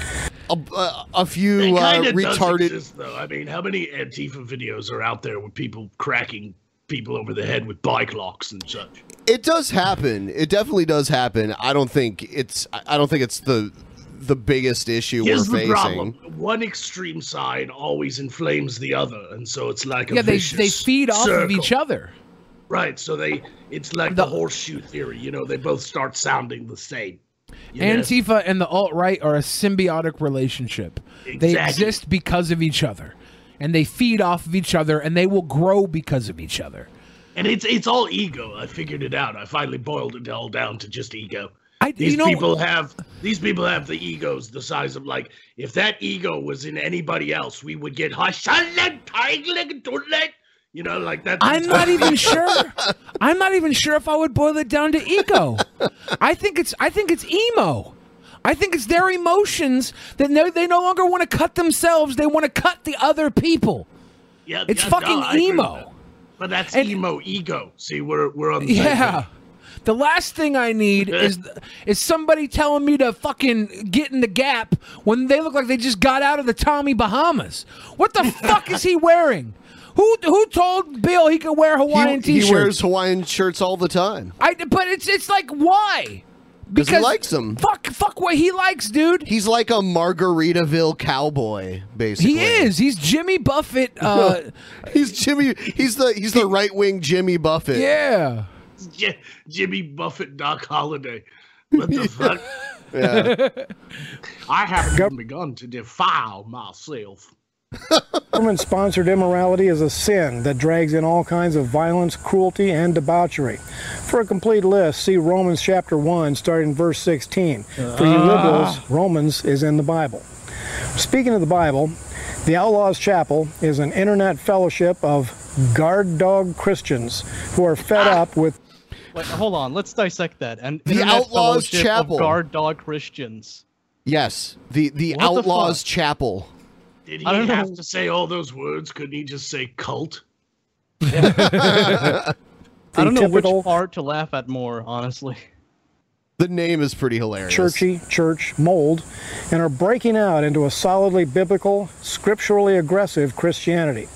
Speaker 1: a, a, a few uh,
Speaker 11: Kinda does
Speaker 1: retarded.
Speaker 11: exist, though. I mean, how many Antifa videos are out there with people cracking people over the head with bike locks and such?
Speaker 1: It does happen. It definitely does happen. I don't think it's. I I don't think it's the the biggest issue
Speaker 11: Here's
Speaker 1: we're
Speaker 11: the
Speaker 1: facing.
Speaker 11: problem: one extreme side always inflames the other, and so it's like a
Speaker 2: yeah, they
Speaker 11: vicious
Speaker 2: they feed off of
Speaker 11: circle.
Speaker 2: each other.
Speaker 11: Right, so they it's like the, horseshoe theory, you know, they both start sounding the same. you know?
Speaker 2: Antifa and the alt right are a symbiotic relationship. They
Speaker 11: Exactly.
Speaker 2: exist because of each other, and they feed off of each other, and they will grow because of each other.
Speaker 11: And it's it's all ego. I figured it out. I finally boiled it all down to just ego.
Speaker 2: I,
Speaker 11: these
Speaker 2: you know-
Speaker 11: people have these people have the egos the size of like if that ego was in anybody else, we would get you know, like that.
Speaker 2: I'm not even sure. I'm not even sure if I would boil it down to ego. I think it's I think it's emo. I think it's their emotions that no, they no longer want to cut themselves. They want to cut the other people.
Speaker 11: Yeah,
Speaker 2: It's
Speaker 11: yeah, no,
Speaker 2: fucking
Speaker 11: I agree with
Speaker 2: emo.
Speaker 11: that. But that's emo ego. See, we're we're on the same page.
Speaker 2: Yeah. The last thing I need is is somebody telling me to fucking get in the gap when they look like they just got out of the Tommy Bahamas. What the fuck is he wearing? Who who told Bill he could wear Hawaiian
Speaker 1: he,
Speaker 2: t-shirts?
Speaker 1: he wears Hawaiian shirts all the time.
Speaker 2: I but it's it's like why?
Speaker 1: 'Cause he likes 'em.
Speaker 2: Fuck fuck what he likes, dude.
Speaker 1: He's like a Margaritaville cowboy, basically.
Speaker 2: He is. He's Jimmy Buffett. Uh,
Speaker 1: he's Jimmy. He's the he's the right wing Jimmy Buffett.
Speaker 2: yeah.
Speaker 11: J- Jimmy Buffett, Doc Holliday. What the fuck?
Speaker 1: Yeah.
Speaker 11: I haven't even begun to defile myself.
Speaker 12: Government sponsored immorality is a sin that drags in all kinds of violence, cruelty, and debauchery. For a complete list, see Romans chapter 1, starting verse 16. For you liberals, Romans is in the Bible. Speaking of the Bible, the Outlaws Chapel is an internet fellowship of guard dog Christians who are fed up with
Speaker 9: Wait, hold on. Let's dissect that. And
Speaker 1: The
Speaker 9: Internet
Speaker 1: Outlaws
Speaker 9: Fellowship of
Speaker 1: Chapel.
Speaker 9: guard dog Christians.
Speaker 1: Yes. The the
Speaker 9: What the
Speaker 1: Outlaws
Speaker 9: fuck?
Speaker 1: Chapel.
Speaker 11: Did he
Speaker 9: I don't know.
Speaker 11: have to say all those words? Couldn't he just say cult?
Speaker 9: I don't know which
Speaker 12: typical-
Speaker 9: part to laugh at more, honestly.
Speaker 1: The name is pretty hilarious.
Speaker 12: churchy church mold and are breaking out into a solidly biblical, scripturally aggressive Christianity.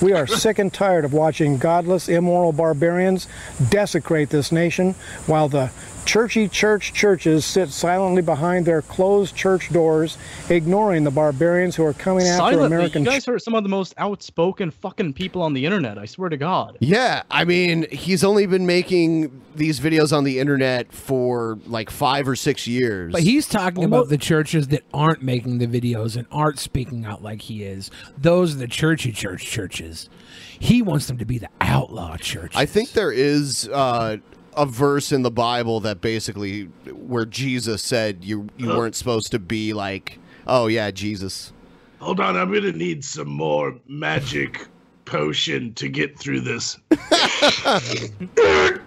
Speaker 12: We are sick and tired of watching godless, immoral barbarians desecrate this nation while the churchy church churches sit silently behind their closed church doors, ignoring the barbarians who are coming after
Speaker 9: Silently,
Speaker 12: American
Speaker 9: you guys are some of the most outspoken fucking people on the internet. I swear to God.
Speaker 1: Yeah, I mean, he's only been making these videos on the internet for like five or six years.
Speaker 2: But he's talking about the churches that aren't making the videos and aren't speaking out like he is. Those are the churchy church churches. He wants them to be the outlaw church.
Speaker 1: I think there is uh, a verse in the Bible that basically where Jesus said you you weren't supposed to be like, oh yeah, Jesus.
Speaker 11: Hold on, I'm gonna need some more magic potion to get through this.
Speaker 1: Let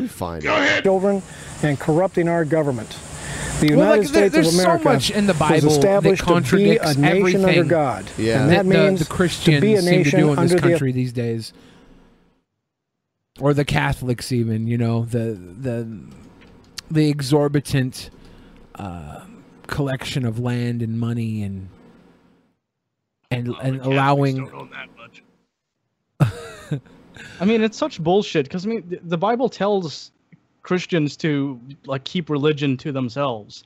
Speaker 1: me find
Speaker 12: Go ahead. children and corrupting our government. The United
Speaker 2: Well, like, there-
Speaker 12: States
Speaker 2: there's
Speaker 12: of
Speaker 2: so
Speaker 12: America
Speaker 2: much in the
Speaker 12: was
Speaker 2: Bible that
Speaker 12: established
Speaker 2: contradicts
Speaker 12: to be a nation under
Speaker 2: everything
Speaker 12: God,
Speaker 2: Yeah.
Speaker 12: and
Speaker 2: that
Speaker 12: that,
Speaker 2: the- the
Speaker 12: means to
Speaker 2: Christians
Speaker 12: be a
Speaker 2: seem to
Speaker 12: nation
Speaker 2: do in this
Speaker 12: under
Speaker 2: country
Speaker 12: the
Speaker 2: these days. or the Catholics, even you know the the the exorbitant uh, collection of land and money and and and allowing
Speaker 9: I mean, it's such bullshit because I mean, th- the Bible tells Christians to like keep religion to themselves,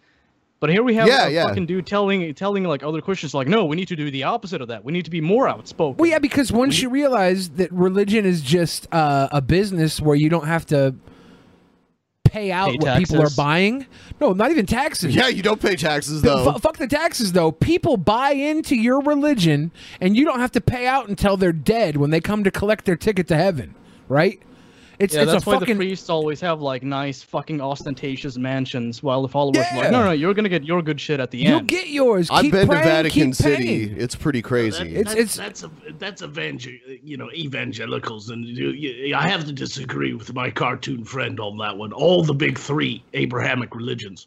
Speaker 9: but here we have
Speaker 1: Yeah,
Speaker 9: a
Speaker 1: yeah.
Speaker 9: fucking dude telling telling like other Christians like, no, we need to do the opposite of that. We need to be more outspoken.
Speaker 2: Well, yeah, because once you realize that religion is just uh, a business where you don't have to pay out
Speaker 1: Pay
Speaker 2: what people are
Speaker 1: taxes.
Speaker 2: buying. No, not even taxes.
Speaker 1: Yeah, you don't pay taxes
Speaker 2: Fu-
Speaker 1: though.
Speaker 2: fuck the taxes, though. People buy into your religion, and you don't have to pay out until they're dead when they come to collect their ticket to heaven, right? It's
Speaker 9: yeah,
Speaker 2: it's
Speaker 9: that's
Speaker 2: a
Speaker 9: why
Speaker 2: fucking
Speaker 9: the priests always have like nice fucking ostentatious mansions, while the followers are like, no, no, you're gonna get your good shit at the
Speaker 2: You'll
Speaker 9: end.
Speaker 2: get yours.
Speaker 1: I've
Speaker 9: Keep
Speaker 1: been
Speaker 9: praying,
Speaker 1: to Vatican
Speaker 9: keep
Speaker 1: City.
Speaker 9: praying.
Speaker 1: It's pretty crazy.
Speaker 11: That- that's, that's a that's evangel you know evangelicals and you, you, I have to disagree with my cartoon friend on that one. All the big three Abrahamic religions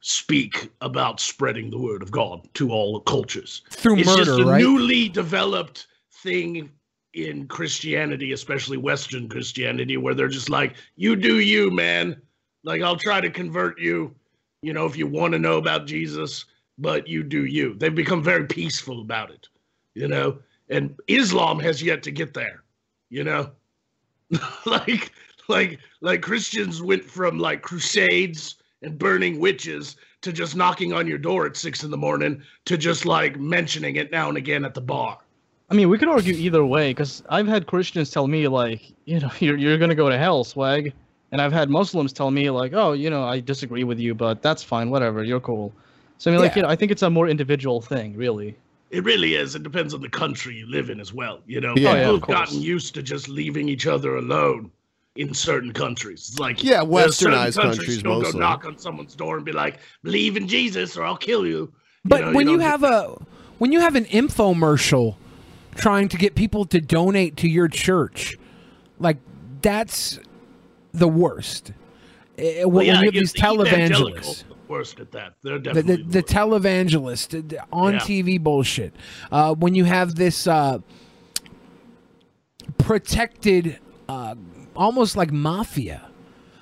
Speaker 11: speak about spreading the word of God to all cultures
Speaker 2: Through
Speaker 11: it's just
Speaker 2: murder,
Speaker 11: a
Speaker 2: right?
Speaker 11: newly developed thing in Christianity, especially Western Christianity, where they're just like, "You do you, man. Like I'll try to convert you, you know, if you want to know about Jesus, but you do you." They've become very peaceful about it you know and islam has yet to get there you know like like like christians went from like crusades and burning witches to just knocking on your door at six in the morning to just like mentioning it now and again at the bar
Speaker 9: I mean, we could argue either way because I've had Christians tell me like, you know, you're you're gonna go to hell, swag, and I've had Muslims tell me like, oh, you know, I disagree with you, but that's fine, whatever, you're cool. So I mean, like,
Speaker 11: Yeah.
Speaker 9: you know, I think it's a more individual thing, really.
Speaker 11: it really is it depends on the country you live in as well you know
Speaker 9: Yeah. Oh, yeah,
Speaker 11: people
Speaker 9: of
Speaker 11: have gotten
Speaker 9: course.
Speaker 11: used to just leaving each other alone in certain countries it's like
Speaker 1: Yeah,
Speaker 11: there's certain
Speaker 1: westernized countries
Speaker 11: you'll
Speaker 1: mostly.
Speaker 11: go knock on someone's door and be like believe in jesus or i'll kill you
Speaker 2: But
Speaker 11: know,
Speaker 2: when you,
Speaker 11: don't
Speaker 2: have a when you have an infomercial trying to get people to donate to your church, like that's the worst. Eh,
Speaker 11: Well,
Speaker 2: when
Speaker 11: yeah, I
Speaker 2: you have these
Speaker 11: guess the evangelicals
Speaker 2: televangelists,
Speaker 11: are the worst at that. They're
Speaker 2: the,
Speaker 11: definitely
Speaker 2: the, the televangelist eh, on
Speaker 11: Yeah.
Speaker 2: TV bullshit. Uh, when you have this uh, protected, uh, almost like mafia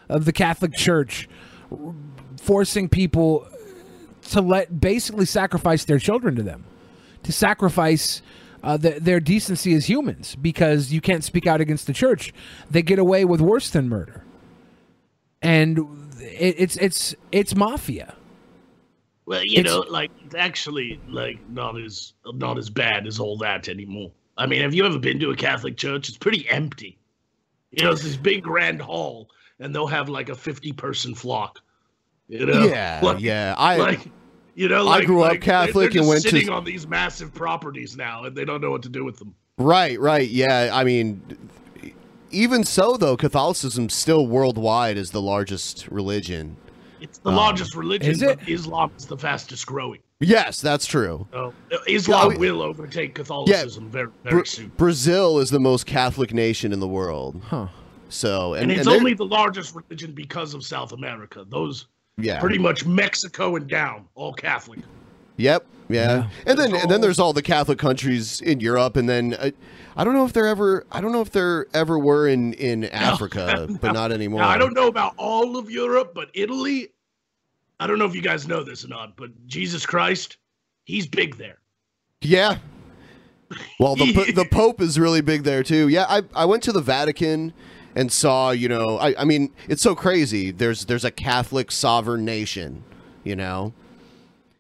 Speaker 2: of the Catholic Church, r- forcing people to let basically sacrifice their children to them, to sacrifice uh, the, their decency as humans because you can't speak out against the church. They get away with worse than murder, and it, it's it's it's mafia.
Speaker 11: Well, you
Speaker 2: It's-
Speaker 11: know, like it's actually like not as not as bad as all that anymore. I mean, have you ever been to a Catholic church? It's pretty empty. You know, it's this big grand hall, and they'll have like a fifty-person flock. You know,
Speaker 1: Yeah,
Speaker 11: Like-
Speaker 1: yeah, I-
Speaker 11: like, you know,
Speaker 1: I
Speaker 11: like,
Speaker 1: grew up
Speaker 11: like, they're-
Speaker 1: Catholic
Speaker 11: they're
Speaker 1: and
Speaker 11: just
Speaker 1: went to-
Speaker 11: sitting on these massive properties now, and they don't know what to do with them.
Speaker 1: Right, right. Yeah, I mean, even so though, Catholicism still worldwide is the largest religion.
Speaker 11: It's the
Speaker 1: Um,
Speaker 11: largest religion.
Speaker 1: is it?
Speaker 11: But Islam is the fastest growing.
Speaker 1: Yes, that's true.
Speaker 11: So, uh, Islam
Speaker 1: we-
Speaker 11: will overtake Catholicism very, very
Speaker 1: Bra-
Speaker 11: soon.
Speaker 1: Brazil is the most Catholic nation in the world. Huh. So,
Speaker 11: and,
Speaker 1: and,
Speaker 11: it's
Speaker 1: and they're-
Speaker 11: only the largest religion because of South America. Those,
Speaker 1: Yeah.
Speaker 11: pretty much Mexico and down, all Catholic.
Speaker 1: Yep. Yeah. And then and then there's all the Catholic countries in Europe and then uh, I don't know if they're ever I don't know if there ever were in in Africa, but not anymore.
Speaker 11: Now, I don't know about all of Europe, but Italy, I don't know if you guys know this or not, but Jesus Christ, he's big there.
Speaker 1: Yeah. Well, the po- the Pope is really big there too. Yeah, I I went to the Vatican and saw, you know, I I mean, it's so crazy. There's there's a Catholic sovereign nation, you know.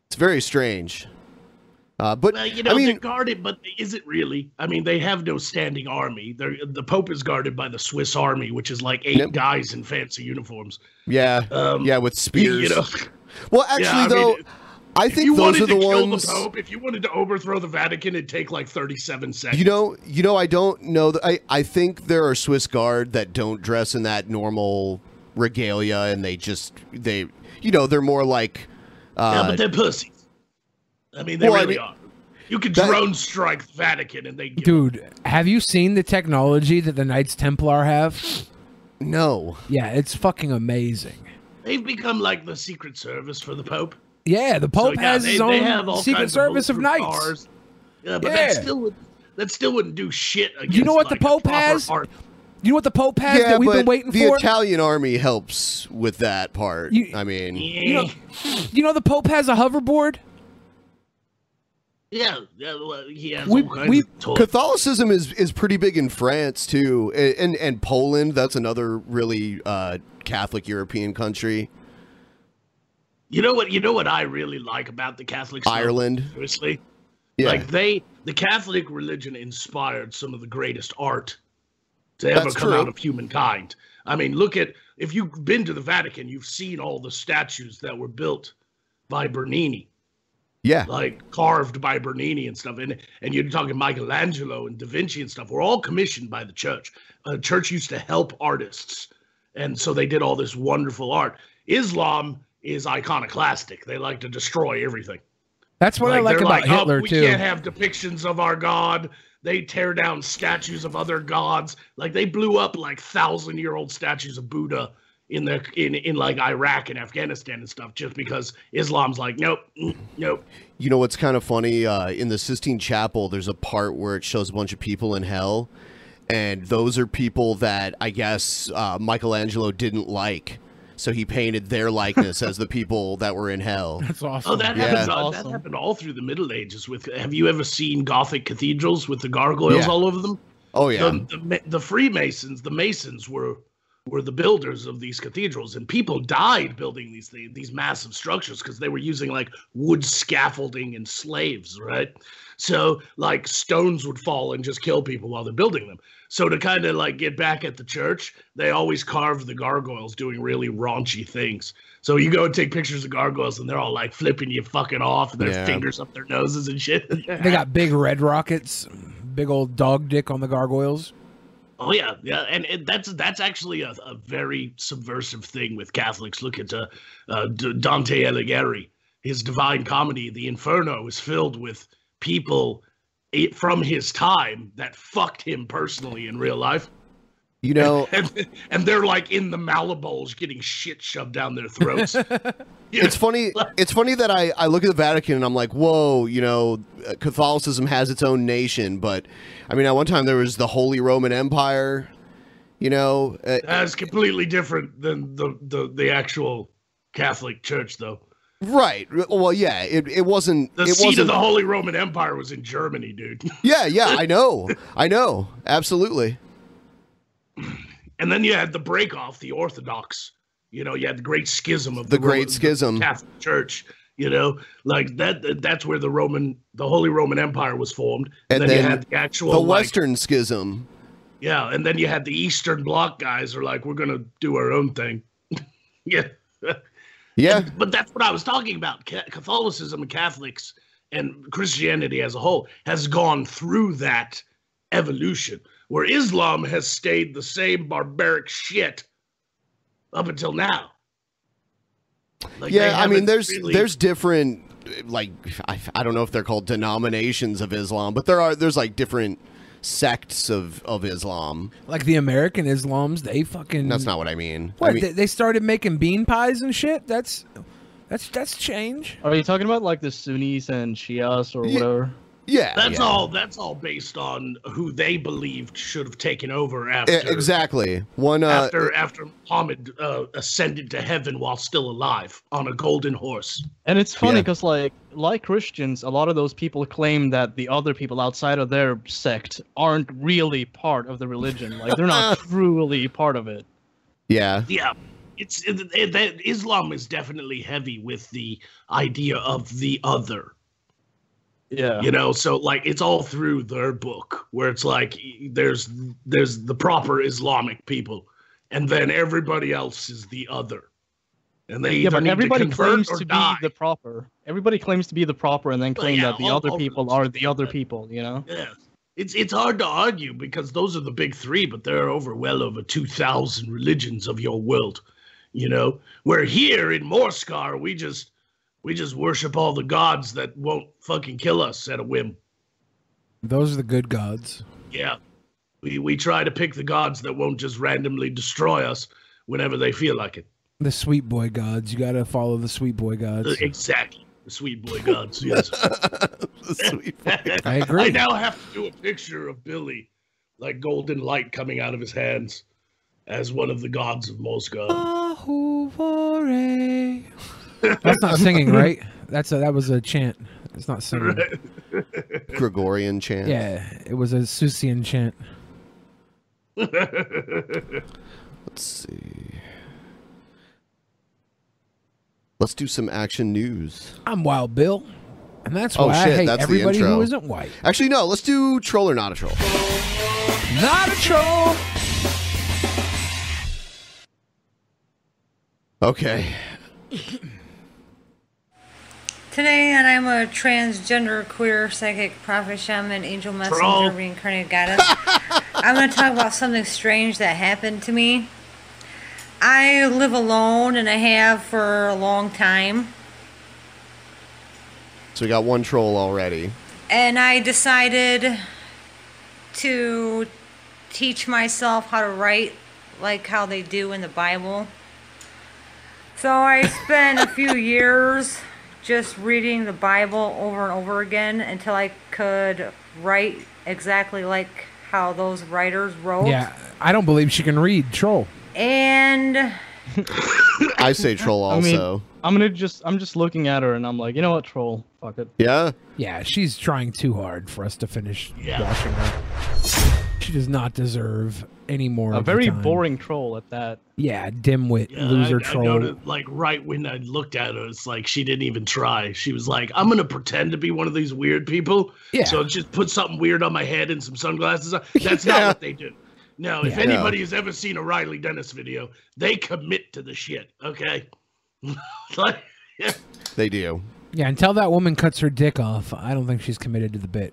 Speaker 1: It's very strange. Uh, but
Speaker 11: Well, you know,
Speaker 1: I mean,
Speaker 11: they're guarded, but is it really? I mean, they have no standing army. They're, the Pope is guarded by the Swiss army, which is like eight guys in fancy uniforms.
Speaker 1: Yeah,
Speaker 11: Um,
Speaker 1: yeah, with
Speaker 11: you
Speaker 1: spears.
Speaker 11: know.
Speaker 1: Well,
Speaker 11: Yeah,
Speaker 1: actually,
Speaker 11: I mean,
Speaker 1: though, I
Speaker 11: if you
Speaker 1: think those
Speaker 11: wanted
Speaker 1: are the
Speaker 11: to kill
Speaker 1: ones.
Speaker 11: The Pope, if you wanted to overthrow the Vatican, it'd take like 37 seconds.
Speaker 1: you know, you know, I don't know. That, I I think there are Swiss guard that don't dress in that normal regalia, and they just they, you know, they're more like. Uh,
Speaker 11: yeah, but they're pussies. I mean, they
Speaker 1: Well, I
Speaker 11: really
Speaker 1: mean-
Speaker 11: are. You could
Speaker 1: That-
Speaker 11: drone strike the Vatican and they give
Speaker 2: Dude, have you seen the technology that the Knights Templar have?
Speaker 1: No.
Speaker 2: Yeah, it's fucking amazing.
Speaker 11: They've become like the Secret Service for the Pope.
Speaker 2: Yeah, the Pope
Speaker 11: So, yeah,
Speaker 2: has
Speaker 11: they-
Speaker 2: his
Speaker 11: they have all
Speaker 2: own Secret
Speaker 11: kinds
Speaker 2: Service of,
Speaker 11: bulletproof
Speaker 2: Knights.
Speaker 11: cars. Yeah, but
Speaker 2: Yeah.
Speaker 11: that still would that still wouldn't do shit against.
Speaker 2: You know what
Speaker 11: like,
Speaker 2: the
Speaker 11: a
Speaker 2: Pope
Speaker 11: proper
Speaker 2: has?
Speaker 11: army.
Speaker 2: You know what the Pope has
Speaker 1: yeah,
Speaker 2: that we've
Speaker 1: but
Speaker 2: been waiting
Speaker 1: the
Speaker 2: for?
Speaker 1: Italian army helps with that part. I mean,
Speaker 2: you, know, you know the Pope has a hoverboard?
Speaker 11: Yeah, yeah, well, he has
Speaker 1: we,
Speaker 11: all kinds
Speaker 1: we
Speaker 11: of toys.
Speaker 1: Catholicism is is pretty big in France too, and and, and Poland. That's another really uh, Catholic European country.
Speaker 11: You know what? You know what I really like about the Catholic stuff,
Speaker 1: Ireland.
Speaker 11: Seriously,
Speaker 1: Yeah.
Speaker 11: like they, the Catholic religion inspired some of the greatest art to ever
Speaker 1: That's
Speaker 11: come
Speaker 1: true.
Speaker 11: out of humankind. I mean, look at if you've been to the Vatican, you've seen all the statues that were built by Bernini,
Speaker 1: Yeah.
Speaker 11: like carved by Bernini and stuff. And and you're talking Michelangelo and Da Vinci and stuff. Were all commissioned by the church. Uh, church used to help artists, and so they did all this wonderful art. Islam is iconoclastic. They like to destroy everything.
Speaker 2: That's what I like
Speaker 11: they're
Speaker 2: about
Speaker 11: "Oh,
Speaker 2: Hitler
Speaker 11: we
Speaker 2: too.
Speaker 11: can't have depictions of our god. They tear down statues of other gods. Like they blew up like thousand year old statues of Buddha in the in in like Iraq and Afghanistan and stuff just because Islam's like nope, mm, nope.
Speaker 1: You know what's kind of funny? Uh, in the Sistine Chapel, there's a part where it shows a bunch of people in hell, and those are people that I guess uh, Michelangelo didn't like, so he painted their likeness as the people that were in hell. That's
Speaker 2: awesome.
Speaker 11: Oh, that happened. uh, That happened all through the Middle Ages. With have you ever seen Gothic cathedrals with the gargoyles
Speaker 1: Yeah.
Speaker 11: all over them?
Speaker 1: Oh, yeah.
Speaker 11: The, the, Ma- the Freemasons, the Masons were were the builders of these cathedrals, and people died building these thi- these massive structures because they were using like wood scaffolding and slaves, right? So like stones would fall and just kill people while they're building them. So to kind of like get back at the church, they always carved the gargoyles doing really raunchy things. So you go and take pictures of gargoyles, and they're all like flipping you fucking off, and their
Speaker 2: Yeah.
Speaker 11: fingers up their noses and shit.
Speaker 2: They got big red rockets, big old dog dick on the gargoyles.
Speaker 11: Oh yeah, yeah, and, and that's that's actually a, a very subversive thing with Catholics. Look at uh, uh, D- Dante Alighieri, his Divine Comedy, the Inferno is filled with people i- from his time that fucked him personally in real life,
Speaker 1: You know,
Speaker 11: and, and they're like in the Malabols getting shit shoved down their throats.
Speaker 1: it's funny. It's funny that I, I look at the Vatican and I'm like, whoa, you know, uh, Catholicism has its own nation. But I mean, at one time there was the Holy Roman Empire. You know, uh,
Speaker 11: That's completely different than the, the the actual Catholic Church, though.
Speaker 1: right? Well, yeah, it, it wasn't.
Speaker 11: The
Speaker 1: it
Speaker 11: seat
Speaker 1: wasn't,
Speaker 11: of the Holy Roman Empire was in Germany, dude.
Speaker 1: Yeah, yeah, I know, I know, absolutely.
Speaker 11: And then you had the break off, the Orthodox. You know, you had the great schism of
Speaker 1: The
Speaker 11: the, Ro-
Speaker 1: Great
Speaker 11: the
Speaker 1: Schism.
Speaker 11: Catholic Church. You know, like that. That's where the Roman, the Holy Roman Empire was formed.
Speaker 1: And
Speaker 11: then,
Speaker 1: then,
Speaker 11: you had the actual
Speaker 1: the
Speaker 11: like,
Speaker 1: Western Schism.
Speaker 11: yeah, and then you had the Eastern Bloc guys are like, we're gonna do our own thing. yeah,
Speaker 1: yeah.
Speaker 11: But that's what I was talking about. Ca- Catholicism and Catholics and Christianity as a whole has gone through that evolution, where Islam has stayed the same barbaric shit up until now. Like, they
Speaker 1: yeah, I mean,
Speaker 11: haven't
Speaker 1: there's
Speaker 11: really-
Speaker 1: there's different like I, I don't know if they're called denominations of Islam, but there are there's like different sects of of Islam.
Speaker 2: Like the American Islams, they fucking.
Speaker 1: That's not what I mean.
Speaker 2: What
Speaker 1: I mean,
Speaker 2: they, they started making bean pies and shit. That's That's that's change.
Speaker 9: Are you talking about like the Sunnis and Shias or whatever?
Speaker 13: Yeah,
Speaker 11: that's all. That's all based on who they believed should have taken over after
Speaker 1: E- exactly. One uh,
Speaker 11: after after Muhammad uh, ascended to heaven while still alive on a golden horse.
Speaker 9: And it's funny because like like Christians, a lot of those people claim that the other people outside of their sect aren't really part of the religion. Like they're not truly part of it.
Speaker 1: Yeah.
Speaker 11: Yeah, it's it, it, that Islam is definitely heavy with the idea of the other.
Speaker 9: Yeah.
Speaker 11: you know so like it's all through their book where it's like there's there's the proper islamic people and then everybody else is the other and they
Speaker 9: yeah,
Speaker 11: either
Speaker 9: but
Speaker 11: need
Speaker 9: everybody
Speaker 11: to convert
Speaker 9: claims
Speaker 11: or
Speaker 9: to
Speaker 11: die
Speaker 9: be the proper. Everybody claims to be the proper, and then claim
Speaker 11: yeah,
Speaker 9: that the
Speaker 11: all
Speaker 9: other
Speaker 11: over
Speaker 9: people are the other people. You know.
Speaker 11: yeah it's it's hard to argue because those are the big three but there are over well over 2000 religions of your world you know where here in Morskar we just we just worship all the gods that won't fucking kill us at a whim
Speaker 2: Those are the good gods.
Speaker 11: Yeah. We we try to pick the gods that won't just randomly destroy us whenever they feel like it.
Speaker 2: The sweet boy gods. You gotta follow the sweet boy gods.
Speaker 11: Uh, Exactly. The sweet boy gods, yes.
Speaker 1: sweet
Speaker 11: boy
Speaker 2: I agree.
Speaker 11: I now have to do a picture of Billy, like golden light coming out of his hands as one of the gods of Moscow.
Speaker 9: Ah,
Speaker 2: That's not singing, right? That's a, that was a chant. It's not singing.
Speaker 1: Gregorian chant.
Speaker 2: Yeah, it was a Susian chant.
Speaker 1: Let's see. Let's do some action news.
Speaker 2: I'm Wild Bill, and that's why
Speaker 1: oh shit,
Speaker 2: I hate
Speaker 1: that's
Speaker 2: everybody
Speaker 1: the intro.
Speaker 2: who isn't white.
Speaker 1: Actually, no. Let's do troll or not a troll.
Speaker 2: Not a troll.
Speaker 1: Okay.
Speaker 14: Today, and I'm a transgender, queer, psychic, prophet, shaman, angel, messenger,
Speaker 11: Troll.
Speaker 14: reincarnated goddess. I'm going to talk about something strange that happened to me. I live alone, and I have for a long time.
Speaker 1: So we got one troll already.
Speaker 14: and I decided to teach myself how to write like how they do in the Bible. So I spent a few years just reading the Bible over and over again until I could write exactly like how those writers wrote.
Speaker 2: Yeah, I don't believe she can read. Troll.
Speaker 14: And
Speaker 1: I say troll
Speaker 9: I mean,
Speaker 1: also.
Speaker 9: I'm gonna just I'm just looking at her, and I'm like, you know what, troll, fuck it.
Speaker 1: yeah.
Speaker 2: Yeah, she's trying too hard for us to finish
Speaker 9: Yeah.
Speaker 2: watching her. She does not deserve any more.
Speaker 9: A
Speaker 2: of the
Speaker 9: very
Speaker 2: time.
Speaker 9: boring troll at that.
Speaker 2: Yeah, dimwit,
Speaker 11: Yeah,
Speaker 2: loser
Speaker 11: I, I
Speaker 2: troll.
Speaker 11: noticed, like right when I looked at her, it's like she didn't even try. She was like, "I'm gonna pretend to be one of these weird people."
Speaker 2: Yeah.
Speaker 11: So just put something weird on my head and some sunglasses. on. That's
Speaker 2: Yeah.
Speaker 11: not what they do. No, if
Speaker 2: Yeah.
Speaker 11: anybody has ever seen a Riley Dennis video, they commit to the shit. Okay. like,
Speaker 1: They do.
Speaker 2: yeah, until that woman cuts her dick off, I don't think she's committed to the bit.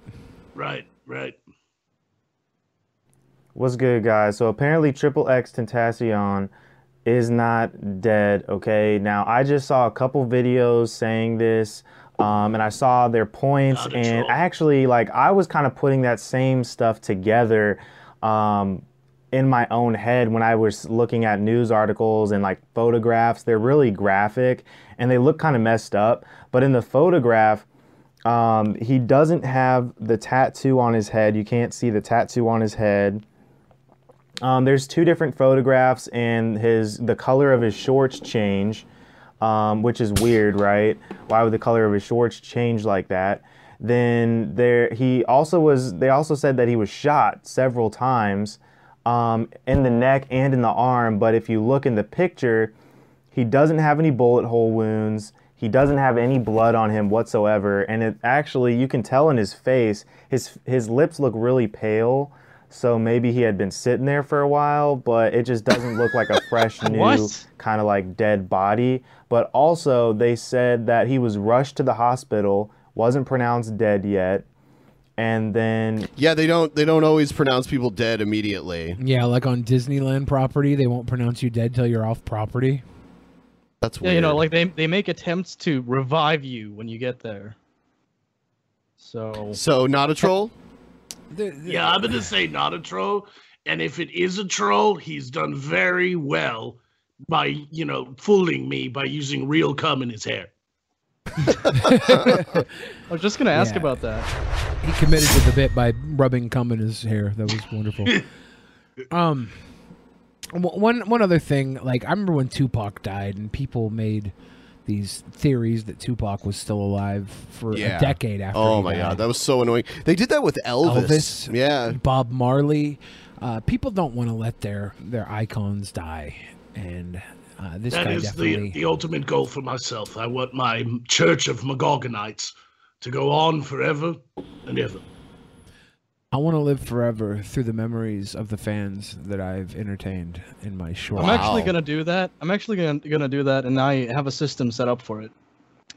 Speaker 11: right, right.
Speaker 15: What's good, guys? So apparently, Triple X Tentacion is not dead. Okay, now I just saw a couple videos saying this, um, and I saw their points, and I actually like I was kind of putting that same stuff together. Um, in my own head when I was looking at news articles and like photographs. They're really graphic and they look kind of messed up. But in the photograph, um, he doesn't have the tattoo on his head. You can't see the tattoo on his head. Um, there's two different photographs, and his the color of his shorts change, um, which is weird, right? Why would the color of his shorts change like that? Then there, he also was. They also said that he was shot several times um, in the neck and in the arm. But if you look in the picture, he doesn't have any bullet hole wounds. He doesn't have any blood on him whatsoever, and it actually you can tell in his face. His his lips look really pale, so maybe he had been sitting there for a while, but it just doesn't look like a fresh new
Speaker 9: What?
Speaker 15: kind of like dead body. But also they said that he was rushed to the hospital, wasn't pronounced dead yet, and then
Speaker 1: Yeah, they don't they don't always pronounce people dead immediately.
Speaker 2: Yeah, like on Disneyland property, they won't pronounce you dead till you're off property.
Speaker 1: That's
Speaker 9: Yeah, you know, like they they make attempts to revive you when you get there. So.
Speaker 1: So not a troll?
Speaker 11: Yeah, I'm gonna say not a troll. And if it is a troll, he's done very well by you know fooling me by using real cum in his hair.
Speaker 9: I was just gonna ask
Speaker 2: Yeah.
Speaker 9: about that.
Speaker 2: He committed to the bit by rubbing cum in his hair. That was wonderful. um, w- one one other thing, like I remember when Tupac died, and people made these theories that Tupac was still alive for a decade after.
Speaker 1: Oh
Speaker 2: he
Speaker 1: my
Speaker 2: died.
Speaker 1: god, that was so annoying. They did that with Elvis.
Speaker 2: Elvis,
Speaker 1: yeah,
Speaker 2: Bob Marley. Uh, people don't want to let their their icons die, and uh, this
Speaker 11: that
Speaker 2: guy
Speaker 11: is
Speaker 2: definitely.
Speaker 11: the, the ultimate goal for myself. I want my church of Magogonites to go on forever and ever.
Speaker 16: I want to live forever through the memories of the fans that I've entertained in my short.
Speaker 9: I'm actually gonna do that. I'm actually gonna gonna do that, and I have a system set up for it.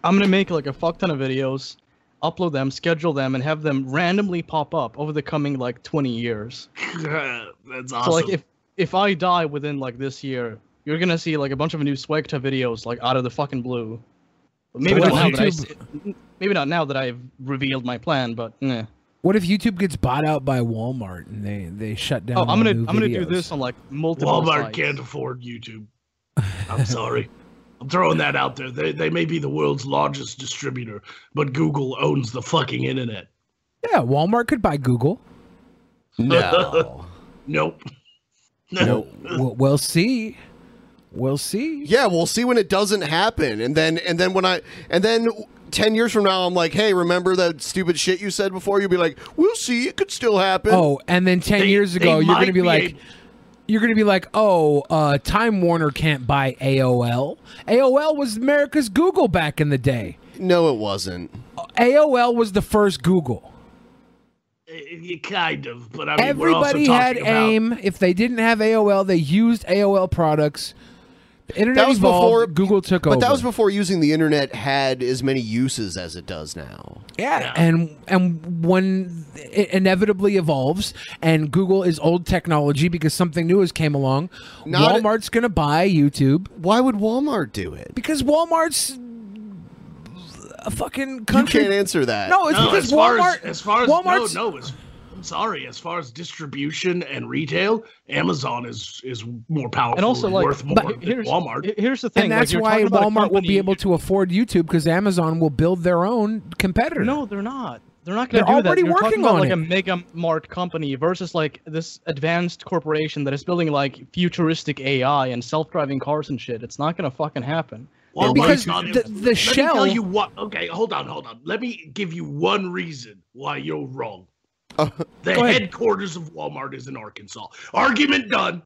Speaker 9: I'm gonna make like a fuck ton of videos, upload them, schedule them, and have them randomly pop up over the coming like 20 years.
Speaker 11: That's awesome.
Speaker 9: So like if if I die within like this year, you're gonna see like a bunch of new Swagta videos like out of the fucking blue. But maybe
Speaker 2: What
Speaker 9: not now
Speaker 2: if
Speaker 9: that I, s- maybe not now that I've revealed my plan, but eh.
Speaker 2: What if YouTube gets bought out by Walmart and they they shut down?
Speaker 9: oh, I'm
Speaker 2: all
Speaker 9: gonna
Speaker 2: new
Speaker 9: I'm gonna do
Speaker 2: videos?
Speaker 9: this on like multiple.
Speaker 11: Walmart
Speaker 9: sites.
Speaker 11: can't afford YouTube. I'm sorry. I'm throwing that out there. They, they may be the world's largest distributor, but Google owns the fucking internet.
Speaker 2: Yeah, Walmart could buy Google.
Speaker 11: No. nope.
Speaker 2: Well, we'll, we'll see. We'll see.
Speaker 1: Yeah, we'll see when it doesn't happen, and then and then when I and then ten years from now, I'm like, hey, remember that stupid shit you said before? You'll be like, we'll see, it could still happen.
Speaker 2: Oh, and then ten
Speaker 1: They-
Speaker 2: years
Speaker 1: they
Speaker 2: ago, you're
Speaker 1: might
Speaker 2: gonna be,
Speaker 1: be
Speaker 2: like,
Speaker 1: able-
Speaker 2: you're gonna be like, oh, uh, Time Warner can't buy AOL. AOL was America's Google back in the day.
Speaker 1: No, it wasn't.
Speaker 2: AOL was the first Google.
Speaker 11: Y- Eh, Kind of, but I mean,
Speaker 2: Everybody
Speaker 11: we're also talking
Speaker 2: had
Speaker 11: about
Speaker 2: AIM. If they didn't have AOL, they used AOL products. The internet
Speaker 1: That was
Speaker 2: evolved,
Speaker 1: before-
Speaker 2: Google took
Speaker 1: But
Speaker 2: over.
Speaker 1: that was before using the internet had as many uses as it does now.
Speaker 2: Yeah, and and when it inevitably evolves, and Google is old technology because something new has came along,
Speaker 1: Not-
Speaker 2: Walmart's gonna buy YouTube.
Speaker 1: Why would Walmart do it?
Speaker 2: Because Walmart's a fucking country.
Speaker 1: You can't answer that.
Speaker 2: No, it's because
Speaker 11: as far
Speaker 2: Walmart.
Speaker 11: As, as far as
Speaker 2: Walmart's
Speaker 11: no, no, as, I'm sorry. As far as distribution and retail, Amazon is is more powerful and
Speaker 9: also, like,
Speaker 11: worth more
Speaker 9: but
Speaker 11: than
Speaker 9: here's-
Speaker 11: Walmart.
Speaker 9: Here's the
Speaker 2: and that's why Walmart will be able to afford YouTube because Amazon will build their own competitor.
Speaker 9: No, they're not. They're not gonna
Speaker 2: They're
Speaker 9: do that.
Speaker 2: already
Speaker 9: You're talking
Speaker 2: working
Speaker 9: about
Speaker 2: on
Speaker 9: like
Speaker 2: it.
Speaker 9: a mega mart company versus like this advanced corporation that is building like futuristic AI and self-driving cars and shit. It's not gonna fucking happen.
Speaker 11: Well,
Speaker 9: They'll
Speaker 11: because
Speaker 9: buy
Speaker 11: the,
Speaker 9: companies.
Speaker 11: let Me tell you what. Okay, hold on, hold on. Let me give you one reason why you're wrong. the
Speaker 2: Go ahead.
Speaker 11: headquarters of Walmart is in Arkansas. Argument done.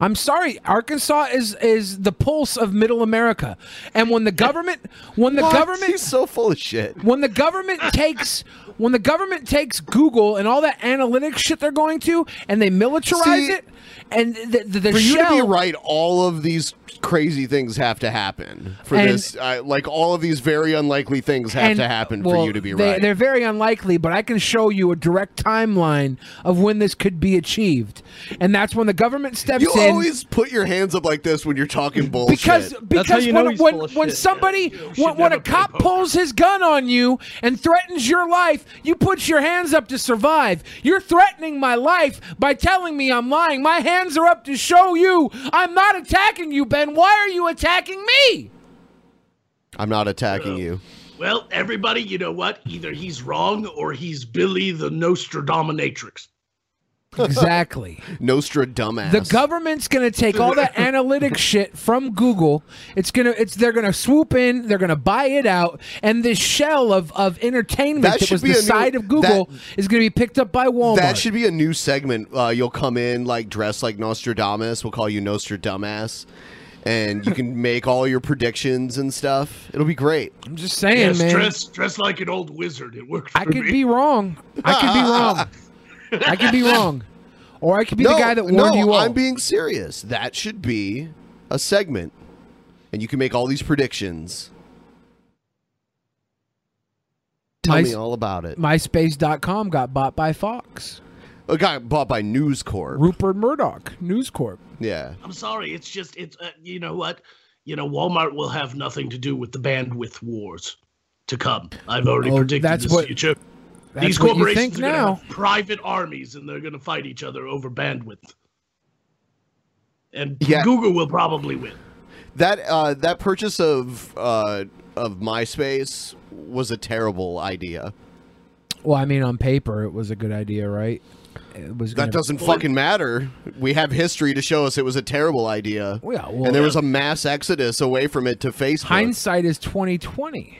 Speaker 2: I'm sorry, Arkansas is is the pulse of Middle America, and when the government, when the
Speaker 1: What?
Speaker 2: government,
Speaker 1: He's so full of shit.
Speaker 2: when the government takes, when the government takes Google and all that analytics shit they're going to, and they militarize
Speaker 1: See,
Speaker 2: it, and the the, the
Speaker 1: for you to
Speaker 2: shell-
Speaker 1: be right, all of these crazy things have to happen for
Speaker 2: And-
Speaker 1: this. Uh, like all of these very unlikely things have
Speaker 2: and,
Speaker 1: to happen for
Speaker 2: well,
Speaker 1: you to be
Speaker 2: they,
Speaker 1: right.
Speaker 2: They're very unlikely, but I can show you a direct timeline of when this could be achieved, and that's when the government steps
Speaker 1: You
Speaker 2: in.
Speaker 1: always put your hands up like this when you're talking bullshit.
Speaker 2: because because when when, when somebody when, when a cop pulls his gun on you and threatens your life, you put your hands up to survive. You're threatening my life by telling me I'm lying. My hands are up to show you I'm not attacking you, Ben. Why are you attacking me?
Speaker 1: I'm not attacking you.
Speaker 11: Well, everybody, you know what? Either he's wrong or he's Billy the Nostradaminatrix.
Speaker 2: Exactly.
Speaker 1: Nostra dumbass.
Speaker 2: The government's going to take all that analytics shit from Google. It's going to it's they're going to swoop in, they're going to buy it out, and this shell of of entertainment
Speaker 1: That
Speaker 2: that,
Speaker 1: should
Speaker 2: was
Speaker 1: be
Speaker 2: the
Speaker 1: a new-
Speaker 2: side of Google is going to be picked up by Walmart.
Speaker 1: that should be a new segment. Uh, you'll come in like dressed like Nostradamus. We'll call you Nostra dumbass, and you can make all your predictions and stuff. It'll be great.
Speaker 2: I'm just saying,
Speaker 11: yes, dress dress like an old wizard. It worked.
Speaker 2: I could be wrong. I could be wrong. I could be wrong. Or I could be the guy that warned
Speaker 1: no,
Speaker 2: you all.
Speaker 1: I'm being serious. That should be a segment, and you can make all these predictions. Tell
Speaker 2: My-
Speaker 1: me all about it.
Speaker 2: MySpace.com got bought by Fox.
Speaker 1: It got bought by News Corp.
Speaker 2: Rupert Murdoch, News Corp.
Speaker 1: Yeah.
Speaker 11: I'm sorry. It's just it's uh, you know what? You know Walmart will have nothing to do with the bandwidth wars to come. I've already
Speaker 2: Oh,
Speaker 11: predicted
Speaker 2: that's
Speaker 11: this
Speaker 2: what-
Speaker 11: future.
Speaker 2: that's
Speaker 11: These
Speaker 2: what you
Speaker 11: corporations
Speaker 2: think
Speaker 11: are going
Speaker 2: now.
Speaker 11: to have private armies and they're going to fight each other over bandwidth. and
Speaker 1: Yeah.
Speaker 11: Google will probably win.
Speaker 1: That uh, that purchase of uh, of MySpace was a terrible idea.
Speaker 2: Well, I mean, on paper, it was a good idea, right? It was
Speaker 1: That
Speaker 2: gonna-
Speaker 1: doesn't fucking matter. We have history to show us it was a terrible idea.
Speaker 2: Yeah,
Speaker 1: and there was a mass exodus away from it to Facebook.
Speaker 2: Hindsight is twenty twenty.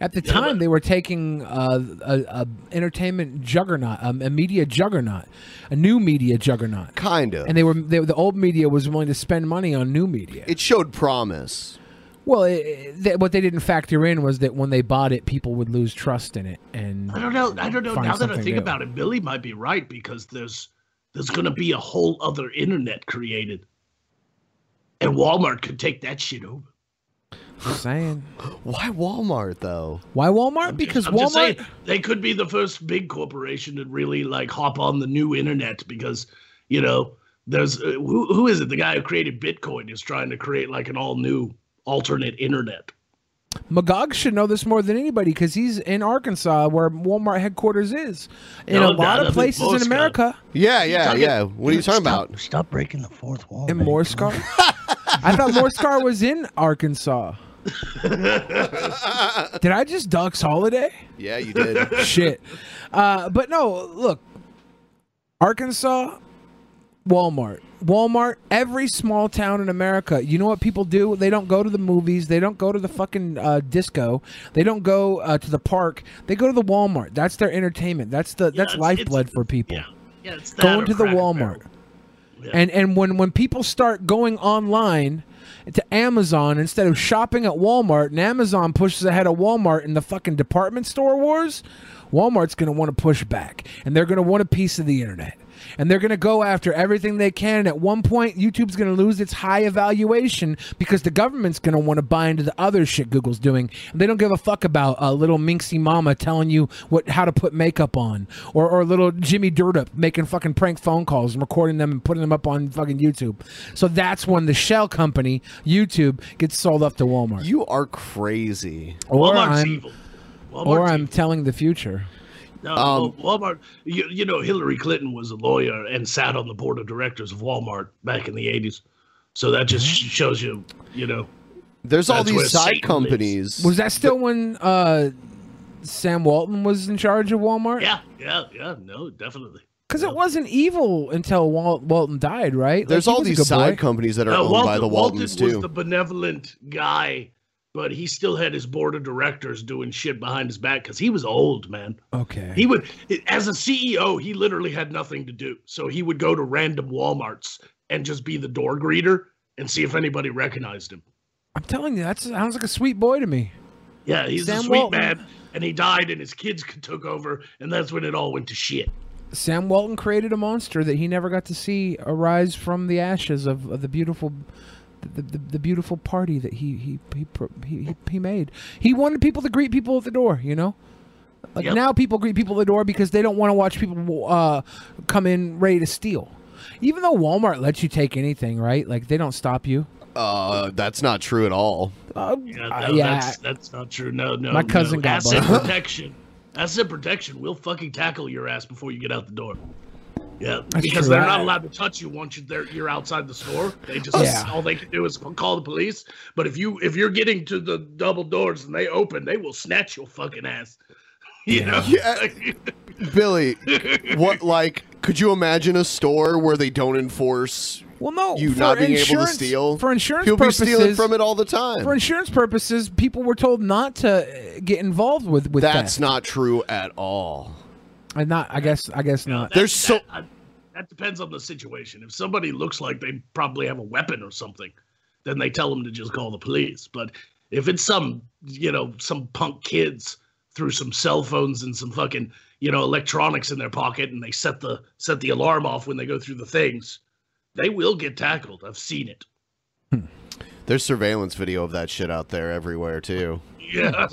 Speaker 2: At the time, they were taking uh, a, a entertainment juggernaut, um, a media juggernaut, a new media juggernaut,
Speaker 1: kind of.
Speaker 2: And they were they, the old media was willing to spend money on new media.
Speaker 1: It showed promise.
Speaker 2: Well, it, it- they, what they didn't factor in was that when they bought it, people would lose trust in it, and
Speaker 11: I don't know. I don't know.
Speaker 2: Find
Speaker 11: Now that I
Speaker 2: something
Speaker 11: think
Speaker 2: new.
Speaker 11: about it, Billy might be right because there's there's going to be a whole other internet created, and Walmart could take that shit over.
Speaker 2: Just saying.
Speaker 1: Why Walmart though?
Speaker 2: Why Walmart? because
Speaker 11: I'm
Speaker 2: Walmart.
Speaker 11: just saying, they could be the first big corporation to really like hop on the new internet because you know there's uh, who who is it? The guy who created Bitcoin is trying to create like an all new alternate internet.
Speaker 2: Magog should know this more than anybody because he's in Arkansas, where Walmart headquarters is. In
Speaker 11: No,
Speaker 2: a lot
Speaker 11: no,
Speaker 2: of
Speaker 11: no,
Speaker 2: places in
Speaker 11: Moscow.
Speaker 2: America.
Speaker 1: Yeah, yeah, yeah. What are you talking about?
Speaker 11: Stop breaking the fourth wall.
Speaker 2: In Morscar? I thought Morscar was in Arkansas. Did I just Ducks Holiday?
Speaker 1: Yeah, you did.
Speaker 2: Shit. Uh, but no, look, Arkansas, Walmart. Walmart, every small town in America. You know what people do? They don't go to the movies. They don't go to the fucking uh, disco. They don't go uh, to the park. They go to the Walmart. That's their entertainment. That's the that's lifeblood for people.
Speaker 11: Yeah, it's that
Speaker 2: going
Speaker 11: or
Speaker 2: to the
Speaker 11: Cracker
Speaker 2: Walmart. And and when when people start going online to Amazon instead of shopping at Walmart, and Amazon pushes ahead of Walmart in the fucking department store wars, Walmart's going to want to push back, and they're going to want a piece of the internet. And they're going to go after everything they can. And at one point, YouTube's going to lose its high evaluation because the government's going to want to buy into the other shit Google's doing. And they don't give a fuck about a little minxy mama telling you what how to put makeup on, or or little Jimmy Durdup making fucking prank phone calls and recording them and putting them up on fucking YouTube. So that's when the shell company YouTube gets sold off to Walmart.
Speaker 1: You are crazy.
Speaker 2: Or
Speaker 11: Walmart's
Speaker 2: I'm,
Speaker 11: evil. Walmart's
Speaker 2: or I'm telling the future.
Speaker 11: No,
Speaker 1: Um,
Speaker 11: Wa- Walmart. You, you know, Hillary Clinton was a lawyer and sat on the board of directors of Walmart back in the '80s. So that just
Speaker 2: Mm-hmm.
Speaker 11: sh- shows you, you know,
Speaker 1: There's all
Speaker 11: that's where
Speaker 1: these side
Speaker 11: Satan lives.
Speaker 1: companies.
Speaker 2: Was that still when uh, Sam Walton was in charge of Walmart?
Speaker 11: Yeah, yeah, yeah. No, definitely.
Speaker 2: Because it wasn't evil until Wal- Walton died, right?
Speaker 1: There's
Speaker 2: he
Speaker 1: all
Speaker 2: was a
Speaker 1: these
Speaker 2: good
Speaker 1: side
Speaker 2: boy.
Speaker 1: companies that are
Speaker 11: Uh,
Speaker 1: owned by the
Speaker 11: Walton
Speaker 1: Waltons
Speaker 11: was
Speaker 1: too.
Speaker 11: the benevolent guy, but he still had his board of directors doing shit behind his back because he was old, man.
Speaker 2: Okay.
Speaker 11: He would, as a CEO, he literally had nothing to do. So he would go to random WalMarts and just be the door greeter and see if anybody recognized him.
Speaker 2: I'm telling you, that sounds like a sweet boy to me.
Speaker 11: Yeah, he's a
Speaker 2: Sam
Speaker 11: sweet
Speaker 2: Walton.
Speaker 11: man, and he died, and his kids c- took over, and that's when it all went to shit.
Speaker 2: Sam Walton created a monster that he never got to see arise from the ashes of, of the beautiful, the, the, the beautiful party that he he, he pro- he he he made. He wanted people to greet people at the door, you know. Like now, people greet people at the door because they don't want to watch people uh, come in ready to steal. Even though Walmart lets you take anything, right? Like they don't stop you.
Speaker 1: Uh, that's not true at all.
Speaker 11: Yeah,
Speaker 2: Uh,
Speaker 11: no,
Speaker 2: yeah.
Speaker 11: That's, that's not true. No, no.
Speaker 2: My
Speaker 11: no.
Speaker 2: cousin got
Speaker 11: asset
Speaker 2: burned.
Speaker 11: protection. Asset protection. We'll fucking tackle your ass before you get out the door. Yeah,
Speaker 2: That's
Speaker 11: because
Speaker 2: true.
Speaker 11: they're
Speaker 2: I-
Speaker 11: not allowed to touch you once you- they're, you're outside the store. They just
Speaker 2: Yeah.
Speaker 11: all they can do is call the police. But if you if you're getting to the double doors and they open, they will snatch your fucking ass. You know.
Speaker 1: Billy, what like could you imagine a store where they don't enforce
Speaker 2: Well, no,
Speaker 1: you
Speaker 2: for
Speaker 1: not being able to
Speaker 2: insurance-
Speaker 1: steal?
Speaker 2: for insurance
Speaker 1: You'll
Speaker 2: purposes.
Speaker 1: be stealing from it all the time.
Speaker 2: For insurance purposes, people were told not to uh, get involved with with
Speaker 1: That's
Speaker 2: theft.
Speaker 1: not true at all.
Speaker 2: And not, I guess, I guess not.
Speaker 11: That- that, I- that depends on the situation. If somebody looks like they probably have a weapon or something, then they tell them to just call the police. But if it's some, you know, some punk kids through some cell phones and some fucking, you know, electronics in their pocket, and they set the set the alarm off when they go through the things, they will get tackled. I've seen it.
Speaker 1: There's surveillance video of that shit out there everywhere too.
Speaker 11: Yeah.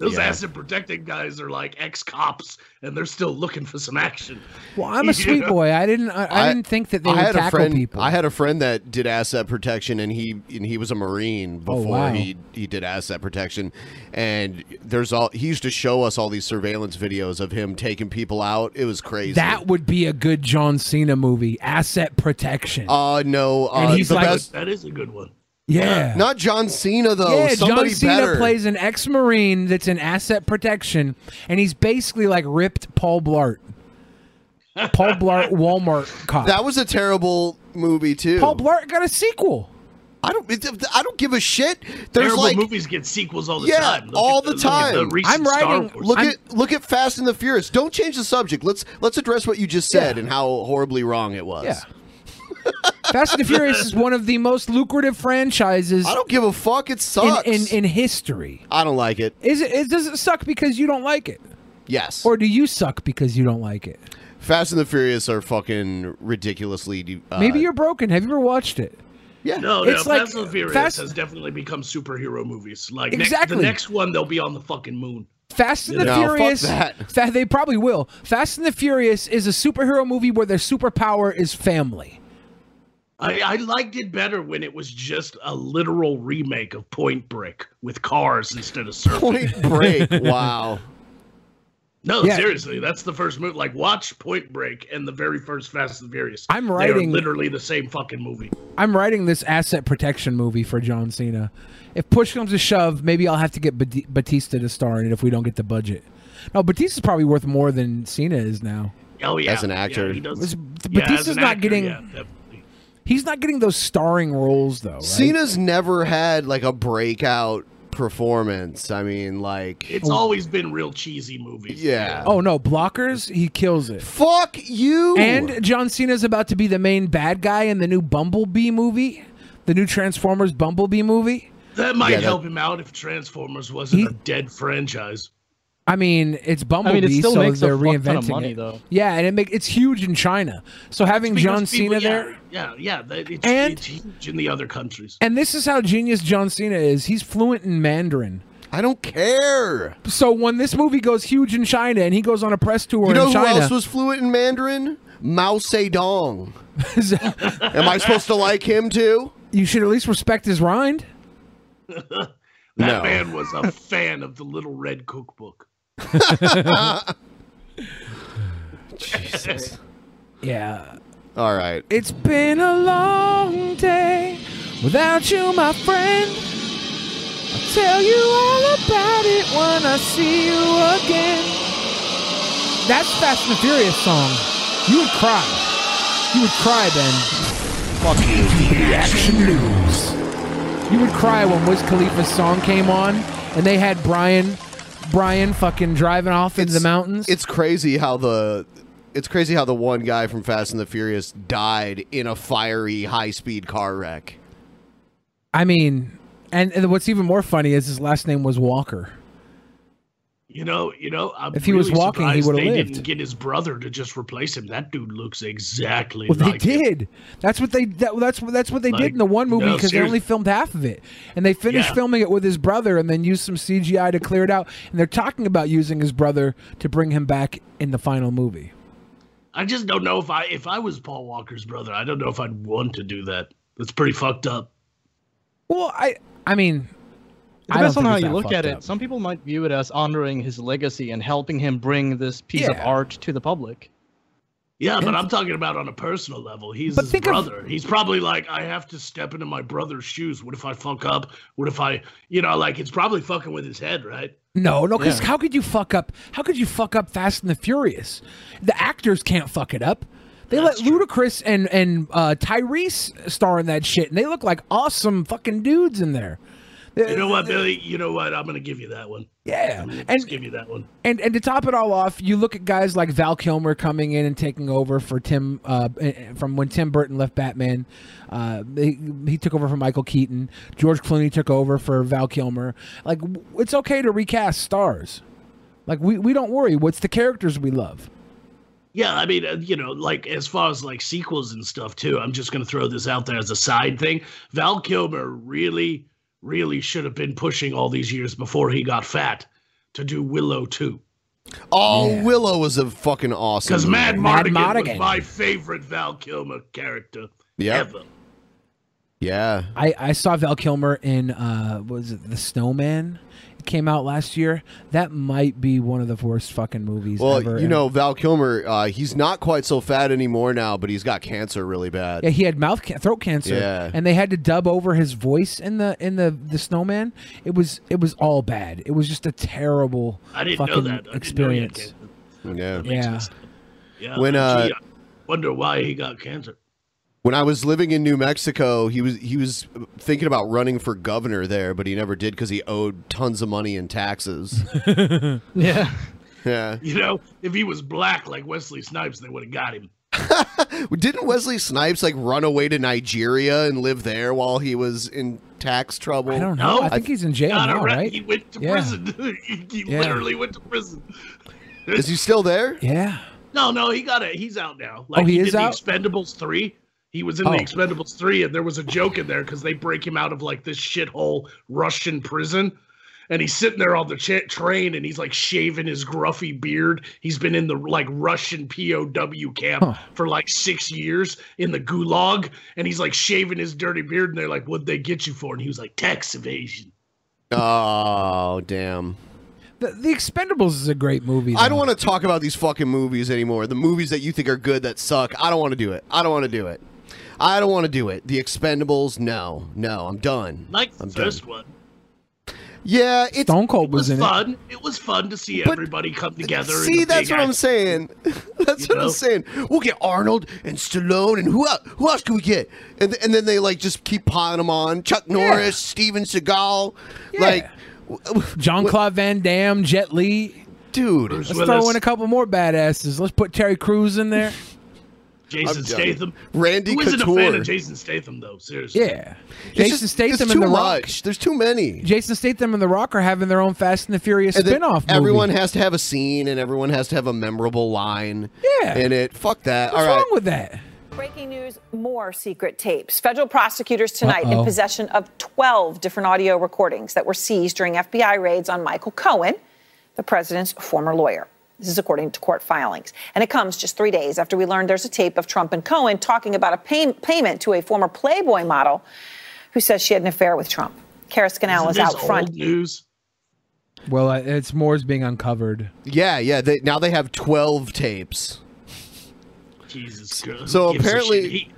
Speaker 11: Those
Speaker 15: Yeah.
Speaker 11: acid protected guys are like ex cops, and they're still looking for some action.
Speaker 2: Well, I'm a sweet boy. I didn't. I, I, didn't think that they
Speaker 1: I
Speaker 2: would
Speaker 1: had a
Speaker 2: tackle
Speaker 1: friend,
Speaker 2: people.
Speaker 1: I had a friend that did asset protection, and he and he was a marine before
Speaker 2: Oh, wow.
Speaker 1: he he did asset protection. And there's all he used to show us all these surveillance videos of him taking people out. It was crazy.
Speaker 2: That would be a good John Cena movie. Asset protection.
Speaker 1: uh no, uh,
Speaker 2: And he's
Speaker 1: the
Speaker 2: like-
Speaker 1: best-
Speaker 11: That is a good one.
Speaker 2: yeah.
Speaker 1: not John Cena though.
Speaker 2: yeah,
Speaker 1: Somebody
Speaker 2: John Cena
Speaker 1: better.
Speaker 2: plays an ex-marine that's in asset protection, and he's basically like ripped Paul Blart. Paul Blart Walmart cop.
Speaker 1: That was a terrible movie too.
Speaker 2: Paul Blart got a sequel.
Speaker 1: I don't. I don't give a shit. There's
Speaker 11: Terrible
Speaker 1: like
Speaker 11: movies get sequels all the
Speaker 1: yeah,
Speaker 11: time. Look
Speaker 1: all
Speaker 11: at
Speaker 1: the,
Speaker 11: look at
Speaker 1: time.
Speaker 11: the recent Star Wars.
Speaker 1: Look at look at Fast and the Furious. Don't change the subject. Let's let's address what you just said and how horribly wrong it was.
Speaker 2: Yeah. Fast and the Furious is one of the most lucrative franchises. I
Speaker 1: don't give a fuck. It sucks.
Speaker 2: in, in, in history.
Speaker 1: I don't like it.
Speaker 2: Is it, is does it suck because you don't like it?
Speaker 1: Yes.
Speaker 2: Or do you suck because you don't like it?
Speaker 1: Fast and the Furious are fucking ridiculously. Uh,
Speaker 2: Maybe you're broken. Have you ever watched it?
Speaker 1: Yeah.
Speaker 11: No,
Speaker 2: It's
Speaker 11: no,
Speaker 2: like,
Speaker 11: Fast and the Furious
Speaker 2: Fast-
Speaker 11: has definitely become superhero movies. Like
Speaker 2: Exactly.
Speaker 11: next, the next one, they'll be on the fucking moon.
Speaker 2: Fast and the
Speaker 11: No, fuck
Speaker 2: Furious.
Speaker 11: that.
Speaker 2: Fa- they probably will. Fast and the Furious is a superhero movie where their superpower is family.
Speaker 11: I, I liked it better when it was just a literal remake of Point Break with cars instead of surfing.
Speaker 1: Point Break. wow.
Speaker 11: No,
Speaker 2: Yeah.
Speaker 11: seriously, that's the first movie. Like, watch Point Break and the very first Fast and Furious.
Speaker 2: I'm
Speaker 11: They are
Speaker 2: writing-
Speaker 11: literally the same fucking movie.
Speaker 2: I'm writing this asset protection movie for John Cena. If push comes to shove, maybe I'll have to get Bat- Batista to star in it if we don't get the budget. No, Batista's probably worth more than Cena is now.
Speaker 11: Oh yeah,
Speaker 1: As an
Speaker 11: Yeah,
Speaker 1: actor.
Speaker 11: he does-
Speaker 2: This-
Speaker 11: yeah, as
Speaker 2: Batista's
Speaker 11: an
Speaker 2: not
Speaker 11: actor,
Speaker 2: getting.
Speaker 11: yeah, that-
Speaker 2: He's not getting those starring roles though. Right?
Speaker 1: Cena's never had like a breakout performance. I mean, like
Speaker 11: it's always been real cheesy movies.
Speaker 1: yeah.
Speaker 2: Oh no, blockers! He kills it.
Speaker 1: Fuck you!
Speaker 2: And John Cena's about to be the main bad guy in the new Bumblebee movie, the new Transformers Bumblebee movie.
Speaker 11: That might
Speaker 2: Yeah, that-
Speaker 11: help him out if Transformers wasn't a dead franchise.
Speaker 2: I mean, it's Bumblebee,
Speaker 11: still
Speaker 2: so
Speaker 11: makes a
Speaker 2: they're
Speaker 11: fuck ton of
Speaker 2: reinventing
Speaker 11: money,
Speaker 2: it.
Speaker 11: though.
Speaker 2: Yeah, and it make it's huge in China. So having
Speaker 11: Because
Speaker 2: John
Speaker 11: people-
Speaker 2: Cena
Speaker 11: yeah,
Speaker 2: there,
Speaker 11: Yeah, yeah, that- it's,
Speaker 2: And-
Speaker 11: it's huge in the other countries.
Speaker 2: and this is how genius John Cena is. He's fluent in Mandarin.
Speaker 1: I don't care.
Speaker 2: So when this movie goes huge in China and he goes on a press tour
Speaker 1: You know
Speaker 2: in
Speaker 1: who
Speaker 2: China,
Speaker 1: else was fluent in Mandarin? Mao Zedong. Am I supposed to like him too?
Speaker 2: you should at least respect his rind.
Speaker 11: that
Speaker 2: No.
Speaker 11: man was a fan of the Little Red Cookbook. Jesus.
Speaker 2: Yeah.
Speaker 1: All right.
Speaker 2: It's been a long day without you, my friend. I'll tell you all about it when I see you again. That's Fast and the Furious song. You would cry. You would cry, Ben. Fuck you, reaction news. You would cry when Wiz Khalifa's song came on and they had Brian, Brian fucking driving off into the mountains.
Speaker 1: It's crazy how the it's crazy how the one guy from Fast and the Furious died in a fiery high speed car wreck.
Speaker 2: I mean, and, and what's even more funny is his last name was Walker.
Speaker 11: You know, you know. I'm
Speaker 2: If he was
Speaker 11: really
Speaker 2: walking, he
Speaker 11: surprised
Speaker 2: would've
Speaker 11: They
Speaker 2: lived.
Speaker 11: didn't get his brother to just replace him. That dude looks exactly
Speaker 2: Well, they
Speaker 11: like.
Speaker 2: did. That's what they that, that's what that's what they did
Speaker 11: Like,
Speaker 2: in the one movie
Speaker 11: no,
Speaker 2: because they
Speaker 11: seriously.
Speaker 2: only filmed half of it, and they finished
Speaker 11: Yeah.
Speaker 2: filming it with his brother, and then used some CGI to clear it out. And they're talking about using his brother to bring him back in the final movie.
Speaker 11: I just don't know if I if I was Paul Walker's brother, I don't know if I'd want to do that. That's pretty fucked up.
Speaker 2: Well, I I mean,
Speaker 9: It
Speaker 2: I don't
Speaker 9: depends on
Speaker 2: think
Speaker 9: how
Speaker 2: it's
Speaker 9: you
Speaker 2: that
Speaker 9: look at
Speaker 2: fucked
Speaker 9: it.
Speaker 2: up.
Speaker 9: Some people might view it as honoring his legacy and helping him bring this piece of
Speaker 11: Yeah.
Speaker 9: art to the public.
Speaker 11: Yeah, but
Speaker 9: And-
Speaker 11: I'm talking about on a personal level. He's
Speaker 9: But
Speaker 11: his
Speaker 9: think of-
Speaker 11: brother. He's probably like, I have to step into my brother's shoes. What if I fuck up? What if I, you know, like it's probably fucking with his head, right?
Speaker 2: No, no, because
Speaker 11: Yeah.
Speaker 2: how could you fuck up? How could you fuck up Fast and the Furious? The actors can't fuck it up. They let Ludacris and and uh, Tyrese star in that shit, and they look like awesome fucking dudes in there.
Speaker 11: You know what, Billy? You know what? I'm gonna give you that one.
Speaker 2: Yeah,
Speaker 11: I'm gonna just give you that one.
Speaker 2: And and to top it all off, you look at guys like Val Kilmer coming in and taking over for Tim uh, eh, from when Tim Burton left Batman. Uh, he, he took over for Michael Keaton. George Clooney took over for Val Kilmer. Like w- it's okay to recast stars. Like we, we don't worry. What's the characters we love?
Speaker 11: Yeah, I mean, uh, you know, like as far as like sequels and stuff too, I'm just gonna throw this out there as a side thing. Val Kilmer really, really should have been pushing all these years before he got fat to do Willow too.
Speaker 1: Oh, Willow was a fucking awesome.
Speaker 11: Because Mad
Speaker 1: movie.
Speaker 11: Mardigan, was my favorite Val Kilmer character
Speaker 1: Yep.
Speaker 11: ever.
Speaker 1: Yeah.
Speaker 2: I, I saw Val Kilmer in uh what was it The Snowman? It came out last year. That might be one of the worst fucking movies
Speaker 1: well,
Speaker 2: ever.
Speaker 1: you know Val Kilmer. Uh, he's not quite so fat anymore now, but he's got cancer really bad.
Speaker 2: Yeah, he had mouth ca- throat cancer,
Speaker 1: Uh, Yeah.
Speaker 2: and they had to dub over his voice in the in the the snowman. It was it was all bad. It was just a terrible
Speaker 11: I didn't know
Speaker 2: fucking
Speaker 11: that. I didn't know he had
Speaker 2: experience.
Speaker 1: Yeah.
Speaker 2: Yeah,
Speaker 11: Yeah.
Speaker 1: When, uh,
Speaker 11: gee, I wonder why he got cancer.
Speaker 1: When I was living in New Mexico, he was he was thinking about running for governor there, but he never did because he owed tons of money in taxes.
Speaker 9: yeah.
Speaker 1: Yeah.
Speaker 11: You know, if he was black like Wesley Snipes, they would have got him.
Speaker 1: Didn't Wesley Snipes like run away to Nigeria and live there while he was in tax trouble? I don't
Speaker 2: know. I think he's in jail Got now, arre- right?
Speaker 11: He went to
Speaker 1: Yeah.
Speaker 11: prison. he he
Speaker 1: Yeah.
Speaker 11: literally went to prison.
Speaker 1: Is he still there?
Speaker 2: Yeah.
Speaker 11: No, no, he got it. He's out now.
Speaker 2: Oh, he
Speaker 11: did
Speaker 2: is
Speaker 11: the
Speaker 2: out?
Speaker 11: Expendables three. He was in
Speaker 2: Oh.
Speaker 11: the Expendables three, and there was a joke in there because they break him out of like this shithole Russian prison, and he's sitting there on the cha- train, and he's like shaving his gruffy beard. He's been in the like Russian POW camp for like six years in the gulag, and he's like shaving his dirty beard, and they're like, "What'd they get you for?" And he was like, "Tax evasion."
Speaker 1: Oh damn.
Speaker 2: The, the Expendables is a great movie.
Speaker 1: I don't want to talk about these fucking movies anymore. The movies that you think are good that suck. I don't want to do it. I don't want to do it. I don't want to do it. The Expendables, no, no, I'm done.
Speaker 11: Like the
Speaker 1: I'm
Speaker 11: first one.
Speaker 1: Yeah, it's
Speaker 2: Stone Cold
Speaker 11: It was fun. It. was fun to see everybody come together. in
Speaker 1: See,
Speaker 11: a
Speaker 1: that's
Speaker 11: big
Speaker 1: what I'm
Speaker 11: act-
Speaker 1: saying. That's what I'm saying. We'll get Arnold and Stallone and who else? Who else can we get? And th- and then they like just keep piling them on. Chuck Norris, Steven Seagal, like
Speaker 2: John Claude Van Damme, Jet Li,
Speaker 1: dude.
Speaker 2: Let's
Speaker 1: Willis.
Speaker 2: throw in a couple more badasses. Let's put Terry Crews in there.
Speaker 11: Jason
Speaker 2: I'm done.
Speaker 11: Statham.
Speaker 2: Randy
Speaker 11: Who isn't a fan
Speaker 2: Couture.
Speaker 11: of Jason Statham though? Seriously.
Speaker 2: Yeah,
Speaker 11: It's
Speaker 2: Jason
Speaker 11: just-
Speaker 2: Statham
Speaker 11: it's
Speaker 2: and
Speaker 11: too
Speaker 2: The Rock.
Speaker 1: much. There's too many.
Speaker 2: Jason Statham and The Rock are having their own Fast and the Furious
Speaker 1: And then
Speaker 2: spin-off. Movie.
Speaker 1: Everyone has to have a scene, and everyone has to have a memorable line.
Speaker 2: Yeah.
Speaker 1: in it. Fuck that.
Speaker 17: What's
Speaker 1: All right.
Speaker 17: wrong
Speaker 2: with that?
Speaker 17: Breaking news more secret tapes. Federal prosecutors tonight
Speaker 1: Uh-oh.
Speaker 17: in possession of 12 different audio recordings that were seized during FBI raids on Michael Cohen, the president's former lawyer. This is according to court filings. And it comes just three days after we learned there's a tape of Trump and Cohen talking about a pay- payment to a former Playboy model who says she had an affair with Trump. Kara Scanal is
Speaker 11: Isn't
Speaker 17: out
Speaker 11: this
Speaker 17: front.
Speaker 11: old news.
Speaker 2: Well, uh, it's more is being uncovered.
Speaker 1: Yeah, yeah. They, now they have twelve tapes.
Speaker 11: Jesus Christ.
Speaker 1: So
Speaker 11: Who gives a
Speaker 1: apparently-
Speaker 11: shit? He-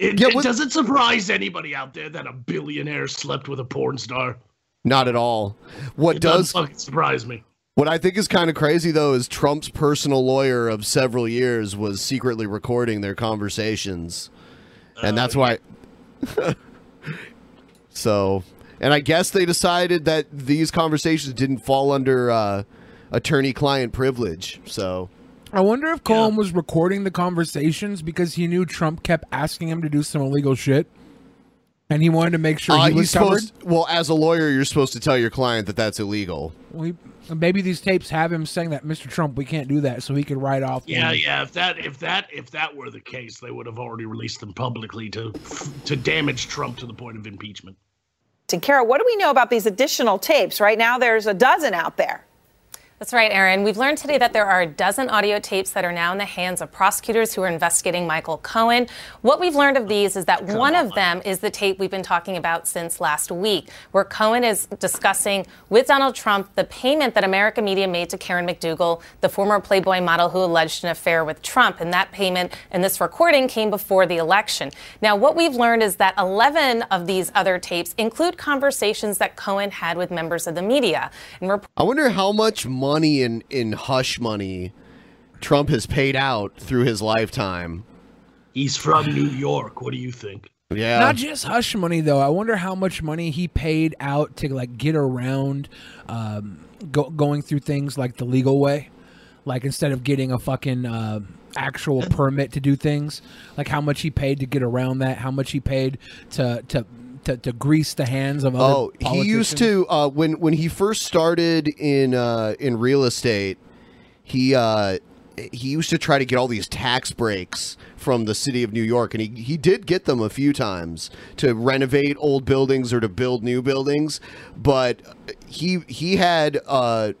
Speaker 11: it,
Speaker 1: Yeah,
Speaker 11: it
Speaker 1: what-
Speaker 11: doesn't surprise anybody out there that a billionaire slept with a porn star.
Speaker 1: Not at all. What
Speaker 11: It
Speaker 1: does
Speaker 11: doesn't fucking surprise me?
Speaker 1: What I think is kind of crazy though is Trump's personal lawyer of several years was secretly recording their conversations, and that's why. so, and I guess they decided that these conversations didn't fall under uh, attorney-client privilege. So,
Speaker 2: I wonder if Cohen was recording the conversations because he knew Trump kept asking him to do some illegal shit, and he wanted to make sure
Speaker 1: Uh,
Speaker 2: he was
Speaker 1: he's
Speaker 2: covered.
Speaker 1: supposed. Well, as a lawyer, you're supposed to tell your client that that's illegal.
Speaker 2: Well, he- maybe these tapes have him saying that Mr. Trump, we can't do that, so he could write off.
Speaker 11: Yeah,
Speaker 1: Mm.
Speaker 2: the-
Speaker 11: yeah. If that, if that, if that were the case, they would have already released them publicly to, to damage Trump to the point of impeachment.
Speaker 17: And Kara, what do we know about these additional tapes? Right now, there's a dozen out there.
Speaker 18: That's right, Aaron. We've learned today that there are a dozen audio tapes that are now in the hands of prosecutors who are investigating Michael Cohen. What we've learned of these is that one of them is the tape we've been talking about since last week, where Cohen is discussing with Donald Trump the payment that American media made to Karen McDougal, the former Playboy model who alleged an affair with Trump. And that payment and this recording came before the election. Now, what we've learned is that 11 of these other tapes include conversations that Cohen had with members of the media. And rep-
Speaker 1: I wonder how much money in in hush money Trump has paid out through his lifetime.
Speaker 11: He's from New York. What do you think?
Speaker 1: Yeah.
Speaker 2: Not just hush money though. I wonder how much money he paid out to like get around um, go- going through things like the legal way, like instead of getting a fucking uh, actual permit to do things, like how much he paid to get around that, how much he paid to to to, to grease the hands of other.
Speaker 1: Oh, he used
Speaker 2: politicians.
Speaker 1: to uh, when when he first started in uh, in real estate. He uh, he used to try to get all these tax breaks from the city of New York, and he he did get them a few times to renovate old buildings or to build new buildings. But he he had uh,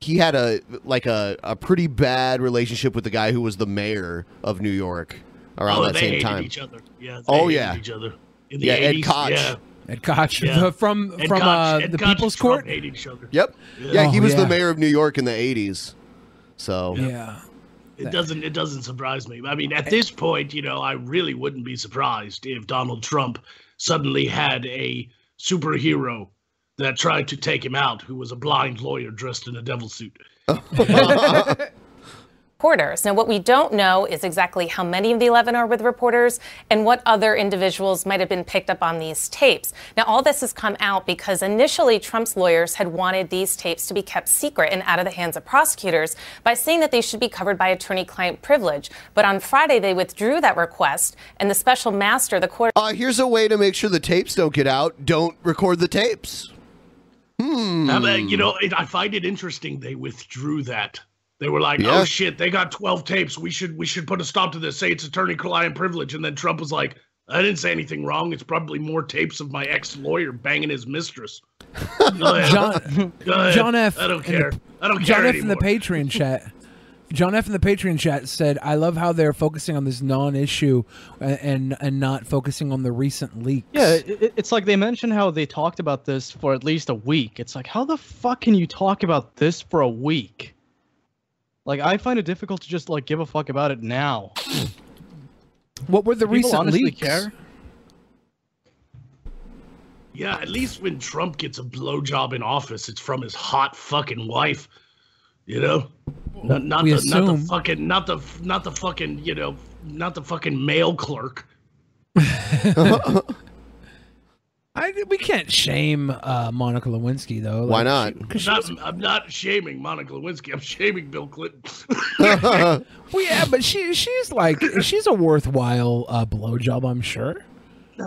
Speaker 1: he had a like a, a pretty bad relationship with the guy who was the mayor of New York around
Speaker 11: oh,
Speaker 1: that
Speaker 11: they
Speaker 1: same
Speaker 11: hated
Speaker 1: time.
Speaker 11: each other. Yeah. they
Speaker 1: Oh,
Speaker 11: hated
Speaker 1: yeah.
Speaker 11: Each other. In the
Speaker 1: Yeah, Ed
Speaker 11: 80s,
Speaker 1: Koch.
Speaker 11: Yeah.
Speaker 2: Ed Koch
Speaker 11: Yeah.
Speaker 2: the- from
Speaker 11: Ed
Speaker 2: from
Speaker 11: Koch-
Speaker 2: uh,
Speaker 11: Ed
Speaker 2: the
Speaker 11: Koch and
Speaker 2: People's
Speaker 11: Trump
Speaker 2: Court.
Speaker 11: hate each other.
Speaker 1: Yep.
Speaker 11: Yeah.
Speaker 1: Yeah, he
Speaker 2: Oh,
Speaker 1: was
Speaker 2: yeah.
Speaker 1: the mayor of New York in the '80s. So
Speaker 2: yeah.
Speaker 11: It doesn't. It doesn't surprise me. I mean, at this point, you know, I really wouldn't be surprised if Donald Trump suddenly had a superhero that tried to take him out, who was a blind lawyer dressed in a devil suit.
Speaker 18: reporters. Now, what we don't know is exactly how many of the 11 are with reporters and what other individuals might have been picked up on these tapes. Now, all this has come out because initially Trump's lawyers had wanted these tapes to be kept secret and out of the hands of prosecutors by saying that they should be covered by attorney client privilege. But on Friday, they withdrew that request, and the special master, the court.
Speaker 1: Uh, here's a way to make sure the tapes don't get out. Don't record the tapes. Hmm.
Speaker 11: Um, uh, you know, it, I find it interesting they withdrew that. They were like,
Speaker 1: Yeah.
Speaker 11: "Oh shit, they got 12 tapes. We should we should put a stop to this. Say it's attorney-client privilege." And then Trump was like, "I didn't say anything wrong. It's probably more tapes of my ex-lawyer banging his mistress." Go ahead.
Speaker 2: John,
Speaker 11: Go ahead.
Speaker 2: John F.
Speaker 11: I don't
Speaker 2: in the-
Speaker 11: care. I don't
Speaker 2: John
Speaker 11: care
Speaker 2: F. in the Patreon chat. John F. in the Patreon chat said, "I love how they're focusing on this non-issue a- and and not focusing on the recent leak."
Speaker 9: Yeah, it, it- it's like they mentioned how they talked about this for at least a week. It's like, how the fuck can you talk about this for a week? Like, I find it difficult to just like give a fuck about it now.
Speaker 2: What were the
Speaker 9: People
Speaker 2: recent
Speaker 9: honestly
Speaker 2: leaks?
Speaker 9: care?
Speaker 11: Yeah, at least when Trump gets a blowjob in office, it's from his hot fucking wife. You know, not not
Speaker 2: We
Speaker 11: the not
Speaker 2: assume.
Speaker 11: the fucking not the not the fucking you know not the fucking mail clerk.
Speaker 2: I, we can't shame uh, Monica Lewinsky though. Like, she-
Speaker 11: I'm not, I'm not shaming Monica Lewinsky. I'm shaming Bill Clinton.
Speaker 2: well, yeah, but she she's like she's a worthwhile uh, blowjob, I'm sure.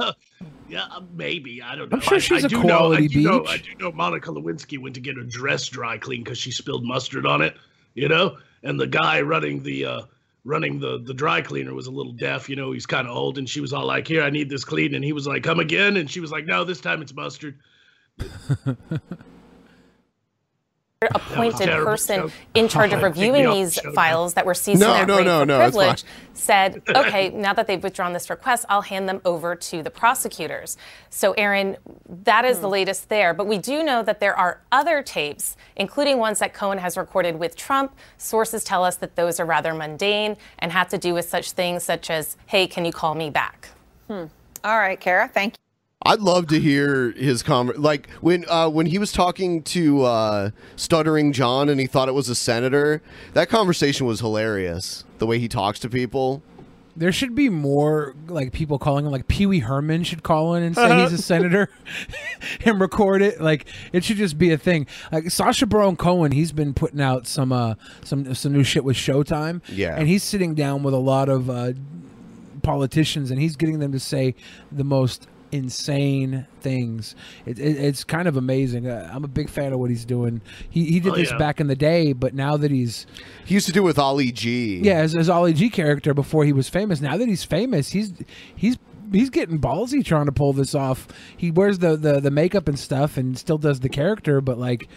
Speaker 11: yeah, uh, maybe I don't know.
Speaker 2: I'm sure
Speaker 11: I-
Speaker 2: she's
Speaker 11: I
Speaker 2: a
Speaker 11: do
Speaker 2: quality
Speaker 11: know, I do Know, I
Speaker 2: beach.
Speaker 11: do know Monica Lewinsky went to get her dress dry cleaned because she spilled mustard on it. You know, and the guy running the uh, running the the dry cleaner was a little deaf. You know, he's kind of old, and she was all like, "Here, I need this clean," and he was like, "Come again," and she was like, "No, this time it's mustard."
Speaker 18: appointed
Speaker 11: Terrible
Speaker 18: person
Speaker 11: joke.
Speaker 18: in charge of
Speaker 11: Take me
Speaker 18: reviewing
Speaker 11: off
Speaker 18: these
Speaker 11: the show.
Speaker 18: files that were seized
Speaker 11: No,
Speaker 18: in that
Speaker 11: no,
Speaker 18: raid
Speaker 11: no,
Speaker 18: for
Speaker 11: no, it's
Speaker 18: privilege
Speaker 11: fine.
Speaker 18: said, okay, now that they've withdrawn this request, I'll hand them over to the prosecutors. So, Aaron, that is the
Speaker 11: Hmm.
Speaker 18: latest there. But we do know that there are other tapes, including ones that Cohen has recorded with Trump. Sources tell us that those are rather mundane and have to do with such things such as, hey, can you call me back?
Speaker 17: Hmm. All right, Kara, thank
Speaker 1: I'd love to hear his conver Like when uh, when he was talking to uh, Stuttering John and he thought it was a senator. That conversation was hilarious. The way he talks to people.
Speaker 2: There should be more like people calling him like Pee Wee Herman should call in and say he's a senator and record it. Like it should just be a thing. Like Sasha Baron Cohen, he's been putting out some uh some some new shit with Showtime.
Speaker 1: Yeah.
Speaker 2: And he's sitting down with a lot of uh politicians and he's getting them to say the most insane things it, it, it's kind of amazing uh, i'm a big fan of what he's doing he, he did
Speaker 1: Oh,
Speaker 2: this
Speaker 1: yeah.
Speaker 2: back in the day but now that he's
Speaker 1: He used to do it with Ali G.
Speaker 2: yeah, as, as Ollie G character before he was famous. Now that he's famous, he's he's he's getting ballsy trying to pull this off. He wears the the, the makeup and stuff and still does the character, but like,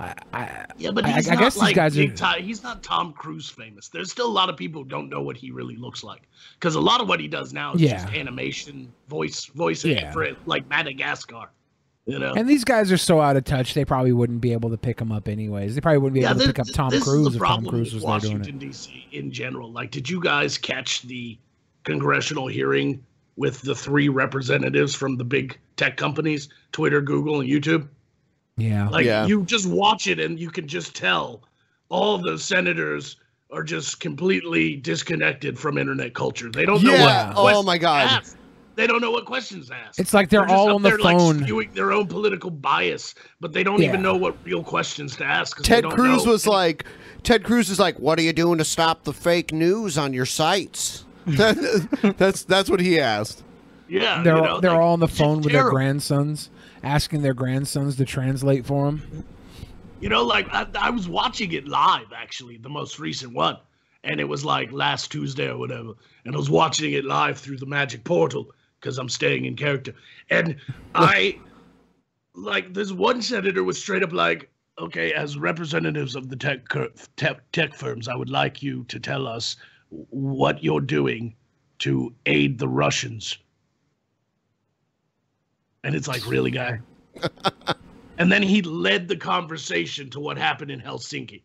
Speaker 2: I, I
Speaker 11: Yeah, but
Speaker 2: I,
Speaker 11: he's
Speaker 2: I
Speaker 11: not
Speaker 2: guess
Speaker 11: like
Speaker 2: these guys are.
Speaker 11: big ti- he's not Tom Cruise famous. There's still a lot of people who don't know what he really looks like because a lot of what he does now is just
Speaker 2: Yeah.
Speaker 11: animation, voice, voice
Speaker 2: Yeah.
Speaker 11: for it, like Madagascar. You know,
Speaker 2: And these guys are so out of touch; they probably wouldn't be able to pick him up anyways. They probably wouldn't be
Speaker 11: Yeah,
Speaker 2: able to
Speaker 11: this-
Speaker 2: pick up Tom
Speaker 11: this is the
Speaker 2: Cruise if Tom
Speaker 11: problem
Speaker 2: Cruise
Speaker 11: with
Speaker 2: was there doing it.
Speaker 11: Washington D.C. in general. Like, did you guys catch the congressional hearing with the three representatives from the big tech companies, Twitter, Google, and YouTube?
Speaker 2: Oh, Yeah,
Speaker 11: Like you just watch it and you can just tell all of those senators are just completely disconnected from internet culture. They don't know
Speaker 1: Yeah,
Speaker 11: what
Speaker 1: oh
Speaker 11: questions
Speaker 1: my
Speaker 11: to
Speaker 1: God.
Speaker 11: ask. They don't know what questions to ask.
Speaker 2: It's like they're
Speaker 11: just
Speaker 2: all
Speaker 11: up
Speaker 2: on the
Speaker 11: there,
Speaker 2: phone.
Speaker 11: like spewing their own political bias, but they don't
Speaker 1: Yeah.
Speaker 11: even know what real questions to ask. 'cause they
Speaker 1: Ted
Speaker 11: don't
Speaker 1: Cruz
Speaker 11: know.
Speaker 1: was like, Ted Cruz is like, what are you doing to stop the fake news on your sites? That- that's that's what he asked.
Speaker 11: Yeah,
Speaker 2: they're they're all on the phone with their
Speaker 11: terrible.
Speaker 2: grandsons, asking their grandsons to translate for them.
Speaker 11: You know, like I, I was watching it live, actually, the most recent one, and it was like last Tuesday or whatever. And I was watching it live through the magic portal because I'm staying in character. And I, like, this one senator was straight up like, Okay, as representatives of the tech, cur- tech tech firms, I would like you to tell us what you're doing to aid the Russians. And it's like, really, guy? and then he led the conversation to what happened in Helsinki.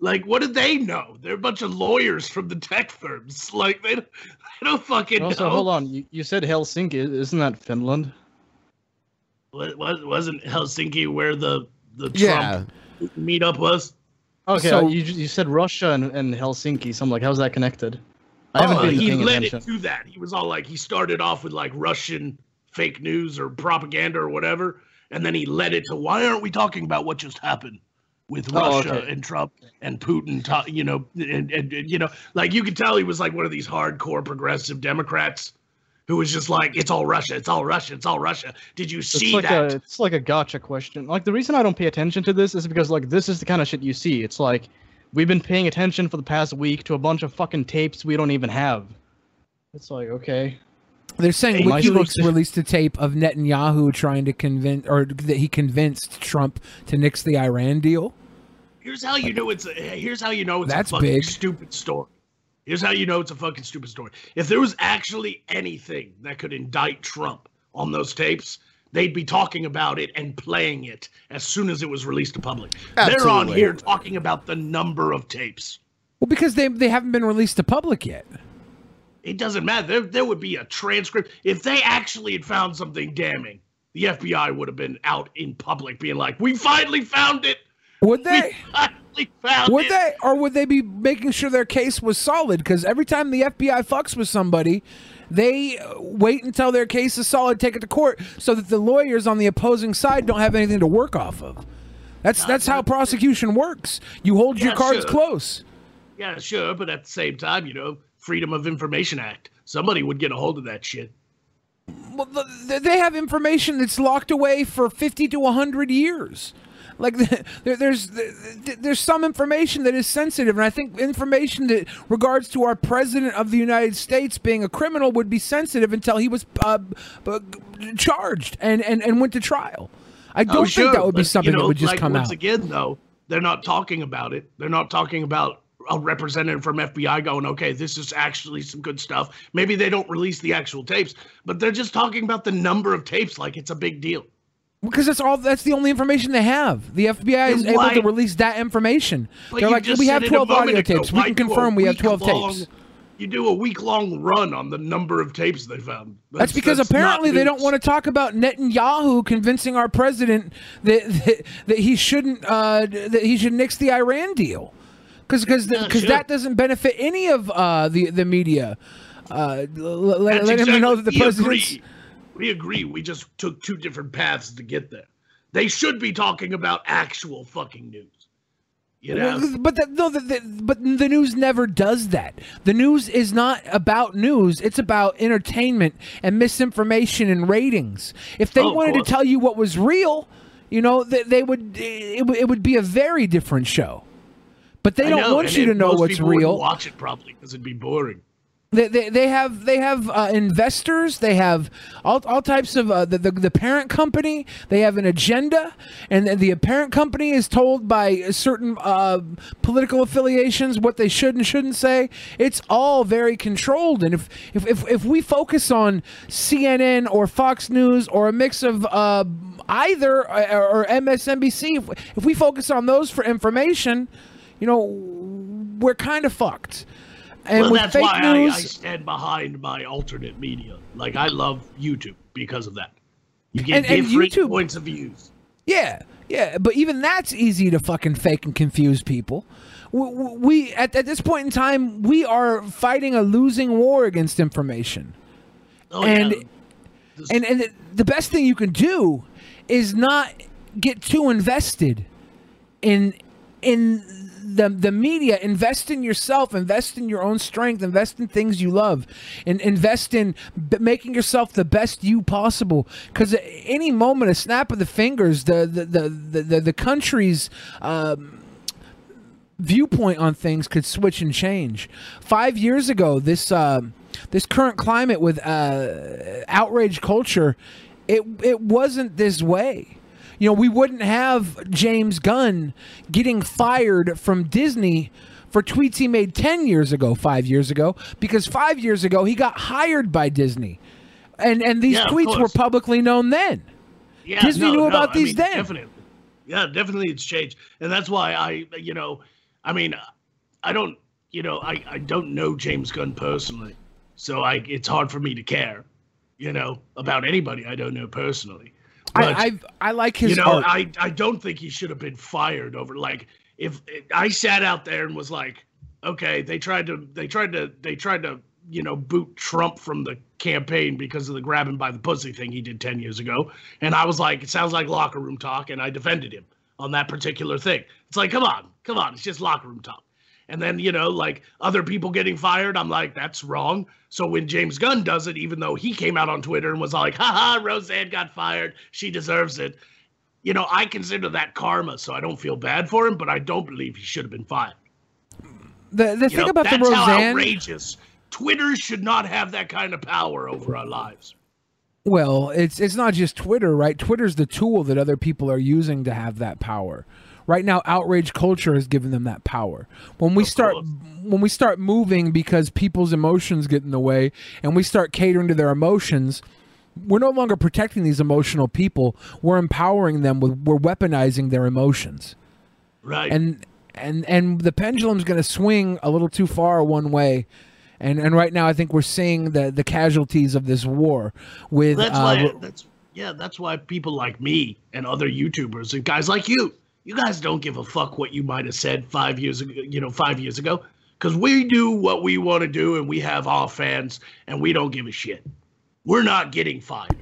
Speaker 11: Like, what do they know? They're a bunch of lawyers from the tech firms. Like, they don't, they don't fucking
Speaker 9: Also,
Speaker 11: know.
Speaker 9: hold on. You, you said Helsinki. Isn't that Finland?
Speaker 11: Wa- wa- Wasn't Helsinki where the, the
Speaker 9: Yeah.
Speaker 11: Trump meetup was?
Speaker 9: Okay,
Speaker 11: So-
Speaker 9: you, you said Russia and, and Helsinki. So I'm like, how's that connected? I haven't
Speaker 11: Oh,
Speaker 9: been
Speaker 11: he
Speaker 9: paying
Speaker 11: led
Speaker 9: attention.
Speaker 11: it to that. He was all like, he started off with like Russian fake news or propaganda or whatever, and then he led it to why aren't we talking about what just happened with
Speaker 9: Oh,
Speaker 11: Russia
Speaker 9: okay.
Speaker 11: and Trump and Putin? To, you know, and, and, and, you know, like you could tell he was like one of these hardcore progressive Democrats who was just like, it's all Russia, it's all Russia, it's all Russia. Did you
Speaker 9: It's
Speaker 11: see
Speaker 9: like
Speaker 11: that?
Speaker 9: a it's like a gotcha question. Like the reason I don't pay attention to this is because like this is the kind of shit you see. It's like we've been paying attention for the past week to a bunch of fucking tapes we don't even have. It's like okay,
Speaker 2: They're saying
Speaker 9: Hey,
Speaker 2: WikiLeaks
Speaker 9: Mike-
Speaker 2: released a tape of Netanyahu trying to convince, or that he convinced Trump to nix the Iran deal.
Speaker 11: Here's how you know it's a here's how you know it's
Speaker 2: That's
Speaker 11: a fucking
Speaker 2: big.
Speaker 11: stupid story. Here's how you know it's a fucking stupid story. If there was actually anything that could indict Trump on those tapes, they'd be talking about it and playing it as soon as it was released to public. They're on
Speaker 2: Absolutely.
Speaker 11: here talking about the number of tapes.
Speaker 2: Well, because they they haven't been released to public yet.
Speaker 11: It doesn't matter. There, there would be a transcript. If they actually had found something damning, the FBI would have been out in public being like, We finally found it.
Speaker 2: Would they?
Speaker 11: We found
Speaker 2: Would
Speaker 11: it.
Speaker 2: they, or would they be making sure their case was solid? Because every time the FBI fucks with somebody, they uh, wait until their case is solid, take it to court, so that the lawyers on the opposing side don't have anything to work off of. That's that's how prosecution works. You hold your
Speaker 11: Yeah,
Speaker 2: cards
Speaker 11: sure.
Speaker 2: close.
Speaker 11: Yeah, sure, but at the same time, you know, Freedom of Information Act. Somebody would get a hold of that shit.
Speaker 2: Well, th- th- they have information that's locked away for 50 to 100 years. Like there, there's there- there's some information that is sensitive, and I think information that regards to our president of the United States being a criminal would be sensitive until he was uh, uh, charged and, and, and went to trial. I don't
Speaker 11: Oh,
Speaker 2: think
Speaker 11: sure,
Speaker 2: that would be
Speaker 11: but,
Speaker 2: something
Speaker 11: you know,
Speaker 2: that would just
Speaker 11: like,
Speaker 2: come
Speaker 11: once
Speaker 2: out.
Speaker 11: again, though, they're not talking about it. They're not talking about a representative from FBI going, okay, this is actually some good stuff. Maybe they don't release the actual tapes, but they're just talking about the number of tapes like it's a big deal.
Speaker 2: because that's all that's the only information they have. The FBI is
Speaker 11: Then why-
Speaker 2: able to release that information.
Speaker 11: But
Speaker 2: They're
Speaker 11: you
Speaker 2: like,
Speaker 11: just
Speaker 2: we
Speaker 11: said
Speaker 2: have
Speaker 11: it a
Speaker 2: 12
Speaker 11: moment
Speaker 2: audio
Speaker 11: ago.
Speaker 2: tapes.
Speaker 11: Why
Speaker 2: We can
Speaker 11: do a
Speaker 2: confirm we have 12
Speaker 11: week-long-
Speaker 2: tapes.
Speaker 11: You do a week long run on the number of tapes they found.
Speaker 2: That's, because
Speaker 11: not
Speaker 2: apparently they
Speaker 11: news.
Speaker 2: don't want to talk about Netanyahu convincing our president that that, that he shouldn't uh, that he should nix the Iran deal, because because
Speaker 11: Yeah, sure.
Speaker 2: that doesn't benefit any of uh, the the media. Uh, l- l- let,
Speaker 11: That's
Speaker 2: let him know that the
Speaker 11: exactly- we
Speaker 2: president's
Speaker 11: agree. We agree. We just took two different paths to get there. They should be talking about actual fucking news. You know?
Speaker 2: Well, But the, no, the, the, but the news never does that. The news is not about news; it's about entertainment and misinformation and ratings. If they
Speaker 11: Oh, of
Speaker 2: wanted to
Speaker 11: course.
Speaker 2: tell you what was real, you know, they, they would. It, would- it would be a very different show. But they
Speaker 11: I
Speaker 2: don't
Speaker 11: know,
Speaker 2: want
Speaker 11: and
Speaker 2: you to
Speaker 11: it-
Speaker 2: know
Speaker 11: most
Speaker 2: what's
Speaker 11: people wouldn't
Speaker 2: real.
Speaker 11: Watch it probably because it'd be boring.
Speaker 2: They, they, they have they have uh, investors. They have all, all types of uh, the, the the parent company. They have an agenda, and the, the parent company is told by certain uh, political affiliations what they should and shouldn't say. It's all very controlled. And if if if, if we focus on CNN or Fox News or a mix of uh, either uh, or, or MSNBC, if, if we focus on those for information, you know, we're kind of fucked. And
Speaker 11: well,
Speaker 2: with
Speaker 11: that's
Speaker 2: fake
Speaker 11: why I, I
Speaker 2: news,
Speaker 11: stand behind my alternate media. Like I love YouTube because of that. You
Speaker 2: And-
Speaker 11: get
Speaker 2: and
Speaker 11: different
Speaker 2: YouTube-
Speaker 11: points of views.
Speaker 2: yeah, yeah, but even that's easy to fucking fake and confuse people. We, we at, at this point in time, we are fighting a losing war against information,
Speaker 11: Oh,
Speaker 2: and,
Speaker 11: yeah.
Speaker 2: and and the best thing you can do is not get too invested in in the the media invest in yourself invest in your own strength invest in things you love and invest in b- making yourself the best you possible because at any moment a snap of the fingers the the the the, the, the country's um, viewpoint on things could switch and change. Five years ago, this um this current climate with uh, outrage culture, it it wasn't this way. You know, we wouldn't have James Gunn getting fired from Disney for tweets he made 10 years ago, 5 years ago, because 5 years ago he got hired by Disney. And and these
Speaker 11: Yeah, of
Speaker 2: tweets were
Speaker 11: course.
Speaker 2: publicly known then.
Speaker 11: Yeah,
Speaker 2: Disney
Speaker 11: no,
Speaker 2: knew
Speaker 11: no,
Speaker 2: about
Speaker 11: I
Speaker 2: these
Speaker 11: mean,
Speaker 2: then.
Speaker 11: Definitely. Yeah, definitely it's changed. And that's why I, you know, I mean, I don't, you know, I, I don't know James Gunn personally. So I, it's hard for me to care, you know, about anybody I don't know personally. But,
Speaker 2: I, I I like his
Speaker 11: you know,
Speaker 2: art.
Speaker 11: I, I don't think he should have been fired over like if I sat out there and was like, okay, they tried to they tried to they tried to you know boot Trump from the campaign because of the grabbing by the pussy thing he did ten years ago, and I was like, it sounds like locker room talk, and I defended him on that particular thing. It's like, come on, come on, it's just locker room talk. And then, you know, like other people getting fired, I'm like, that's wrong. So when James Gunn does it, even though he came out on Twitter and was like, haha, Roseanne got fired. She deserves it. You know, I consider that karma, so I don't feel bad for him, but I don't believe he should have been fired.
Speaker 2: The the
Speaker 11: You
Speaker 2: thing
Speaker 11: know,
Speaker 2: about the
Speaker 11: that's how
Speaker 2: Roseanne
Speaker 11: outrageous. Twitter should not have that kind of power over our lives.
Speaker 2: Well, it's it's not just Twitter, right? Twitter's the tool that other people are using to have that power. Right now, outrage culture has given them that power. When we start when we start moving because people's emotions get in the way and we start catering to their emotions, we're no longer protecting these emotional people. We're empowering them with we're weaponizing their emotions.
Speaker 11: Right.
Speaker 2: And and and the pendulum's going to swing a little too far one way. And and right now I think we're seeing the the casualties of this war with
Speaker 11: That's
Speaker 2: uh,
Speaker 11: why.
Speaker 2: Ro-
Speaker 11: That's yeah. That's why people like me and other YouTubers and guys like you, you guys don't give a fuck what you might have said five years ago. You know, five years ago, because we do what we want to do and we have our fans and we don't give a shit. We're not getting fired.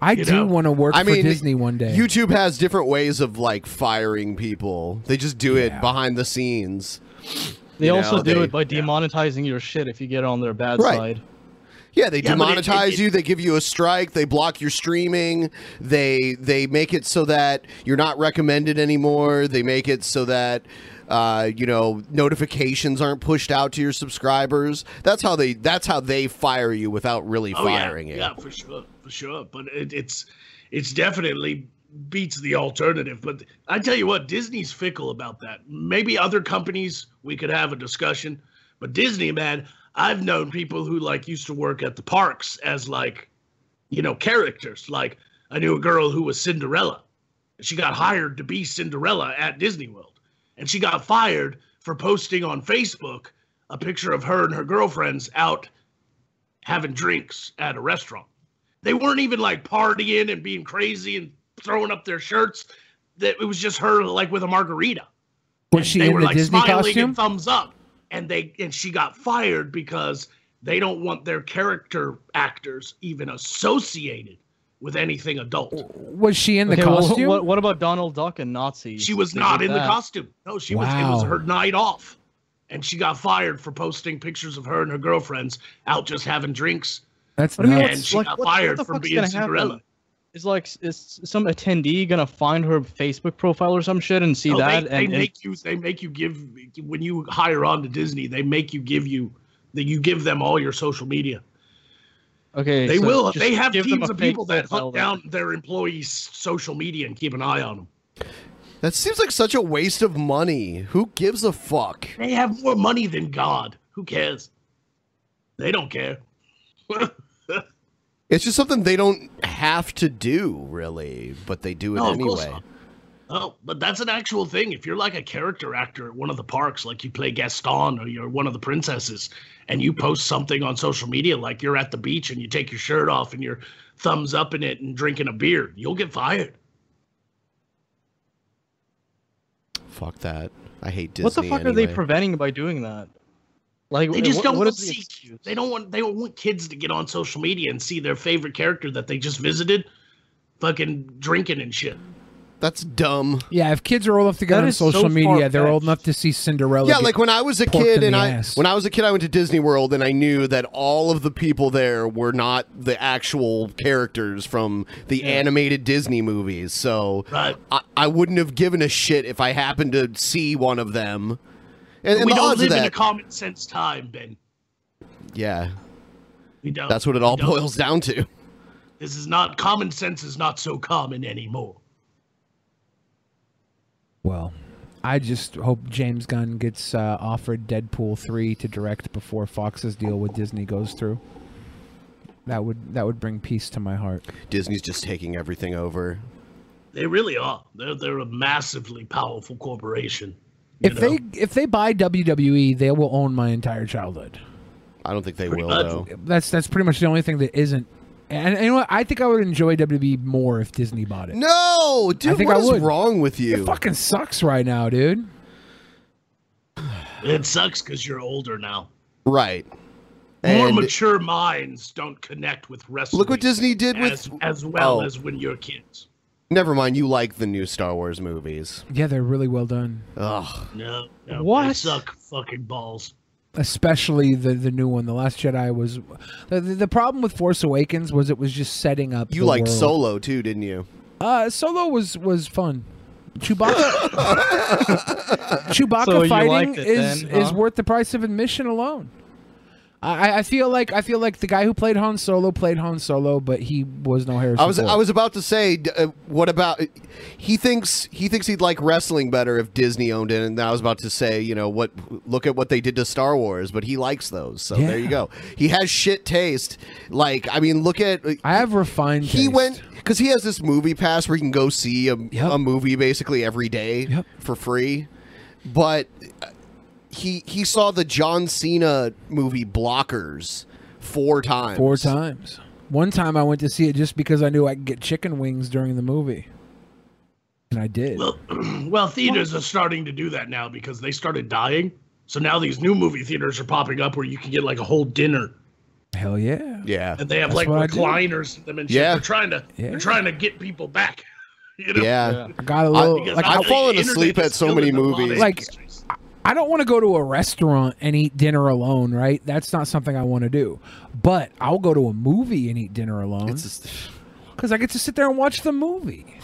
Speaker 2: I
Speaker 11: you
Speaker 2: do
Speaker 11: know?
Speaker 2: want to work
Speaker 11: I
Speaker 2: for
Speaker 11: mean,
Speaker 2: Disney one day.
Speaker 1: YouTube has different ways of like firing people. They just do it behind the scenes.
Speaker 9: They
Speaker 1: You
Speaker 9: also
Speaker 1: know,
Speaker 9: do
Speaker 1: they-
Speaker 9: it by demonetizing your shit if you get on their bad
Speaker 1: Right.
Speaker 9: side.
Speaker 1: Yeah, they
Speaker 9: Yeah, but it-
Speaker 1: demonetize
Speaker 9: it-
Speaker 1: you. They give you a strike. They block your streaming. They they make it so that you're not recommended anymore. They make it so that uh, you know notifications aren't pushed out to your subscribers. That's how they that's how they fire you without really firing
Speaker 11: Oh, yeah,
Speaker 1: you.
Speaker 11: Yeah, for sure, for sure. But it, it's it's definitely beats the alternative. But I tell you what, Disney's fickle about that. Maybe other companies we could have a discussion, but Disney, man, I've known people who like used to work at the parks as like, you know, characters. Like I knew a girl who was Cinderella. She got hired to be Cinderella at Disney World, and she got fired for posting on Facebook a picture of her and her girlfriends out having drinks at a restaurant. They weren't even like partying and being crazy and throwing up their shirts. That it was just her like with a margarita.
Speaker 2: Was she
Speaker 11: they
Speaker 2: in
Speaker 11: were
Speaker 2: the
Speaker 11: like
Speaker 2: Disney
Speaker 11: smiling
Speaker 2: costume?
Speaker 11: and thumbs up. And they and she got fired because they don't want their character actors even associated with anything adult.
Speaker 2: Was she in the
Speaker 9: Okay, well,
Speaker 2: costume?
Speaker 9: what, what about Donald Duck and Nazis?
Speaker 11: She was
Speaker 9: They
Speaker 11: not
Speaker 9: did
Speaker 11: in the
Speaker 9: that.
Speaker 11: costume. No, she was. It was
Speaker 9: Wow.
Speaker 11: her night off, and she got fired for posting pictures of her and her girlfriends out just having drinks.
Speaker 2: That's
Speaker 9: But I mean,
Speaker 11: and
Speaker 9: what's-
Speaker 11: she
Speaker 9: like,
Speaker 11: got
Speaker 9: what- what
Speaker 11: fired
Speaker 9: the
Speaker 11: for
Speaker 9: fuck's
Speaker 11: being
Speaker 9: gonna happen?
Speaker 11: Cinderella.
Speaker 9: Is like s- is some attendee gonna find her Facebook profile or some shit and see
Speaker 11: No, they-
Speaker 9: that?
Speaker 11: they,
Speaker 9: and, and-
Speaker 11: make you. They make you give when you hire on to Disney. They make you give you that you give them all your social media.
Speaker 9: okay,
Speaker 11: they
Speaker 9: so
Speaker 11: will.
Speaker 9: just
Speaker 11: They have
Speaker 9: give them
Speaker 11: teams
Speaker 9: a
Speaker 11: of
Speaker 9: fake
Speaker 11: people that
Speaker 9: profile
Speaker 11: hunt down their employees' social media and keep an eye on them.
Speaker 1: That seems like such a waste of money. Who gives a fuck?
Speaker 11: They have more money than God. Who cares? They don't care.
Speaker 1: It's just something they don't have to do, really, but they do it
Speaker 11: No, of course
Speaker 1: anyway.
Speaker 11: not. Oh, but that's an actual thing. If you're like a character actor at one of the parks, like you play Gaston or you're one of the princesses, and you post something on social media, like you're at the beach and you take your shirt off and you're thumbs up in it and drinking a beer, you'll get fired.
Speaker 1: Fuck that. I hate Disney.
Speaker 9: What the fuck are they
Speaker 1: anyway.
Speaker 9: preventing by doing that? Like
Speaker 11: They just
Speaker 9: what-
Speaker 11: don't
Speaker 9: what
Speaker 11: want
Speaker 9: is the
Speaker 11: see. They don't want. They don't want kids to get on social media and see their favorite character that they just visited, fucking drinking and shit.
Speaker 1: That's dumb.
Speaker 2: yeah, if kids are old enough to get
Speaker 1: That
Speaker 2: on
Speaker 1: is so
Speaker 2: social media, they're
Speaker 1: far-fetched.
Speaker 2: old enough to see Cinderella.
Speaker 1: yeah,
Speaker 2: get
Speaker 1: like when I was a
Speaker 2: porked in
Speaker 1: kid,
Speaker 2: the
Speaker 1: and I
Speaker 2: ass.
Speaker 1: when I was a kid, I went to Disney World, and I knew that all of the people there were not the actual characters from the animated Disney movies. So I, I wouldn't have given a shit if I happened to see one of them. And, and
Speaker 11: we
Speaker 1: the
Speaker 11: don't
Speaker 1: odds of
Speaker 11: live in a
Speaker 1: that,
Speaker 11: common sense time, Ben.
Speaker 1: yeah,
Speaker 11: We don't.
Speaker 1: that's what it
Speaker 11: We
Speaker 1: all
Speaker 11: don't.
Speaker 1: boils down to.
Speaker 11: This is not common sense. Is not so common anymore.
Speaker 2: Well, I just hope James Gunn gets uh, offered Deadpool three to direct before Fox's deal with Disney goes through. That would that would bring peace to my heart.
Speaker 1: Disney's just taking everything over.
Speaker 11: They really are. They're they're a massively powerful corporation.
Speaker 2: If they if they buy WWE, they will own my entire childhood.
Speaker 1: I don't think they will
Speaker 11: much.
Speaker 1: though.
Speaker 2: That's that's pretty much the only thing that isn't. And, and you know what? I think I would enjoy WWE more if Disney bought it.
Speaker 1: No, dude,
Speaker 2: I think
Speaker 1: what
Speaker 2: I
Speaker 1: is
Speaker 2: would.
Speaker 1: wrong with you?
Speaker 2: It fucking sucks right now, dude.
Speaker 11: It sucks because you're older now.
Speaker 1: Right.
Speaker 11: More
Speaker 1: And-
Speaker 11: mature minds don't connect with wrestling.
Speaker 1: Look what Disney did with-
Speaker 11: as, as well
Speaker 1: Oh.
Speaker 11: as when you're kids.
Speaker 1: Never mind. You like the new Star Wars movies.
Speaker 2: Yeah, they're really well done.
Speaker 1: Ugh.
Speaker 11: No, no they
Speaker 2: What?
Speaker 11: suck fucking balls.
Speaker 2: Especially the the new one, the Last Jedi was. The, the, the problem with Force Awakens was it was just setting up.
Speaker 1: You
Speaker 2: the
Speaker 1: liked
Speaker 2: world.
Speaker 1: Solo too, didn't you?
Speaker 2: Uh, Solo was was fun. Chewbacca. Chewbacca
Speaker 9: So you
Speaker 2: fighting
Speaker 9: liked it
Speaker 2: is
Speaker 9: then, huh?
Speaker 2: is worth the price of admission alone. I, I- I feel like I feel like the guy who played Han Solo played Han Solo, but he was no Harrison.
Speaker 1: I was
Speaker 2: Ford.
Speaker 1: I was about to say, d- uh, what about? He thinks he thinks he'd like wrestling better if Disney owned it, and I was about to say, you know what? Look at what they did to Star Wars, but he likes those. So there you go. He has shit taste. Like I mean, look at. uh,
Speaker 2: I have refined.
Speaker 1: He went because he has this movie pass where he can go see a, a movie basically every day for free, but uh, he he saw the John Cena movie Blockers four times.
Speaker 2: four times. One time I went to see it just because I knew I could get chicken wings during the movie, and I did.
Speaker 11: well, theaters are starting to do that now because they started dying. So now these new movie theaters are popping up where you can get like a whole dinner,
Speaker 2: Hell yeah!
Speaker 1: Yeah,
Speaker 11: and they have
Speaker 2: That's
Speaker 11: like
Speaker 2: what I do.
Speaker 11: recliners in them and shit.
Speaker 2: Yeah.
Speaker 11: They're trying to
Speaker 2: Yeah.
Speaker 11: they're trying to get people back. You know?
Speaker 1: Yeah.
Speaker 2: I got a
Speaker 1: I-
Speaker 2: little.
Speaker 1: because
Speaker 2: like,
Speaker 1: I've
Speaker 2: I-
Speaker 1: fallen asleep at so many movies.
Speaker 2: Like, I- I don't want to go to a restaurant and eat dinner alone, right? That's not something I want to do. But I'll go to a movie and eat dinner alone because I get to sit there and watch the movie.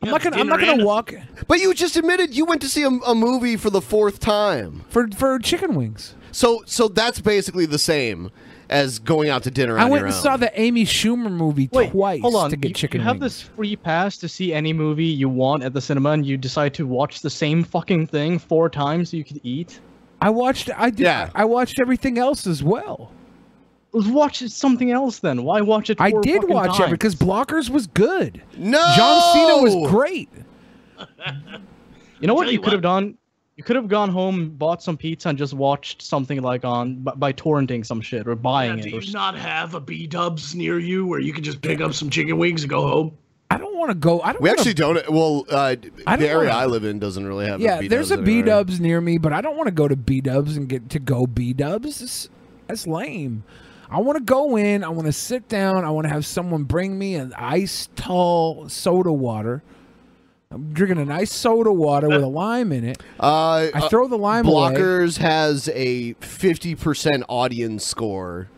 Speaker 2: I'm not gonna. I'm not gonna walk
Speaker 1: But you just admitted you went to see a, a movie for the fourth time
Speaker 2: for for chicken wings.
Speaker 1: So so that's basically the same as going out to dinner.
Speaker 2: I
Speaker 1: on
Speaker 2: went
Speaker 1: your
Speaker 2: and
Speaker 1: own.
Speaker 2: saw the Amy Schumer movie twice
Speaker 9: Hold on.
Speaker 2: to get
Speaker 9: you,
Speaker 2: chicken
Speaker 9: you have
Speaker 2: wings.
Speaker 9: this free pass to see any movie you want at the cinema, and you decide to watch the same fucking thing four times so you could eat.
Speaker 2: I watched. I did. I watched everything else as well.
Speaker 9: Watch something else then. Why watch it?
Speaker 2: I
Speaker 9: four
Speaker 2: did
Speaker 9: fucking
Speaker 2: watch it
Speaker 9: times?
Speaker 2: because Blockers was good.
Speaker 1: No,
Speaker 2: John Cena was great.
Speaker 9: You know what you could have done? You could have gone home, bought some pizza, and just watched something like on by, by torrenting some shit or
Speaker 11: Yeah,
Speaker 9: buying
Speaker 11: do
Speaker 9: it. Or
Speaker 11: you not have a B Dubs near you where you can just pick up some chicken wings and go home?
Speaker 2: I don't want to go. I don't.
Speaker 1: We
Speaker 2: wanna-
Speaker 1: actually don't. Well, uh,
Speaker 2: I don't
Speaker 1: the
Speaker 2: wanna-
Speaker 1: area I live in doesn't really have.
Speaker 2: Yeah,
Speaker 1: a
Speaker 2: there's a B
Speaker 1: B-dubs
Speaker 2: Dubs near me, but I don't want to go to B Dubs and get to go B Dubs. That's- That's lame. I want to go in. I want to sit down. I want to have someone bring me an ice tall soda water. I'm drinking an ice soda water with a lime in it.
Speaker 1: Uh,
Speaker 2: I throw the lime away.
Speaker 1: Blockers has a fifty percent audience score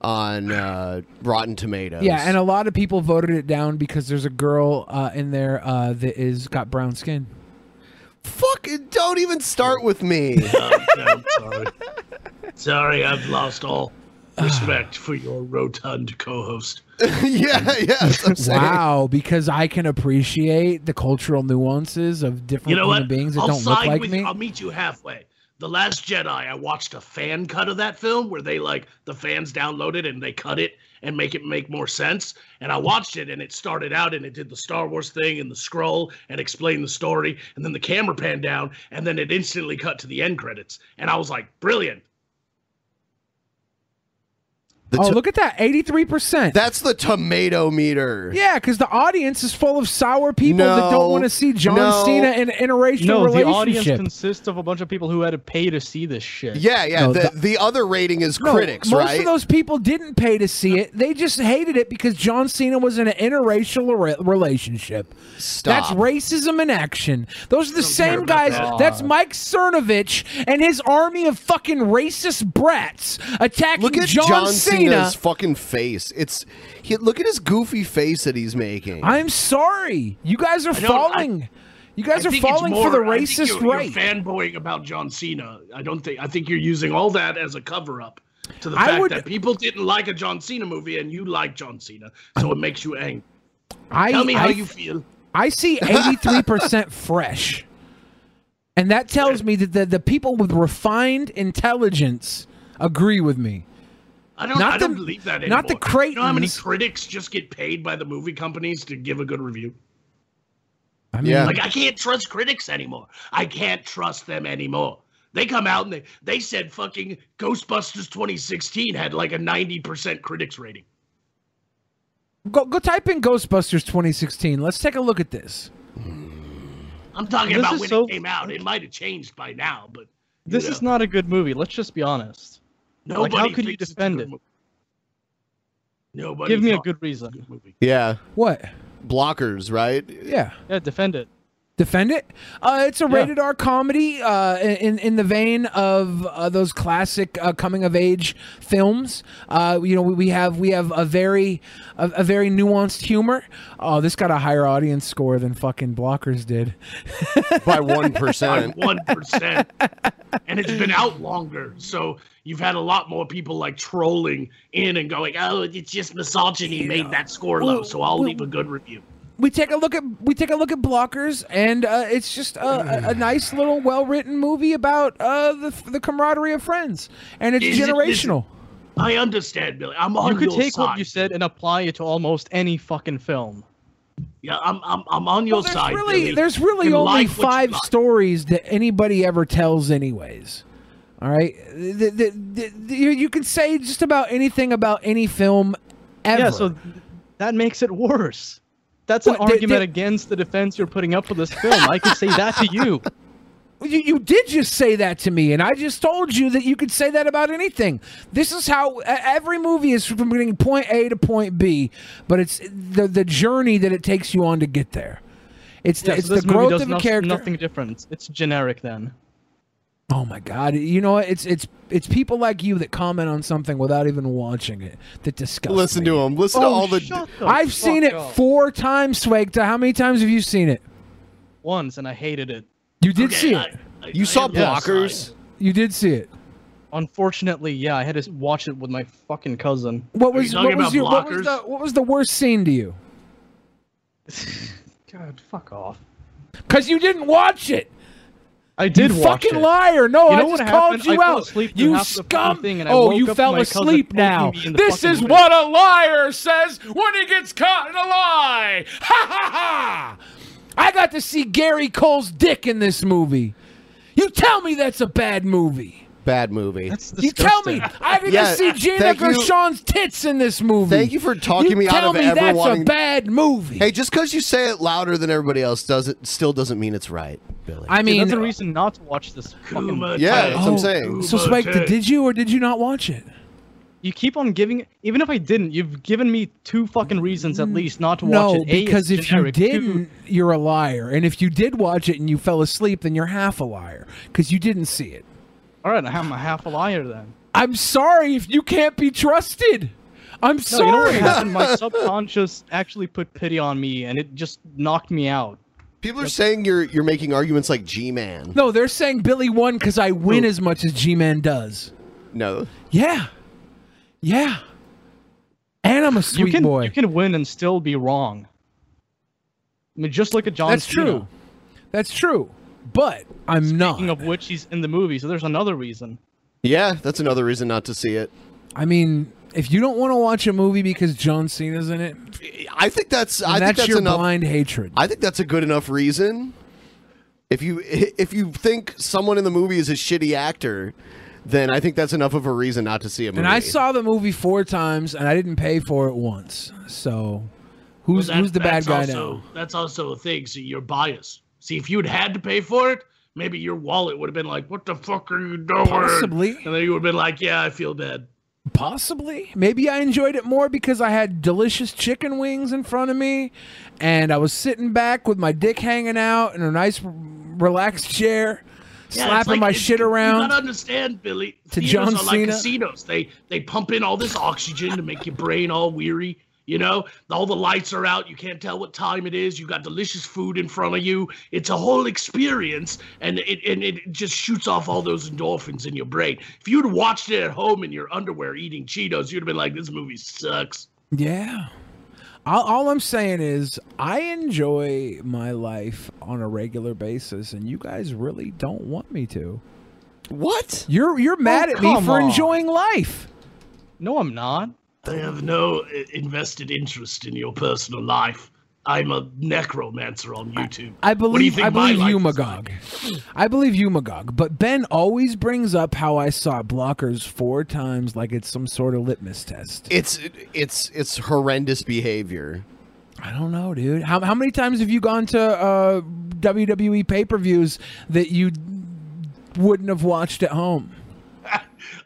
Speaker 1: on uh, Rotten Tomatoes.
Speaker 2: Yeah, and a lot of people voted it down because there's a girl uh, in there uh, that is got brown skin.
Speaker 1: fucking don't even start with me.
Speaker 11: I'm
Speaker 2: Oh,
Speaker 11: sorry. sorry, I've lost all respect for your rotund co-host.
Speaker 1: yeah, yeah.
Speaker 2: Wow, because I can appreciate the cultural nuances of different
Speaker 11: You know
Speaker 2: human
Speaker 11: what?
Speaker 2: beings that
Speaker 11: I'll
Speaker 2: don't look
Speaker 11: side
Speaker 2: like
Speaker 11: with
Speaker 2: me.
Speaker 11: you. I'll meet you halfway. The Last Jedi. I watched a fan cut of that film where they like the fans downloaded and they cut it and make it make more sense. And I watched it and it started out and it did the Star Wars thing and the scroll and explained the story and then the camera panned down and then it instantly cut to the end credits and I was like, brilliant.
Speaker 2: oh, look at that, eighty-three percent.
Speaker 1: That's the tomato meter.
Speaker 2: Yeah, because the audience is full of sour people that don't
Speaker 1: No,
Speaker 2: want to see John
Speaker 1: no.
Speaker 2: Cena in an interracial
Speaker 9: no, the audience
Speaker 2: relationship.
Speaker 9: consists of a bunch of people who had to pay to see this shit.
Speaker 1: Yeah, yeah. the, the other rating is
Speaker 2: No,
Speaker 1: critics,
Speaker 2: most
Speaker 1: right?
Speaker 2: of those people didn't pay to see it. They just hated it because John Cena was in an interracial re- relationship.
Speaker 1: Stop.
Speaker 2: That's racism in action. Those are the same guys.
Speaker 1: that.
Speaker 2: That's Mike Cernovich and his army of fucking racist brats attacking
Speaker 1: Look at
Speaker 2: John,
Speaker 1: John,
Speaker 2: Cena.
Speaker 1: Cena's fucking face. It's he, look at his goofy face that he's making.
Speaker 2: I'm sorry, you guys are
Speaker 11: I don't- I-
Speaker 2: falling. you guys
Speaker 11: I
Speaker 2: are
Speaker 11: think it's
Speaker 2: falling for the
Speaker 11: I think
Speaker 2: racist
Speaker 11: you're- you're
Speaker 2: right.
Speaker 11: fanboying about John Cena. I don't think. I think you're using all that as a cover up to the
Speaker 2: I
Speaker 11: fact
Speaker 2: would-
Speaker 11: that people didn't like a John Cena movie and you like John Cena, so it makes you angry.
Speaker 2: I
Speaker 11: Tell me how
Speaker 2: I-
Speaker 11: you feel.
Speaker 2: I see 83% fresh. And that tells me that the, the people with refined intelligence agree with me.
Speaker 11: I don't.
Speaker 2: Not
Speaker 11: I don't
Speaker 2: the-
Speaker 11: believe that anymore.
Speaker 2: not the
Speaker 11: You know how many
Speaker 2: Creightons.
Speaker 11: critics just get paid by the movie companies to give a good review?
Speaker 2: I
Speaker 11: Like I can't trust critics anymore. I can't trust them anymore. They come out and they, they said fucking Ghostbusters 2016 had like a 90% critics rating.
Speaker 2: go, go type in Ghostbusters 2016. Let's take a look at this.
Speaker 11: I'm talking
Speaker 9: This
Speaker 11: about
Speaker 9: is
Speaker 11: when
Speaker 9: so-
Speaker 11: it came out. It might have changed by now, but
Speaker 9: This is not a good movie. Let's just be honest. like, how
Speaker 11: Nobody
Speaker 9: could you defend it?
Speaker 11: nobody.
Speaker 9: Give me a
Speaker 11: thought-
Speaker 9: good reason.
Speaker 1: Yeah.
Speaker 2: What?
Speaker 1: Blockers, right?
Speaker 2: Yeah.
Speaker 9: Yeah, defend it.
Speaker 2: Defend it. Uh, it's a
Speaker 9: Yeah.
Speaker 2: rated R comedy uh, in in the vein of uh, those classic uh, coming of age films. Uh, you know, we, we have we have a very a, a very nuanced humor. Oh, this got a higher audience score than fucking Blockers did.
Speaker 1: By one percent.
Speaker 11: one percent, and it's been out longer, so you've had a lot more people like trolling in and going, "Oh, it's just misogyny made that score low, so I'll
Speaker 2: well-
Speaker 11: leave a good review."
Speaker 2: we take a look at we take a look at blockers and uh, it's just a, a, a nice little well-written movie about uh, the, the camaraderie of friends and it's
Speaker 11: Is it-
Speaker 2: generational
Speaker 11: I understand, Billy. I'm on
Speaker 9: you could
Speaker 11: your
Speaker 9: take what
Speaker 11: side.
Speaker 9: you said and apply it to almost any fucking film.
Speaker 11: Yeah, I'm, I'm, I'm on your
Speaker 2: there's
Speaker 11: side.
Speaker 2: really
Speaker 11: Billy.
Speaker 2: there's really
Speaker 11: You
Speaker 2: only
Speaker 11: like what you
Speaker 2: five
Speaker 11: like.
Speaker 2: stories that anybody ever tells anyways all right the, the, the, the- you- you can say just about anything about any film ever
Speaker 9: Yeah, so that makes it worse. That's an
Speaker 2: What, they-
Speaker 9: argument
Speaker 2: they-
Speaker 9: against the defense you're putting up for this film. I could say that to you.
Speaker 2: You, you did just say that to me, and I just told you that you could say that about anything. This is how e- every movie is from getting point A to point B, but it's the the journey that it takes you on to get there. It's the,
Speaker 9: Yeah, so
Speaker 2: it's the
Speaker 9: this movie
Speaker 2: growth
Speaker 9: does
Speaker 2: of a
Speaker 9: nos-
Speaker 2: character.
Speaker 9: Nothing different. It's generic then.
Speaker 2: Oh my god! You know what? It's it's it's people like you that comment on something without even watching it that disgust.
Speaker 1: Listen to him. Listen to
Speaker 2: Oh,
Speaker 1: all the.
Speaker 2: I've seen
Speaker 9: fuck
Speaker 2: it
Speaker 9: up.
Speaker 2: four times, Swagta. How many times have you seen it?
Speaker 9: Once and I hated it.
Speaker 2: You did see it.
Speaker 1: you saw
Speaker 9: Yes.
Speaker 1: blockers.
Speaker 2: You did see it.
Speaker 9: Unfortunately, yeah, I had to s- watch it with my fucking cousin.
Speaker 2: What was what was, your, what was the what was the worst scene to you?
Speaker 9: God, fuck off.
Speaker 2: Because you didn't watch it.
Speaker 9: I did
Speaker 2: you
Speaker 9: watch
Speaker 2: fucking
Speaker 9: it.
Speaker 2: liar! No,
Speaker 9: You
Speaker 2: I
Speaker 9: know what
Speaker 2: just called
Speaker 9: happened?
Speaker 2: you
Speaker 9: I fell
Speaker 2: out.
Speaker 9: asleep through
Speaker 2: you
Speaker 9: half the fucking
Speaker 2: scum!
Speaker 9: thing and I
Speaker 2: oh,
Speaker 9: woke
Speaker 2: you
Speaker 9: up
Speaker 2: fell
Speaker 9: to my cousin
Speaker 2: asleep
Speaker 9: poking
Speaker 2: now.
Speaker 9: me in the
Speaker 2: This
Speaker 9: fucking
Speaker 2: is
Speaker 9: face.
Speaker 2: what a liar says when he gets caught in a lie. Ha ha ha! I got to see Gary Cole's dick in this movie. You tell me that's a bad movie.
Speaker 1: Bad movie.
Speaker 2: You tell me I didn't
Speaker 1: Yeah,
Speaker 2: see Gina
Speaker 1: thank you-
Speaker 2: Gershon's tits in this movie.
Speaker 1: Thank you for talking
Speaker 2: You
Speaker 1: me out
Speaker 2: tell
Speaker 1: of
Speaker 2: me
Speaker 1: ever
Speaker 2: that's
Speaker 1: wanting.
Speaker 2: a bad movie.
Speaker 1: Hey, just because you say it louder than everybody else doesn't still doesn't mean it's right, Billy.
Speaker 2: I
Speaker 9: Dude,
Speaker 2: mean,
Speaker 9: that's a reason not to watch this fucking.
Speaker 1: Yeah, that's what I'm saying.
Speaker 2: uh, Oh, So, Spike, did you or did you not watch it?
Speaker 9: You keep on giving. Even if I didn't, you've given me two fucking reasons at least not to watch
Speaker 2: no,
Speaker 9: it. A, it's
Speaker 2: because if you
Speaker 9: generic. Two,
Speaker 2: didn't, you're a liar. And if you did watch it and you fell asleep, then you're half a liar because you didn't see it.
Speaker 9: all right, I'm a half a liar then.
Speaker 2: I'm sorry if you can't be trusted. I'm
Speaker 9: No, you know what
Speaker 2: sorry.
Speaker 9: happened? My subconscious actually put pity on me, and it just knocked me out.
Speaker 1: People are saying you're you're making arguments like G-Man.
Speaker 2: no, they're saying Billy won because I win as much as G Man does.
Speaker 1: No.
Speaker 2: Yeah. Yeah. And I'm a
Speaker 9: you
Speaker 2: sweet
Speaker 9: can,
Speaker 2: boy.
Speaker 9: You can win and still be wrong. I mean, just look at John.
Speaker 2: That's
Speaker 9: Cena.
Speaker 2: true. That's true. But I'm not.
Speaker 9: Speaking of which, he's in the movie, so there's another reason.
Speaker 1: Yeah, that's another reason not to see it.
Speaker 2: I mean, if you don't want to watch a movie because John Cena's in it,
Speaker 1: I think that's. I
Speaker 2: that's
Speaker 1: think that's
Speaker 2: your
Speaker 1: enough.
Speaker 2: blind hatred.
Speaker 1: I think that's a good enough reason. If you if you think someone in the movie is a shitty actor, then I think that's enough of a reason not to see a movie.
Speaker 2: And I saw the movie four times, and I didn't pay for it once. So, who's
Speaker 11: That-
Speaker 2: who's the bad
Speaker 11: that's
Speaker 2: guy
Speaker 11: also,
Speaker 2: now?
Speaker 11: That's also a thing. So you're biased. See, if you'd had to pay for it, maybe your wallet would have been like, "What the fuck are you doing?"
Speaker 2: Possibly.
Speaker 11: And then you would have been like, "Yeah, I feel bad."
Speaker 2: Possibly. Maybe I enjoyed it more because I had delicious chicken wings in front of me, and I was sitting back with my dick hanging out in a nice, relaxed chair,
Speaker 11: Yeah, it's
Speaker 2: slapping
Speaker 11: like-
Speaker 2: my
Speaker 11: it's-
Speaker 2: shit
Speaker 11: You
Speaker 2: around.
Speaker 11: gotta understand, Billy.
Speaker 2: To
Speaker 11: theaters
Speaker 2: John
Speaker 11: are like
Speaker 2: Cena.
Speaker 11: casinos. They they pump in all this oxygen to make your brain all weary. You know, all the lights are out. You can't tell what time it is. You got delicious food in front of you. It's a whole experience, and it and it just shoots off all those endorphins in your brain. If you'd watched it at home in your underwear eating Cheetos, you'd have been like, "This movie sucks."
Speaker 2: Yeah. All, all I'm saying is, I enjoy my life on a regular basis, and you guys really don't want me to.
Speaker 1: What?
Speaker 2: You're you're mad
Speaker 11: Oh,
Speaker 2: at me for enjoying. life.
Speaker 9: No, I'm not.
Speaker 11: I have no uh, invested interest in your personal life. I'm a necromancer on YouTube.
Speaker 2: I
Speaker 11: What do you
Speaker 2: believe
Speaker 11: think
Speaker 2: I believe
Speaker 11: my
Speaker 2: you,
Speaker 11: life is
Speaker 2: Magog. I believe you, Magog. But Ben always brings up how I saw blockers four times, like it's some sort of litmus test.
Speaker 1: It's it's it's horrendous behavior.
Speaker 2: I don't know, dude. How, how many times have you gone to uh, WWE pay per views that you wouldn't have watched at home?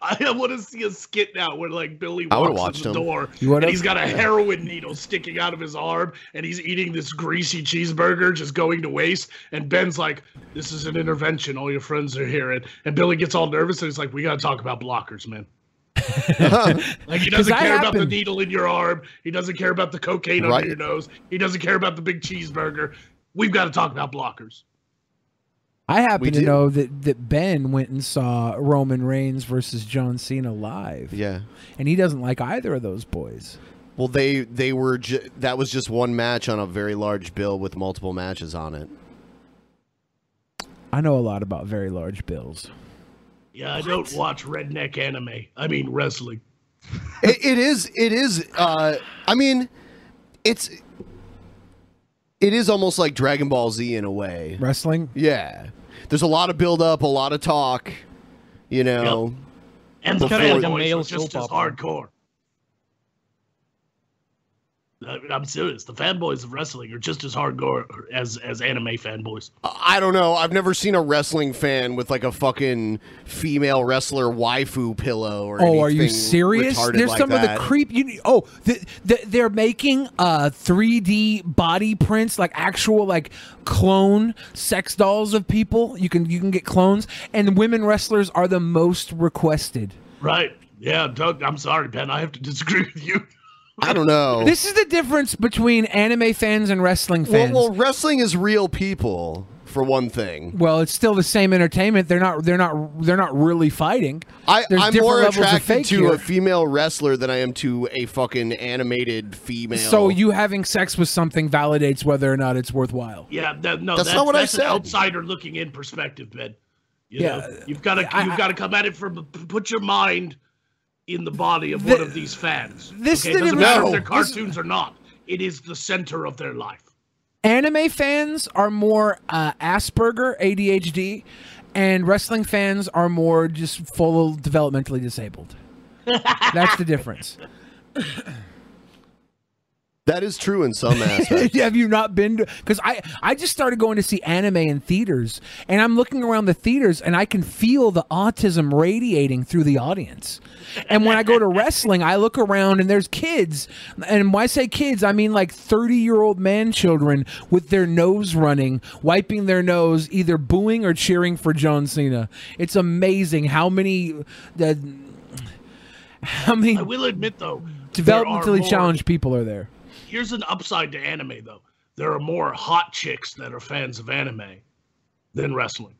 Speaker 11: I want to see a skit now where like Billy
Speaker 2: I would've
Speaker 11: walks
Speaker 2: watched
Speaker 11: in the
Speaker 2: him.
Speaker 11: door
Speaker 2: You would've?
Speaker 11: and he's got a heroin needle sticking out of his arm and he's eating this greasy cheeseburger just going to waste. And Ben's like, "This is an intervention. All your friends are here." And, and Billy gets all nervous and he's like, "We got to talk about blockers, man." like he
Speaker 2: 'Cause
Speaker 11: doesn't
Speaker 2: that
Speaker 11: care about the
Speaker 2: happened.
Speaker 11: needle in your arm. He doesn't care about the cocaine
Speaker 2: Right.
Speaker 11: under your nose. He doesn't care about the big cheeseburger. We've got to talk about blockers.
Speaker 2: I
Speaker 11: We
Speaker 2: happen to
Speaker 11: do.
Speaker 2: know that, that Ben went and saw Roman Reigns versus John Cena live.
Speaker 1: Yeah.
Speaker 2: And he doesn't like either of those boys.
Speaker 1: Well, they they were ju- that was just one match on a very large bill with multiple matches on it.
Speaker 2: I know a lot about very large bills.
Speaker 11: Yeah, I don't watch redneck anime. I mean wrestling.
Speaker 1: It, it is it is. Uh, I mean, it's it is almost like Dragon Ball Z in a way.
Speaker 2: Wrestling.
Speaker 1: Yeah. There's a lot of build up, a lot of talk. You know.
Speaker 11: And the
Speaker 1: before-
Speaker 11: fanboys are just as hardcore. I mean, I'm serious. The fanboys of wrestling are just as hardcore as as anime fanboys.
Speaker 1: I don't know. I've never seen a wrestling fan with like a fucking female wrestler waifu pillow or
Speaker 2: Oh, are you
Speaker 1: anything
Speaker 2: serious?
Speaker 1: retarded
Speaker 2: There's
Speaker 1: like
Speaker 2: some
Speaker 1: that.
Speaker 2: of the creep. You oh, the, the, they're making uh 3D body prints, like actual like clone sex dolls of people. You can you can get clones, and women wrestlers are the most requested.
Speaker 11: Right? Yeah, Doug. I'm sorry, Ben. I have to disagree with you.
Speaker 1: I don't know.
Speaker 2: This is the difference between anime fans and wrestling
Speaker 1: Oh. well,
Speaker 2: fans.
Speaker 1: well, wrestling is real people for one thing.
Speaker 2: Well, it's still the same entertainment. They're not. They're not. They're not really fighting.
Speaker 1: I,
Speaker 2: There's
Speaker 1: I'm
Speaker 2: different
Speaker 1: more
Speaker 2: levels of
Speaker 1: attracted
Speaker 2: fake
Speaker 1: to
Speaker 2: here.
Speaker 1: a female wrestler than I am to a fucking animated female.
Speaker 2: So you having sex with something validates whether or not it's worthwhile.
Speaker 11: Yeah, that, no,
Speaker 1: That's
Speaker 11: that's
Speaker 1: not what I
Speaker 11: that's
Speaker 1: said.
Speaker 11: An outsider looking in perspective, Ben. You
Speaker 2: Yeah,
Speaker 11: know, you've got to
Speaker 2: I-
Speaker 11: you've got to come at it from put your mind in the body of one of these fans.
Speaker 2: this
Speaker 11: okay?
Speaker 2: is
Speaker 11: it
Speaker 2: the
Speaker 11: doesn't matter
Speaker 2: difference-
Speaker 11: if they're
Speaker 2: No. This-
Speaker 11: cartoons or not. It is the center of their life.
Speaker 2: Anime fans are more uh, Asperger, ADHD, and wrestling fans are more just full of developmentally disabled. That's the difference.
Speaker 1: that is true in some aspects.
Speaker 2: Have you not been? Because I I just started going to see anime in theaters, and I'm looking around the theaters, and I can feel the autism radiating through the audience. And when I go to wrestling, I look around, and there's kids, and when I say kids, I mean like 30 year old man children with their nose running, wiping their nose, either booing or cheering for John Cena. It's amazing how many. Uh, how many
Speaker 11: I will admit though, there are
Speaker 2: developmentally
Speaker 11: more-
Speaker 2: challenged people are there?
Speaker 11: Here's an upside to anime though. There are more hot chicks that are fans of anime than wrestling.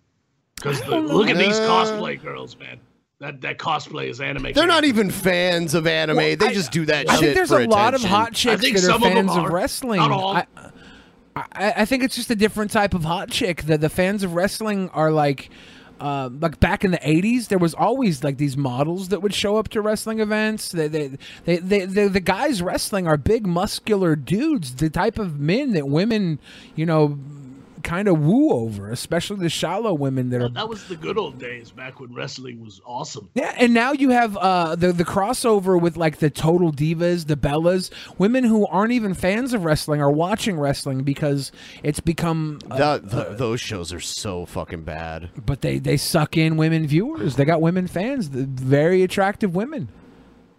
Speaker 11: Because
Speaker 1: don't know.
Speaker 11: look at these
Speaker 1: Uh,
Speaker 11: cosplay girls, man. That that cosplay is anime.
Speaker 1: They're not even fans of anime.
Speaker 11: Well,
Speaker 1: they
Speaker 11: I-
Speaker 1: just do that
Speaker 2: I
Speaker 1: shit.
Speaker 2: think there's
Speaker 1: for
Speaker 2: a lot of
Speaker 1: attention.
Speaker 2: hot chicks that are fans of, wrestling.
Speaker 11: Not all.
Speaker 2: I, I, I think it's just a different type of hot chick. The the fans of wrestling are like. Uh, like back in the '80s, there was always like these models that would show up to wrestling events. They, they, they, they, they, the guys wrestling are big, muscular dudes, the type of men that women, you know, kind of woo over, especially the shallow women that are
Speaker 11: That was the good old days back when wrestling was awesome.
Speaker 2: yeah, and now you have uh, the the crossover with like the total divas, the Bellas, women who aren't even fans of wrestling are watching wrestling because it's become. Uh,
Speaker 1: That- th- those shows are so fucking bad.
Speaker 2: but they they suck in women viewers. They got women fans, the very attractive women.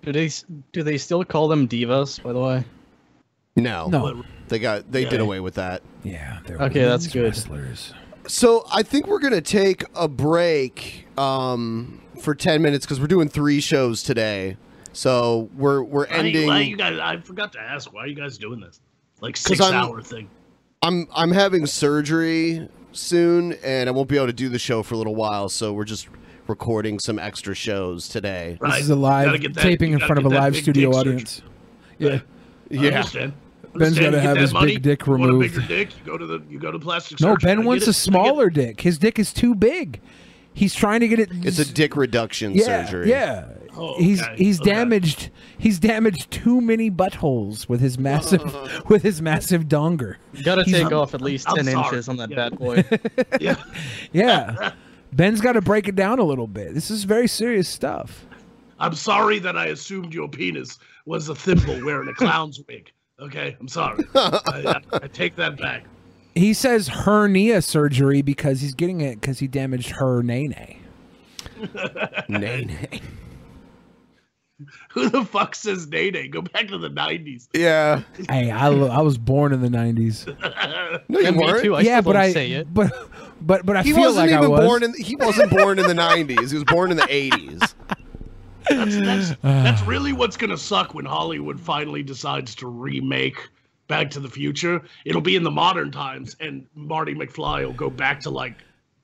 Speaker 9: Do they s- do they still call them divas? By the way.
Speaker 1: No.
Speaker 2: No.
Speaker 1: They got they did
Speaker 9: Yeah.
Speaker 1: away with that.
Speaker 2: Yeah.
Speaker 9: Okay, that's
Speaker 2: women's
Speaker 9: good.
Speaker 2: Wrestlers.
Speaker 1: So I think we're gonna take a break um, for ten minutes because we're doing three shows today. So we're we're
Speaker 11: Why- Why you
Speaker 1: ending.
Speaker 11: guys? I forgot to ask. Why are you guys doing this? Like
Speaker 1: 'Cause I'm-
Speaker 11: 6 hour thing.
Speaker 1: I'm I'm having surgery soon, and I won't be able to do the show for a little while. So we're just recording some extra shows today.
Speaker 2: This is a live taping in front of a live studio audience. Yeah.
Speaker 11: I understand.
Speaker 2: Ben's got
Speaker 11: Understand,
Speaker 2: to
Speaker 11: you get
Speaker 2: have
Speaker 11: that
Speaker 2: his
Speaker 11: money,
Speaker 2: big dick
Speaker 11: you want
Speaker 2: removed.
Speaker 11: a bigger dick? You go to the you go to plastic
Speaker 2: No,
Speaker 11: surgery. I
Speaker 2: Ben
Speaker 11: get
Speaker 2: wants
Speaker 11: it.
Speaker 2: a smaller dick. His dick is too big. He's trying to get it.
Speaker 1: It's a dick reduction
Speaker 2: yeah,
Speaker 1: surgery.
Speaker 2: Yeah.
Speaker 11: Oh,
Speaker 2: he's
Speaker 11: okay,
Speaker 2: he's
Speaker 11: okay.
Speaker 2: damaged. He's damaged too many buttholes with his massive with his massive donger.
Speaker 9: You gotta
Speaker 2: He's-
Speaker 9: take off at least
Speaker 2: I'm
Speaker 9: ten
Speaker 2: sorry.
Speaker 9: inches on that bad boy.
Speaker 2: Yeah. Ben's got to break it down a little bit. This is very serious stuff.
Speaker 11: I'm sorry that I assumed your penis was a thimble wearing a clown's wig. Okay, I'm sorry. I, I, I take that back.
Speaker 2: He says hernia surgery because he's getting it because he damaged her nene. nene.
Speaker 11: Who the fuck says nay nay? Go back to the '90s.
Speaker 1: Yeah.
Speaker 2: Hey, I, lo- I was born in the nineties.
Speaker 1: No, you
Speaker 11: And me
Speaker 1: weren't.
Speaker 11: too, I
Speaker 2: yeah,
Speaker 11: still
Speaker 2: but
Speaker 11: don't
Speaker 2: I
Speaker 11: say it.
Speaker 2: but but but I
Speaker 1: he
Speaker 2: feel
Speaker 1: wasn't
Speaker 2: like
Speaker 1: even
Speaker 2: I was.
Speaker 1: born in. He wasn't born in the '90s. He was born in the '80s.
Speaker 11: That's, that's, that's really what's going to suck when Hollywood finally decides to remake Back to the Future. It'll be in the modern times, and Marty McFly will go back to like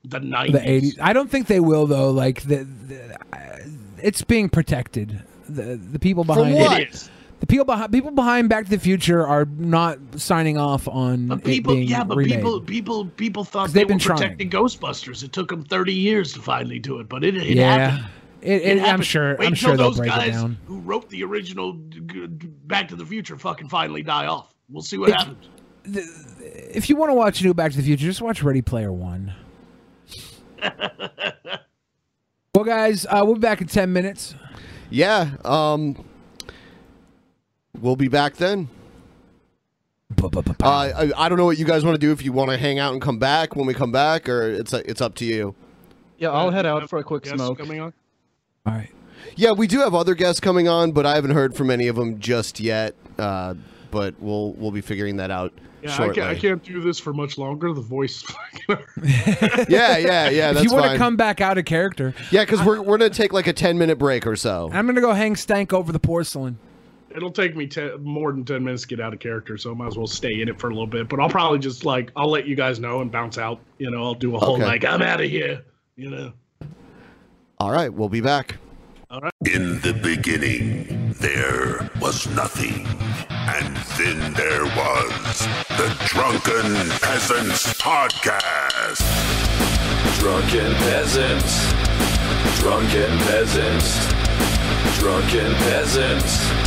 Speaker 11: the 90s.
Speaker 2: the eighties. I don't think they will though. Like the, the I- it's being protected. The the people
Speaker 11: From
Speaker 2: behind
Speaker 11: what?
Speaker 2: it- The people behind people behind Back to the Future are not signing off on it
Speaker 11: People,
Speaker 2: being
Speaker 11: yeah, but
Speaker 2: remade.
Speaker 11: people, people, people thought
Speaker 2: 'Cause
Speaker 11: they
Speaker 2: they've
Speaker 11: were
Speaker 2: been trying.
Speaker 11: protecting Ghostbusters. It took them 30 years to finally do it, but it, it
Speaker 2: Yeah.
Speaker 11: happened.
Speaker 2: It- it- I'm
Speaker 11: happened.
Speaker 2: sure-
Speaker 11: Wait
Speaker 2: I'm
Speaker 11: till
Speaker 2: sure they'll
Speaker 11: those
Speaker 2: break it
Speaker 11: guys
Speaker 2: down.
Speaker 11: Who wrote the original g- g- Back to the Future? Fucking finally die off. We'll see what
Speaker 2: It-
Speaker 11: happens.
Speaker 2: If you want to watch new Back to the Future, just watch Ready Player One. well, guys, uh, we'll be back in ten minutes.
Speaker 1: Yeah. Um, we'll be back then. Uh, I, I don't know what you guys want to do. If you want to hang out and come back when we come back, or it's it's up to you.
Speaker 9: yeah, I'll head out for a quick
Speaker 11: Guests
Speaker 9: smoke.
Speaker 11: Coming on?
Speaker 1: Yeah, we do have other guests coming on, but I haven't heard from any of them just yet. Uh, but we'll we'll be figuring that out
Speaker 11: Yeah, I
Speaker 1: shortly.
Speaker 11: can't, I can't do this for much longer. The voice.
Speaker 1: yeah, yeah, yeah.
Speaker 2: if
Speaker 1: That's
Speaker 2: you want to
Speaker 1: fine.
Speaker 2: come back out of character,
Speaker 1: Yeah, because we're we're gonna take like a ten minute break or so.
Speaker 2: I'm gonna go hang stank over the porcelain.
Speaker 11: It'll take me te- more than 10 minutes to get out of character, so I might as well stay in it for a little bit. But I'll probably just, like, I'll let you guys know and bounce out. You know, I'll do a whole,
Speaker 1: Okay.
Speaker 11: like, I'm out of here. You know.
Speaker 1: All right, we'll be back.
Speaker 3: In the beginning, there was nothing. And then there was the Drunken Peasants Podcast. Drunken Peasants. Drunken Peasants. Drunken Peasants. Drunken Peasants.